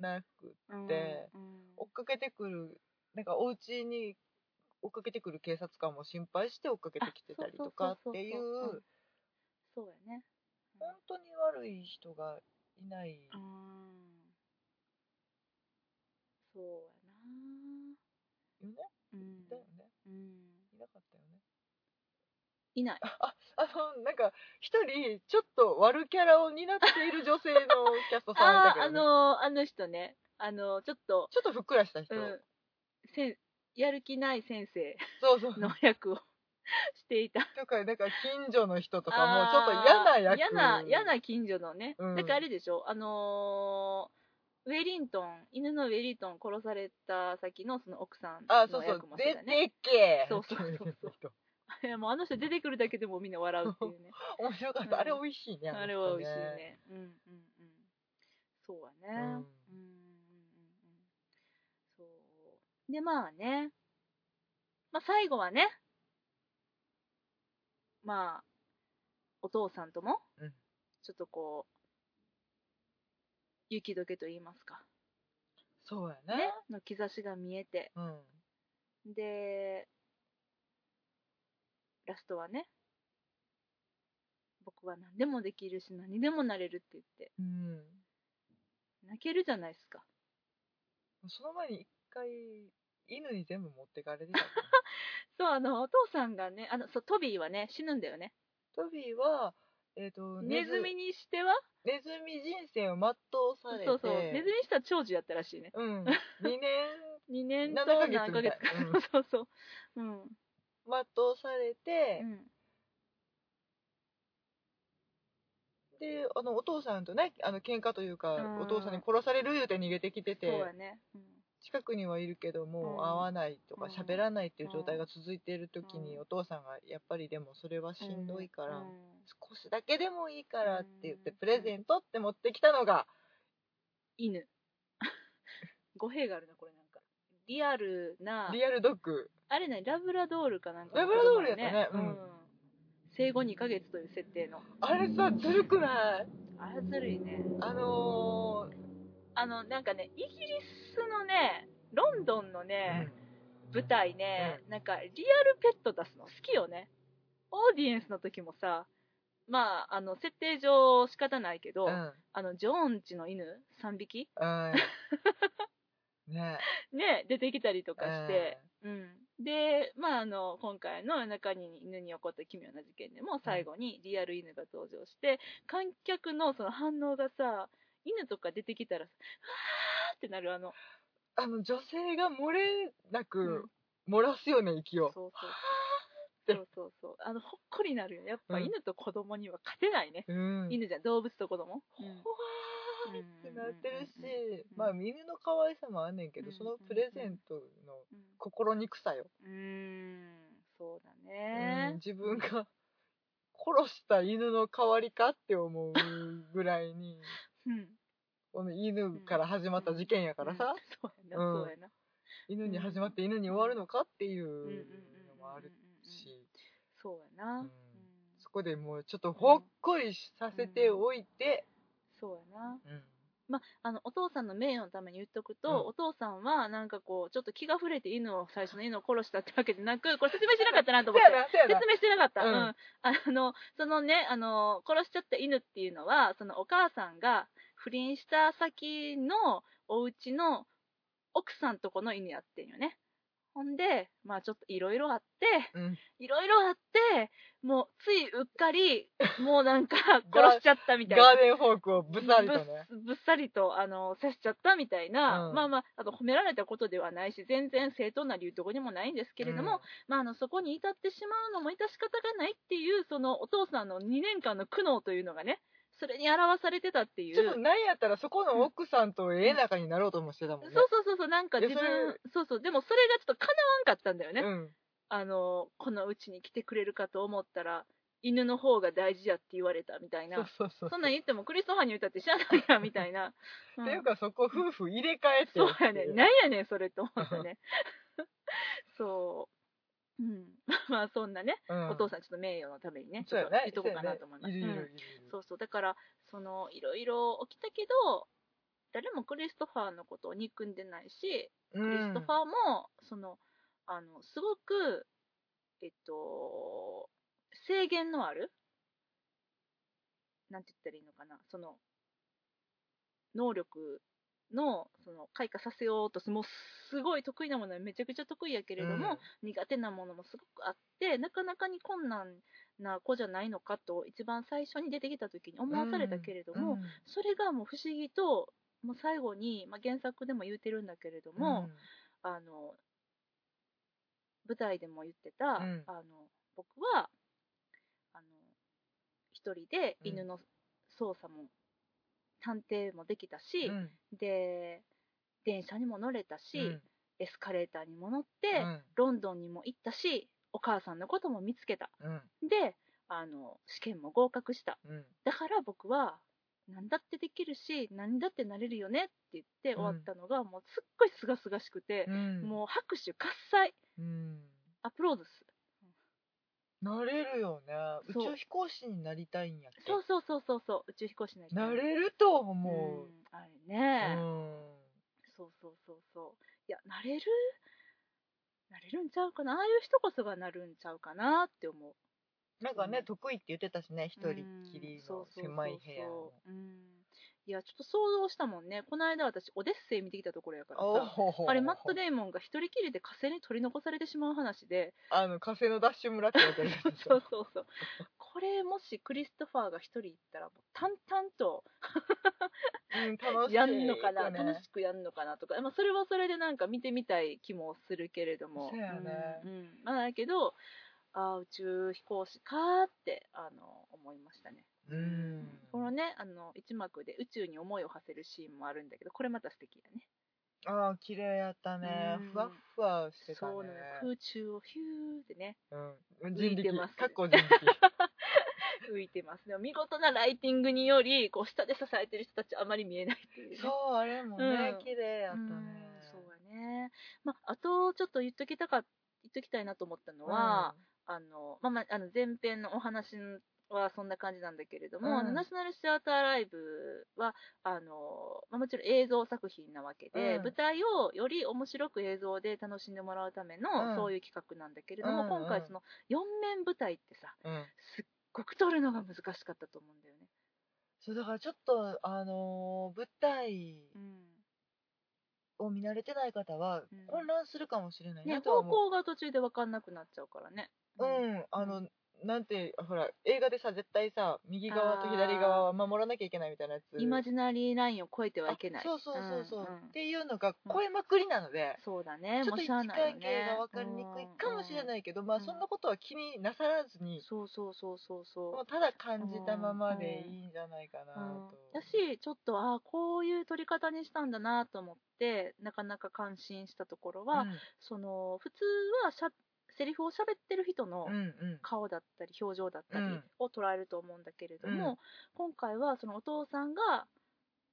Speaker 2: なく
Speaker 1: うん
Speaker 2: で
Speaker 1: うん
Speaker 2: 追っかけてくるなんかお家に追っかけてくる警察官も心配して追っかけてきてたりとかってい
Speaker 1: あそうそうそうそう
Speaker 2: う
Speaker 1: そうやね
Speaker 2: 本当に悪い人がいない、
Speaker 1: うーんそうや
Speaker 2: よ
Speaker 1: な
Speaker 2: ねだよね
Speaker 1: うん、うん、
Speaker 2: いなかったよね
Speaker 1: いない
Speaker 2: あのなんか一人ちょっと悪キャラを担っている女性のキャストさん
Speaker 1: [laughs]
Speaker 2: いた
Speaker 1: あ
Speaker 2: け
Speaker 1: あーあ
Speaker 2: ど、ね、
Speaker 1: のーあの人ねあのーちょっと、
Speaker 2: ちょっとふっくらした人、
Speaker 1: うん、せんやる気ない先生 [laughs]
Speaker 2: そうそう
Speaker 1: の役を [laughs] していた
Speaker 2: とかなんか近所の人とかも
Speaker 1: あ
Speaker 2: ちょっと嫌な役
Speaker 1: 嫌な嫌な近所のね、
Speaker 2: うん
Speaker 1: だからあれでしょあのーウェリントン犬のウェリントン殺された先のその奥さん
Speaker 2: あそう
Speaker 1: の
Speaker 2: そう
Speaker 1: 役もそう
Speaker 2: 出
Speaker 1: だね
Speaker 2: てけ
Speaker 1: そうそうそうそう
Speaker 2: そう
Speaker 1: [laughs] いやもうあの人出てくるだけでもみんな笑うっていうね
Speaker 2: 面白かった、
Speaker 1: うん
Speaker 2: あれ美味しいねの人
Speaker 1: あれは美味しいねうんうんうんそうやね
Speaker 2: う
Speaker 1: うんうん
Speaker 2: ん
Speaker 1: うんそうでまあねまあ最後はねまあお父さんとも、
Speaker 2: うん
Speaker 1: ちょっとこう雪解けと言いますか
Speaker 2: そうやね
Speaker 1: ね、の兆しが見えて、
Speaker 2: うん
Speaker 1: で、ラストはね、僕は何でもできるし、何でもなれるって言って、
Speaker 2: うん
Speaker 1: 泣けるじゃないですか。
Speaker 2: その前に一回犬に全部持ってかれて
Speaker 1: [laughs]
Speaker 2: たから
Speaker 1: そう、あの、お父さんがね、あの、そう、トビーはね、死ぬんだよね。
Speaker 2: トビーはえっ、と
Speaker 1: ネズミにしては、
Speaker 2: ネズミ人生を全うされて
Speaker 1: そうそう、ネズミにしては長寿やったらしいね。
Speaker 2: うん、2年
Speaker 1: 2年と
Speaker 2: 7
Speaker 1: 7
Speaker 2: ヶ
Speaker 1: ヶ
Speaker 2: 月
Speaker 1: 月
Speaker 2: みた
Speaker 1: か。[laughs]
Speaker 2: いう
Speaker 1: そうそう。うん。うん。
Speaker 2: 全うされて、であのお父さんとねあの喧嘩というか、
Speaker 1: うん
Speaker 2: お父さんに殺される言うて逃げてきて
Speaker 1: そう
Speaker 2: て
Speaker 1: やね。うん
Speaker 2: 近くにはいるけどもう
Speaker 1: うん
Speaker 2: 会わないとか
Speaker 1: うん
Speaker 2: 喋らないっていう状態が続いている時に、
Speaker 1: うん
Speaker 2: お父さんがやっぱりでもそれはしんどいから、
Speaker 1: うん
Speaker 2: 少しだけでもいいからって言って
Speaker 1: うん
Speaker 2: プレゼントって持ってきたのが
Speaker 1: 犬 [laughs] 語弊があるなこれなんかリアルな
Speaker 2: リアルドッグ
Speaker 1: あれねラブラドールかなんかの
Speaker 2: ラブラドールやったね
Speaker 1: 子供
Speaker 2: うん
Speaker 1: 生後2ヶ月という設定の
Speaker 2: あれさずるくない
Speaker 1: あれずるいね
Speaker 2: あのー
Speaker 1: あのなんかねイギリスのねロンドンのね、舞台ね、なんかリアルペット出すの好きよねオーディエンスの時もさまああの設定上仕方ないけど、
Speaker 2: うん
Speaker 1: [laughs] あのジョーンチの犬3匹
Speaker 2: うんね
Speaker 1: ね、出てきたりとかして、
Speaker 2: え
Speaker 1: うん、で、まあ、あの今回の夜中に犬に起こった奇妙な事件でも最後にリアル犬が登場して観客のその反応がさ犬とか出てきたらさ「わー!」ってなるあの、
Speaker 2: ーあの女性が漏れな
Speaker 1: うん
Speaker 2: く漏らすよね息
Speaker 1: そう
Speaker 2: を
Speaker 1: そう
Speaker 2: て
Speaker 1: そうそうそうあのほっこりなるよやっぱ
Speaker 2: うん
Speaker 1: 犬と子供には勝てないね、
Speaker 2: うん
Speaker 1: 犬じゃん動物と子供、
Speaker 2: ほわーってなってるし、
Speaker 1: うん
Speaker 2: まあ犬の可愛さもあんねんけ
Speaker 1: う
Speaker 2: ど、
Speaker 1: ん
Speaker 2: そのプレゼントの
Speaker 1: うん
Speaker 2: 心にくさよ、
Speaker 1: うーんそうだ
Speaker 2: うん
Speaker 1: ね
Speaker 2: 自分が殺した犬の代わりかって思うぐら
Speaker 1: [laughs]
Speaker 2: いに
Speaker 1: うん
Speaker 2: この犬から始まった事件やからさ、
Speaker 1: うんそうやな、
Speaker 2: うん
Speaker 1: そうやな
Speaker 2: 犬に始まって犬に終わるのかっていう
Speaker 1: うんうんうん
Speaker 2: のもあるし、
Speaker 1: そうやな、
Speaker 2: うん
Speaker 1: うん
Speaker 2: そこでもうちょっとほっこりさせておいて、
Speaker 1: そうやな
Speaker 2: うん
Speaker 1: まあのお父さんの名誉のために言っとくと、
Speaker 2: うん
Speaker 1: お父さんはなんかこうちょっと気が触れて犬を最初の犬を殺したってわけじゃなくこれ説明しなかったなと
Speaker 2: そ
Speaker 1: 思っ
Speaker 2: や
Speaker 1: て
Speaker 2: なそやな
Speaker 1: [laughs] 説明してなかった、う
Speaker 2: うんん
Speaker 1: あのそのねあの殺しちゃった犬っていうのはそのお母さんが不倫した先のお家の奥さんとこの犬やってんよねほんでまあちょっといろいろあって
Speaker 2: うん
Speaker 1: いろいろあってもうついうっかりもうなん
Speaker 2: [laughs]
Speaker 1: か殺しちゃったみたいな
Speaker 2: ガーデンフォークをぶさりとね
Speaker 1: ぶっぶっさりとあの刺しちゃったみたいな、
Speaker 2: うん
Speaker 1: まあまああと褒められたことではないし全然正当な理由どこにもないんですけれども、
Speaker 2: うん
Speaker 1: まあ、あのそこに至ってしまうのも致し方がないっていうそのお父さんの2年間の苦悩というのがねそれに表されてたっていう
Speaker 2: ちょっとなんやったらそこの奥さんとええ仲になろうともしてたもん
Speaker 1: そ
Speaker 2: ね
Speaker 1: う。そうそうそうなんか自分
Speaker 2: でそれ
Speaker 1: そうそうでもそれがちょっと叶わんかったんだよね、
Speaker 2: うん。
Speaker 1: あのこのうちに来てくれるかと思ったら犬の方が大事やって言われたみたい
Speaker 2: そう
Speaker 1: な
Speaker 2: そうそう。
Speaker 1: そんなん言ってもクリストファーに言ったって知らないやんみたいな、うん
Speaker 2: っていうかそこ夫婦入れ替えて
Speaker 1: そ
Speaker 2: る
Speaker 1: う
Speaker 2: ってい
Speaker 1: やねん。なんやねん、それと思ったね。そう。うん。 [laughs] まあ、そんなね、
Speaker 2: うん
Speaker 1: お父さん、ちょっと名誉のためにね、ち
Speaker 2: そう
Speaker 1: ょっ
Speaker 2: や
Speaker 1: と
Speaker 2: ね
Speaker 1: 言っとこうかなと思います。
Speaker 2: そうやねいるいる
Speaker 1: うん
Speaker 2: いるいる
Speaker 1: そうそう。だから、その、いろいろ起きたけど、誰もクリストファーのことを憎んでないし、クリストファーも、その、あの、すごく、えっと、制限のある、なんて言ったらいいのかな、その、能力の、その、開花させようとす、もうすごい得意なものはめちゃくちゃ得意やけれども、、苦手なものもすごくあって、なかなかに困難な子じゃないのかと、一番最初に出てきた時に思わされたけれども、
Speaker 2: うん
Speaker 1: それがもう不思議と、もう最後に、まあ、原作でも言うてるんだけれども、あの舞台でも言ってた、
Speaker 2: うん
Speaker 1: あの僕はあの一人で犬の操作も、探偵もできたし、
Speaker 2: うん
Speaker 1: で電車にも乗れたし、
Speaker 2: うん
Speaker 1: エスカレーターにも乗って、
Speaker 2: うん
Speaker 1: ロンドンにも行ったしお母さんのことも見つけた
Speaker 2: うん
Speaker 1: であの試験も合格した
Speaker 2: うん
Speaker 1: だから僕は何だってできるし何だってなれるよねって言って終わったのが、もうすっごい清々しくて、
Speaker 2: うん
Speaker 1: もう拍手喝采
Speaker 2: うん
Speaker 1: アプロードす
Speaker 2: なれるよね宇
Speaker 1: そう
Speaker 2: 宙飛行士になりたいんやっけ
Speaker 1: そうそうそうそうそう宇宙飛行士になりたい
Speaker 2: なれると思
Speaker 1: う
Speaker 2: うん
Speaker 1: あれ
Speaker 2: う
Speaker 1: ね、
Speaker 2: ん
Speaker 1: そうそうそうそういやなれるなれるんちゃうかなああいう人こそがなるんちゃうかなって思う
Speaker 2: なんか
Speaker 1: う
Speaker 2: ね
Speaker 1: ん
Speaker 2: 得意って言ってたしね一人っきりの狭い部屋
Speaker 1: うんそうそうそうそうう
Speaker 2: の
Speaker 1: んいやちょっと想像したもんねこの間私オデッセイ見てきたところやから
Speaker 2: お
Speaker 1: さ
Speaker 2: ほほ
Speaker 1: [laughs]
Speaker 2: ほ
Speaker 1: あれマット・デイモンが一人きりで火星に取り残されてしまう話で
Speaker 2: あの火星のダッシュ村って言われてるやつ
Speaker 1: [laughs] そうそうそうこれもしクリストファーが一人行ったらもう淡々と
Speaker 2: うん楽しい
Speaker 1: やんのかな、
Speaker 2: よね
Speaker 1: 楽しくやんのかなとか、まあ、それはそれでなんか見てみたい気もするけれども
Speaker 2: そうやね
Speaker 1: うんうんまあだけどああ宇宙飛行士かーってあの思いましたね、
Speaker 2: うん
Speaker 1: このねあの一幕で宇宙に思いを馳せるシーンもあるんだけどこれまた素敵だね
Speaker 2: ああ綺麗やったね
Speaker 1: うん
Speaker 2: ふわっふわしてたね
Speaker 1: そうなのよ空中をヒューってね [laughs]
Speaker 2: うん
Speaker 1: 浮いて
Speaker 2: 人力
Speaker 1: ます
Speaker 2: かっこ人力
Speaker 1: [laughs] 浮いてますでも見事なライティングによりこう下で支えてる人たちあまり見えないっていうね、
Speaker 2: そうあれもね
Speaker 1: うん
Speaker 2: 綺麗やった
Speaker 1: うん
Speaker 2: ね
Speaker 1: そうやね、まあ、あとちょっと言っときたか言っときたいなと思ったのは、あのまあまあ、あの前編のお話はそんな感じなんだけれども、
Speaker 2: うん
Speaker 1: あのナショナルシアターライブはあの、まあ、もちろん映像作品なわけで、
Speaker 2: うん
Speaker 1: 舞台をより面白く映像で楽しんでもらうための、
Speaker 2: うん
Speaker 1: そういう企画なんだけれども、
Speaker 2: うん
Speaker 1: 今回その4面舞台ってさ
Speaker 2: うん、うん
Speaker 1: すっごく撮るのが難しかったと思うんだよね。
Speaker 2: そうだからちょっとあのー舞台
Speaker 1: うん
Speaker 2: を見慣れてない方は
Speaker 1: うん
Speaker 2: 混乱するかもしれない
Speaker 1: ね
Speaker 2: なとは
Speaker 1: 方
Speaker 2: 思
Speaker 1: 向
Speaker 2: う、
Speaker 1: が途中で分かんなくなっちゃうからね
Speaker 2: うん、あ
Speaker 1: う
Speaker 2: の、なんて、ほら、映画でさ、絶対さ、右側と左側は守らなきゃいけないみたいなやつ。
Speaker 1: イマジナリーラインを越えてはいけない
Speaker 2: あそうそうそうそう。
Speaker 1: んん
Speaker 2: っていうのが
Speaker 1: うん
Speaker 2: 超えまくりなので、
Speaker 1: そうだね
Speaker 2: ちょ
Speaker 1: も
Speaker 2: っと
Speaker 1: う
Speaker 2: 位
Speaker 1: し
Speaker 2: 置
Speaker 1: ゃあ
Speaker 2: 関
Speaker 1: ないよね
Speaker 2: 係が分かりにくいかもしれないけど、まあ
Speaker 1: うん
Speaker 2: そんなことは気になさらず
Speaker 1: うん
Speaker 2: に、
Speaker 1: そうそうそうそうそう
Speaker 2: もうただ感じたままでいいんじゃないかなと。
Speaker 1: だし、ちょっと、ああ、こういう撮り方にしたんだなと思って、なかなか感心したところは、その、普通はしゃセリフを喋ってる人の
Speaker 2: うん、うんうん。
Speaker 1: 顔だったり、表情だったり
Speaker 2: うん
Speaker 1: を捉えると思うんだけれど
Speaker 2: う
Speaker 1: も、今回は、そのお父さんが、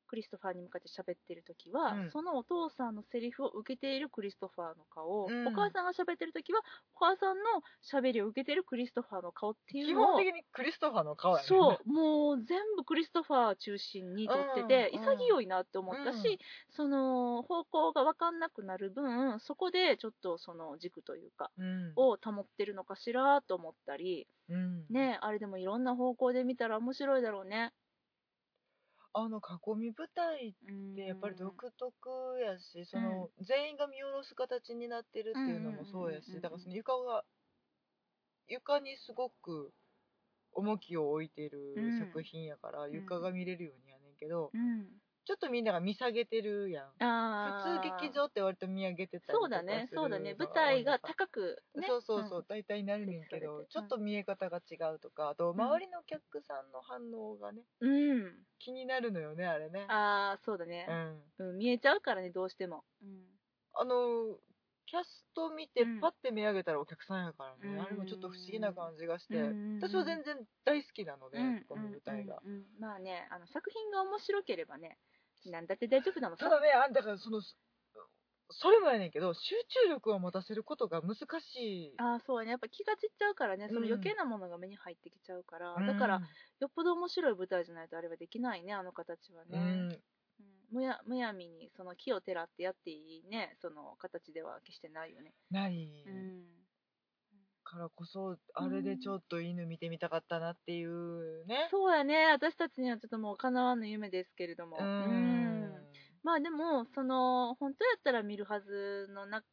Speaker 1: クリストファーに向かって喋ってる時は、
Speaker 2: うん
Speaker 1: そのお父さんのセリフを受けているクリストファーの顔、
Speaker 2: うん
Speaker 1: お母さんが喋ってる時は、お母さんの喋りを受けているクリストファーの顔ってい
Speaker 2: 基
Speaker 1: うの
Speaker 2: 本
Speaker 1: を
Speaker 2: 的、にクリストファーの顔やね。
Speaker 1: そう、もう全部クリストファー中心に撮ってて、
Speaker 2: うん
Speaker 1: 潔いなって思ったし、
Speaker 2: うん
Speaker 1: その方向が分かんなくなる分、そこでちょっとその軸というか、
Speaker 2: うん。
Speaker 1: を保ってるのかしらと思ったり、
Speaker 2: うん。
Speaker 1: ね、あれでもいろんな方向で見たら面白いだろうね。
Speaker 2: あの、囲み舞台
Speaker 1: うん
Speaker 2: でやっぱり独特やしその、全員が見下ろす形になってるっていうのも
Speaker 1: う
Speaker 2: そうや
Speaker 1: んうんうんうんうん
Speaker 2: しだからその床が床にすごく重きを置いてる
Speaker 1: うん
Speaker 2: 作品やから、
Speaker 1: ん
Speaker 2: 床が見れるようにやねんけど、
Speaker 1: うん、
Speaker 2: ちょっとみんなが見下げてるやん
Speaker 1: あ
Speaker 2: 普
Speaker 1: ー
Speaker 2: 通劇場って割と見上げてたりとか
Speaker 1: そうだね、
Speaker 2: す
Speaker 1: そ
Speaker 2: るの
Speaker 1: うだね、
Speaker 2: 多い
Speaker 1: 舞台が
Speaker 2: から
Speaker 1: 高く、ね、
Speaker 2: そうそうそう、
Speaker 1: ん
Speaker 2: 大体なるねんけ
Speaker 1: うん
Speaker 2: どちょっと見え方が違うとかあと
Speaker 1: ん
Speaker 2: 周りのお客さんの反応がね
Speaker 1: うん、
Speaker 2: 気になるのよねあれね
Speaker 1: ああ、そうだね
Speaker 2: う、ん
Speaker 1: うん、見えちゃうからね、どうしても。うん
Speaker 2: あのキャスト見て
Speaker 1: うん
Speaker 2: パッて目上げたらお客さんやからね、
Speaker 1: うん
Speaker 2: あれもちょっと不思議な感じがして、
Speaker 1: うん
Speaker 2: 私は全然大好きなので、
Speaker 1: うん
Speaker 2: この舞台が、
Speaker 1: うんうんうんまあねあの作品が面白ければねなんだって大丈夫だもん
Speaker 2: ただねあんだからそのそそれもやねんけど集中力を持たせることが難しい
Speaker 1: ああそうやねやっぱ気が散っちゃうからねその
Speaker 2: うん
Speaker 1: 余計なものが目に入ってきちゃうから、
Speaker 2: うん
Speaker 1: だからよっぽど面白い舞台じゃないとあれはできないねあの形はね、
Speaker 2: う
Speaker 1: うん
Speaker 2: ん
Speaker 1: むやむやみにその木をてらってやっていいねその形では決してないよね、
Speaker 2: ない
Speaker 1: うん
Speaker 2: からこそあれでちょっと犬見てみたかったなっていうね
Speaker 1: そうやね私たちにはちょっともう叶わぬ夢ですけれども
Speaker 2: うん
Speaker 1: うんまあでもその本当やったら見るはずのな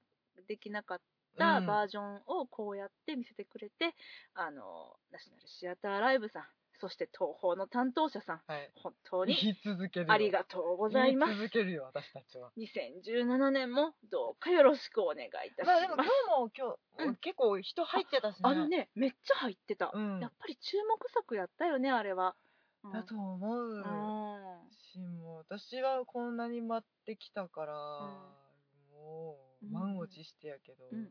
Speaker 1: できなかったったバージョンをこうやって見せてくれて、あのナショナルシアターライブさんそして東宝の担当者さん
Speaker 2: はい
Speaker 1: 本当
Speaker 2: 言
Speaker 1: に
Speaker 2: い続けるよ
Speaker 1: ありがとうございます
Speaker 2: 言い続けるよ私たちは
Speaker 1: 2017年もどうかよろしくお願いいたし
Speaker 2: まあでも
Speaker 1: ま
Speaker 2: 今
Speaker 1: す、
Speaker 2: 日 [laughs] も今日、
Speaker 1: うん
Speaker 2: 結構人入ってたしね
Speaker 1: あのねめっちゃ入ってた、
Speaker 2: うん
Speaker 1: やっぱり注目作やったよねあれは、うん、
Speaker 2: だと思う、
Speaker 1: うん
Speaker 2: しもう私はこんなに待ってきたから、もう
Speaker 1: うん
Speaker 2: 満を持してやけど、
Speaker 1: うん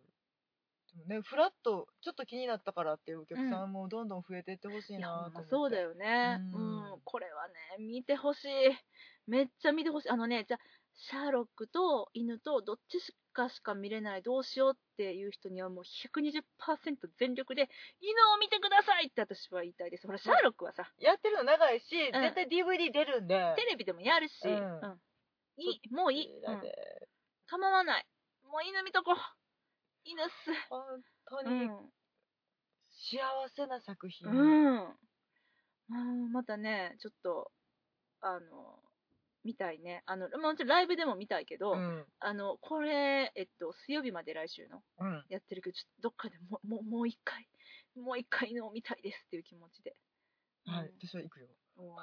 Speaker 2: でもねフラッとちょっと気になったからっていうお客さんもどんどん増えていってほしい
Speaker 1: いやほ
Speaker 2: なんと思
Speaker 1: ま
Speaker 2: って、
Speaker 1: そうだよね、う
Speaker 2: うんん
Speaker 1: これはね見てほしいめっちゃ見てほしいあのねじゃあシャーロックと犬とどっちしかしか見れないどうしようっていう人にはもう120%全力で犬を見てくださいって私は言いたいですほらシャーロックはさ、
Speaker 2: やってるの長いし、
Speaker 1: ん
Speaker 2: 絶対 DVD 出るんで
Speaker 1: テレビでもやるし、
Speaker 2: うん
Speaker 1: うんいいもういい、う
Speaker 2: なんんで、
Speaker 1: 構わないもう犬見とこう犬っす
Speaker 2: 本当
Speaker 1: う
Speaker 2: に
Speaker 1: ん
Speaker 2: 幸せな作品、
Speaker 1: うん。うん、またね、ちょっと、あの、見たいね。あの、まあもちろんライブでも見たいけど、
Speaker 2: うん
Speaker 1: あの、これ、えっと、水曜日まで来週の
Speaker 2: うん
Speaker 1: やってるけど、ちょっとどっかでもう、もう、もう一回、もう一回のを見たいですっていう気持ちで。
Speaker 2: はい、私は行くよ
Speaker 1: うん。おー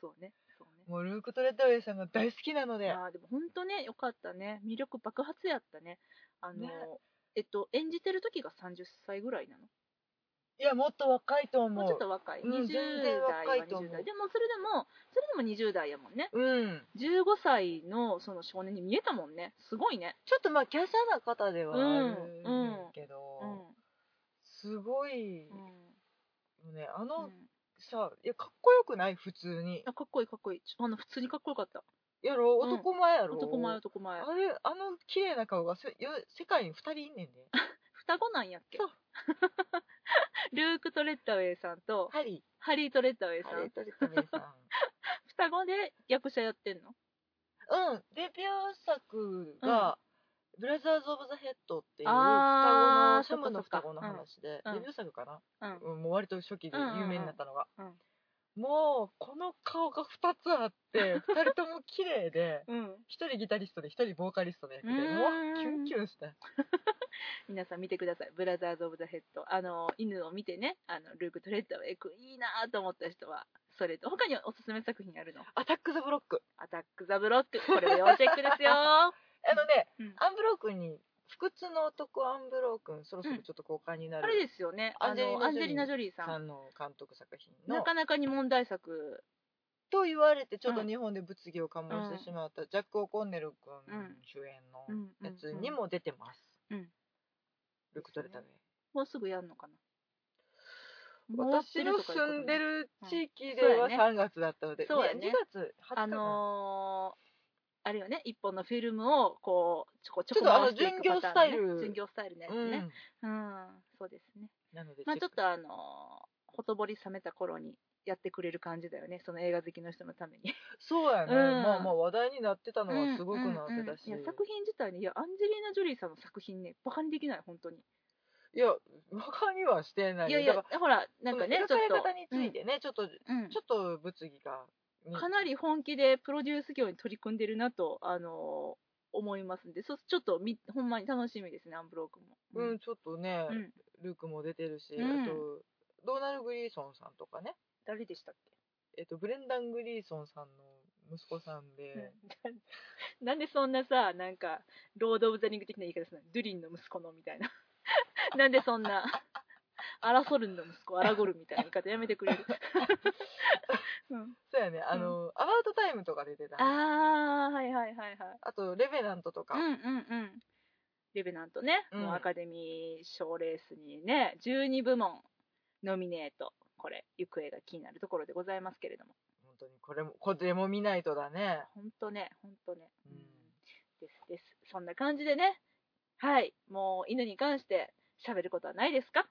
Speaker 1: そうね、そうね。
Speaker 2: もうルーク・トレッドウェイさんが大好きなので
Speaker 1: ああ、でも本当ね、よかったね。魅力爆発やったね。あの、
Speaker 2: ね
Speaker 1: えっと、演じてる時が30歳ぐらいなの
Speaker 2: いやもっと若いと思う
Speaker 1: もうちょっと若い。
Speaker 2: うん
Speaker 1: 20
Speaker 2: 全
Speaker 1: 代
Speaker 2: 然
Speaker 1: は
Speaker 2: 若いと思う
Speaker 1: 20代。でもそれでも、それでも20代やもんね。
Speaker 2: うん
Speaker 1: 15歳のその少年に見えたもんね。すごいね。
Speaker 2: ちょっとまあ、華奢な方ではある
Speaker 1: うんうん
Speaker 2: んだけど、すごい、
Speaker 1: うん。
Speaker 2: ね、あ
Speaker 1: う
Speaker 2: の、
Speaker 1: ん
Speaker 2: さ、いや、かっこよくない普通に。
Speaker 1: あかっこいいかっこいい。ちょあの、普通にかっこよかった。
Speaker 2: やろ、
Speaker 1: うん
Speaker 2: 男前やろ。
Speaker 1: 男前男前。
Speaker 2: あれ、あの綺麗な顔がせよ世界に二人いんねんで。
Speaker 1: 双子なんやっけ
Speaker 2: そう
Speaker 1: [laughs] ルーク・トレッタウェイさんと
Speaker 2: ハリ
Speaker 1: ハリー・トレッタウェイ
Speaker 2: ー、
Speaker 1: さ
Speaker 2: ハリ
Speaker 1: ん
Speaker 2: ー。トレッドウェイさん。
Speaker 1: 双子で役者やってんの
Speaker 2: うん、デビュー作が、ブラザーズ・オブ・ザ・ヘッドっていう双子
Speaker 1: あー
Speaker 2: の、シャム
Speaker 1: そ
Speaker 2: の
Speaker 1: っかそっか
Speaker 2: 双子の話で、
Speaker 1: うん
Speaker 2: デビュー作かな、
Speaker 1: う
Speaker 2: うんもう割と初期で有名になったのが、
Speaker 1: うんうん
Speaker 2: もうこの顔が2つあって
Speaker 1: [laughs]
Speaker 2: 2人とも綺麗で
Speaker 1: うん、
Speaker 2: 1人ギタリストで1人ボーカリストの役で
Speaker 1: う
Speaker 2: も
Speaker 1: ーん
Speaker 2: うキュンキュンした
Speaker 1: 皆さん見てください「ブラザーズ・オブ・ザ・ヘッド」あの犬を見てねあのルーク・トレッダーはエクいいなぁと思った人はそれと他におすすめ作品あるの
Speaker 2: アタック・ザ・ブロック
Speaker 1: 「アタック・ザ・ブロック」これも要チェックです
Speaker 2: [laughs]
Speaker 1: よ
Speaker 2: あのね、
Speaker 1: うん
Speaker 2: アンブロー君に不屈の男アンブロー君そろそろちょっと公開にな
Speaker 1: あれで
Speaker 2: る
Speaker 1: すよねあのア
Speaker 2: ア
Speaker 1: ン
Speaker 2: ン
Speaker 1: ジ
Speaker 2: ジ
Speaker 1: ェリ
Speaker 2: ェ
Speaker 1: ー
Speaker 2: リー
Speaker 1: ナ・
Speaker 2: ナ
Speaker 1: ジョリーさ
Speaker 2: さ
Speaker 1: ん
Speaker 2: んの監督作品
Speaker 1: な
Speaker 2: の
Speaker 1: かなかに問題作
Speaker 2: と言われてちょう
Speaker 1: う
Speaker 2: ど
Speaker 1: ん
Speaker 2: 日本で物議を醸してしまった、ジャック・オコンネル君主演のやつにも出てます、
Speaker 1: うん
Speaker 2: ルク・トレタウェイ
Speaker 1: もうすぐやるのかな
Speaker 2: 私の住んで
Speaker 1: る
Speaker 2: る地域で
Speaker 1: そうや
Speaker 2: は
Speaker 1: ね
Speaker 2: 3月だったので、
Speaker 1: そうやね
Speaker 2: いや2月20日
Speaker 1: あのーあれよね一本のフィルムをこうちょこちょこ
Speaker 2: ちょっとあの
Speaker 1: 回していくパターね
Speaker 2: 巡業スタイル
Speaker 1: 巡業スタイルのやつ
Speaker 2: うん
Speaker 1: ねうん、そうですね
Speaker 2: なので
Speaker 1: まあ、ちょっ
Speaker 2: チェック
Speaker 1: とあのほとぼり冷めた頃にやってくれる感じだよねその映画好きの人のために
Speaker 2: そうやね、
Speaker 1: うん
Speaker 2: まあまあ話題になってたのはすごくなってたし、
Speaker 1: うんうんうんいや作品自体ねいやアンジェリーナ・ジョリーさんの作品ねバカにできない本当に
Speaker 2: いや馬鹿にはしてない
Speaker 1: い
Speaker 2: よ
Speaker 1: やいや
Speaker 2: だか
Speaker 1: ほらな
Speaker 2: ら
Speaker 1: んかねち
Speaker 2: そ
Speaker 1: ょ
Speaker 2: の
Speaker 1: っ
Speaker 2: 描
Speaker 1: と
Speaker 2: かれ方についてね、ちょっとち
Speaker 1: うんうん
Speaker 2: ょっと物議が、
Speaker 1: かなり本気でプロデュース業に取り組んでるなとあの思いますんでそちょっとみほんまに楽しみですねアンブロークも
Speaker 2: うん、ちょっとね、
Speaker 1: うん
Speaker 2: ルークも出てるし、
Speaker 1: うん
Speaker 2: あとドーナル・グリーソンさんとかね、
Speaker 1: 誰でしたっけ
Speaker 2: えっとブレンダン・グリーソンさんの息子さんで、
Speaker 1: うんなんでそんなさなんかロード・オブ・ザ・リング的な言い方するのドゥリンの息子のみたい
Speaker 2: [laughs]
Speaker 1: ななんでそんなアラソルンの息子アラゴルみたいな言い方やめてくれ
Speaker 2: [laughs]
Speaker 1: る、うん、
Speaker 2: そうやねあの、アバウト・タイムとか出てたあ
Speaker 1: ああはいはいはいはい
Speaker 2: とレベナントとか、
Speaker 1: うんうんうんレベナントね、
Speaker 2: うん
Speaker 1: もうアカデミー賞レースにね12部門ノミネートこれ行方が気になるところでございますけれども
Speaker 2: 本当にこれもこれも見ないとだね
Speaker 1: 本当ね本当ね、
Speaker 2: うん
Speaker 1: ですですそんな感じでねはいもう犬に関して喋ることはないですか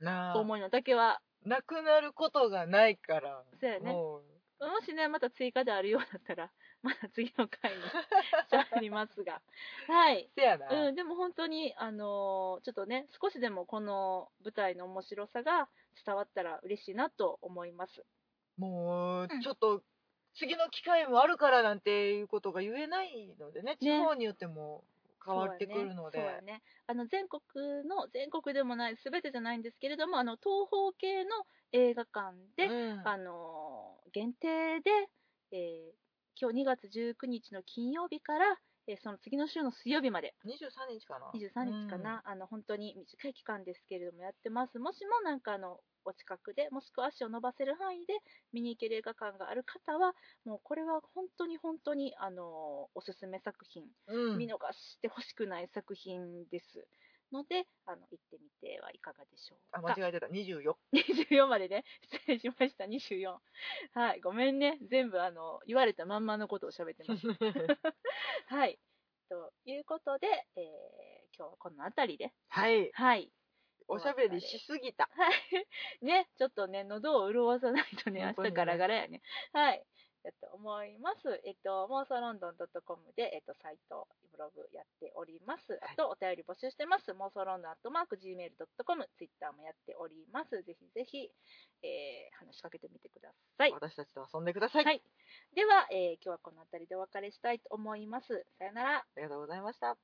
Speaker 2: なあ
Speaker 1: 思いのだけは
Speaker 2: なくなることがないから
Speaker 1: そうやね
Speaker 2: もう
Speaker 1: もしねまた追加であるようだったらまた次の回
Speaker 2: [laughs]
Speaker 1: に喋りますがはい
Speaker 2: せやな、
Speaker 1: うん、でも本当に、あのーちょっとね少しでもこの舞台の面白さが伝わったら嬉しいなと思います
Speaker 2: もう
Speaker 1: うん
Speaker 2: ちょっと次の機会もあるからなんていうことが言えないのでね地方によっても変わってくるので、
Speaker 1: そうやねそうやねあの全国の全国でもない全てじゃないんですけれどもあの東方系の映画館で、
Speaker 2: うん
Speaker 1: あのー限定で、えー今日2月19日の金曜日から、えーその次の週の水曜日まで
Speaker 2: 23日かな
Speaker 1: 23日かな、、あの本当に短い期間ですけれどもやってますもしもなんかあのお近くでもしくは足を伸ばせる範囲で見に行ける映画館がある方はもうこれは本当に本当にあのおすすめ作品、
Speaker 2: うんうん
Speaker 1: 見逃してほしくない作品ですのであの行ってみてはいかがでしょうか
Speaker 2: あ間違えてた24
Speaker 1: 24までね [laughs] 失礼しました24はいごめんね全部あの言われたまんまのことを喋って [laughs] ますはいということで、えー今日はこの辺りで
Speaker 2: [laughs] はい
Speaker 1: はい
Speaker 2: おしゃべりしすぎた
Speaker 1: はいねちょっとね喉を潤さないとね明
Speaker 2: 本当に
Speaker 1: 日
Speaker 2: ね
Speaker 1: ガラガラやねはいだと思いますえっと妄想ロンドン .com で、えっと、サイトブログやっておりますあとお便り募集してます妄想ロンドンアットマーク Gmail.com ツイッターもやっておりますぜひぜひ、えー話しかけてみてください
Speaker 2: 私たちと遊んでください、
Speaker 1: はいでは、えー今日はこの辺りでお別れしたいと思いますさよなら
Speaker 2: ありがとうございました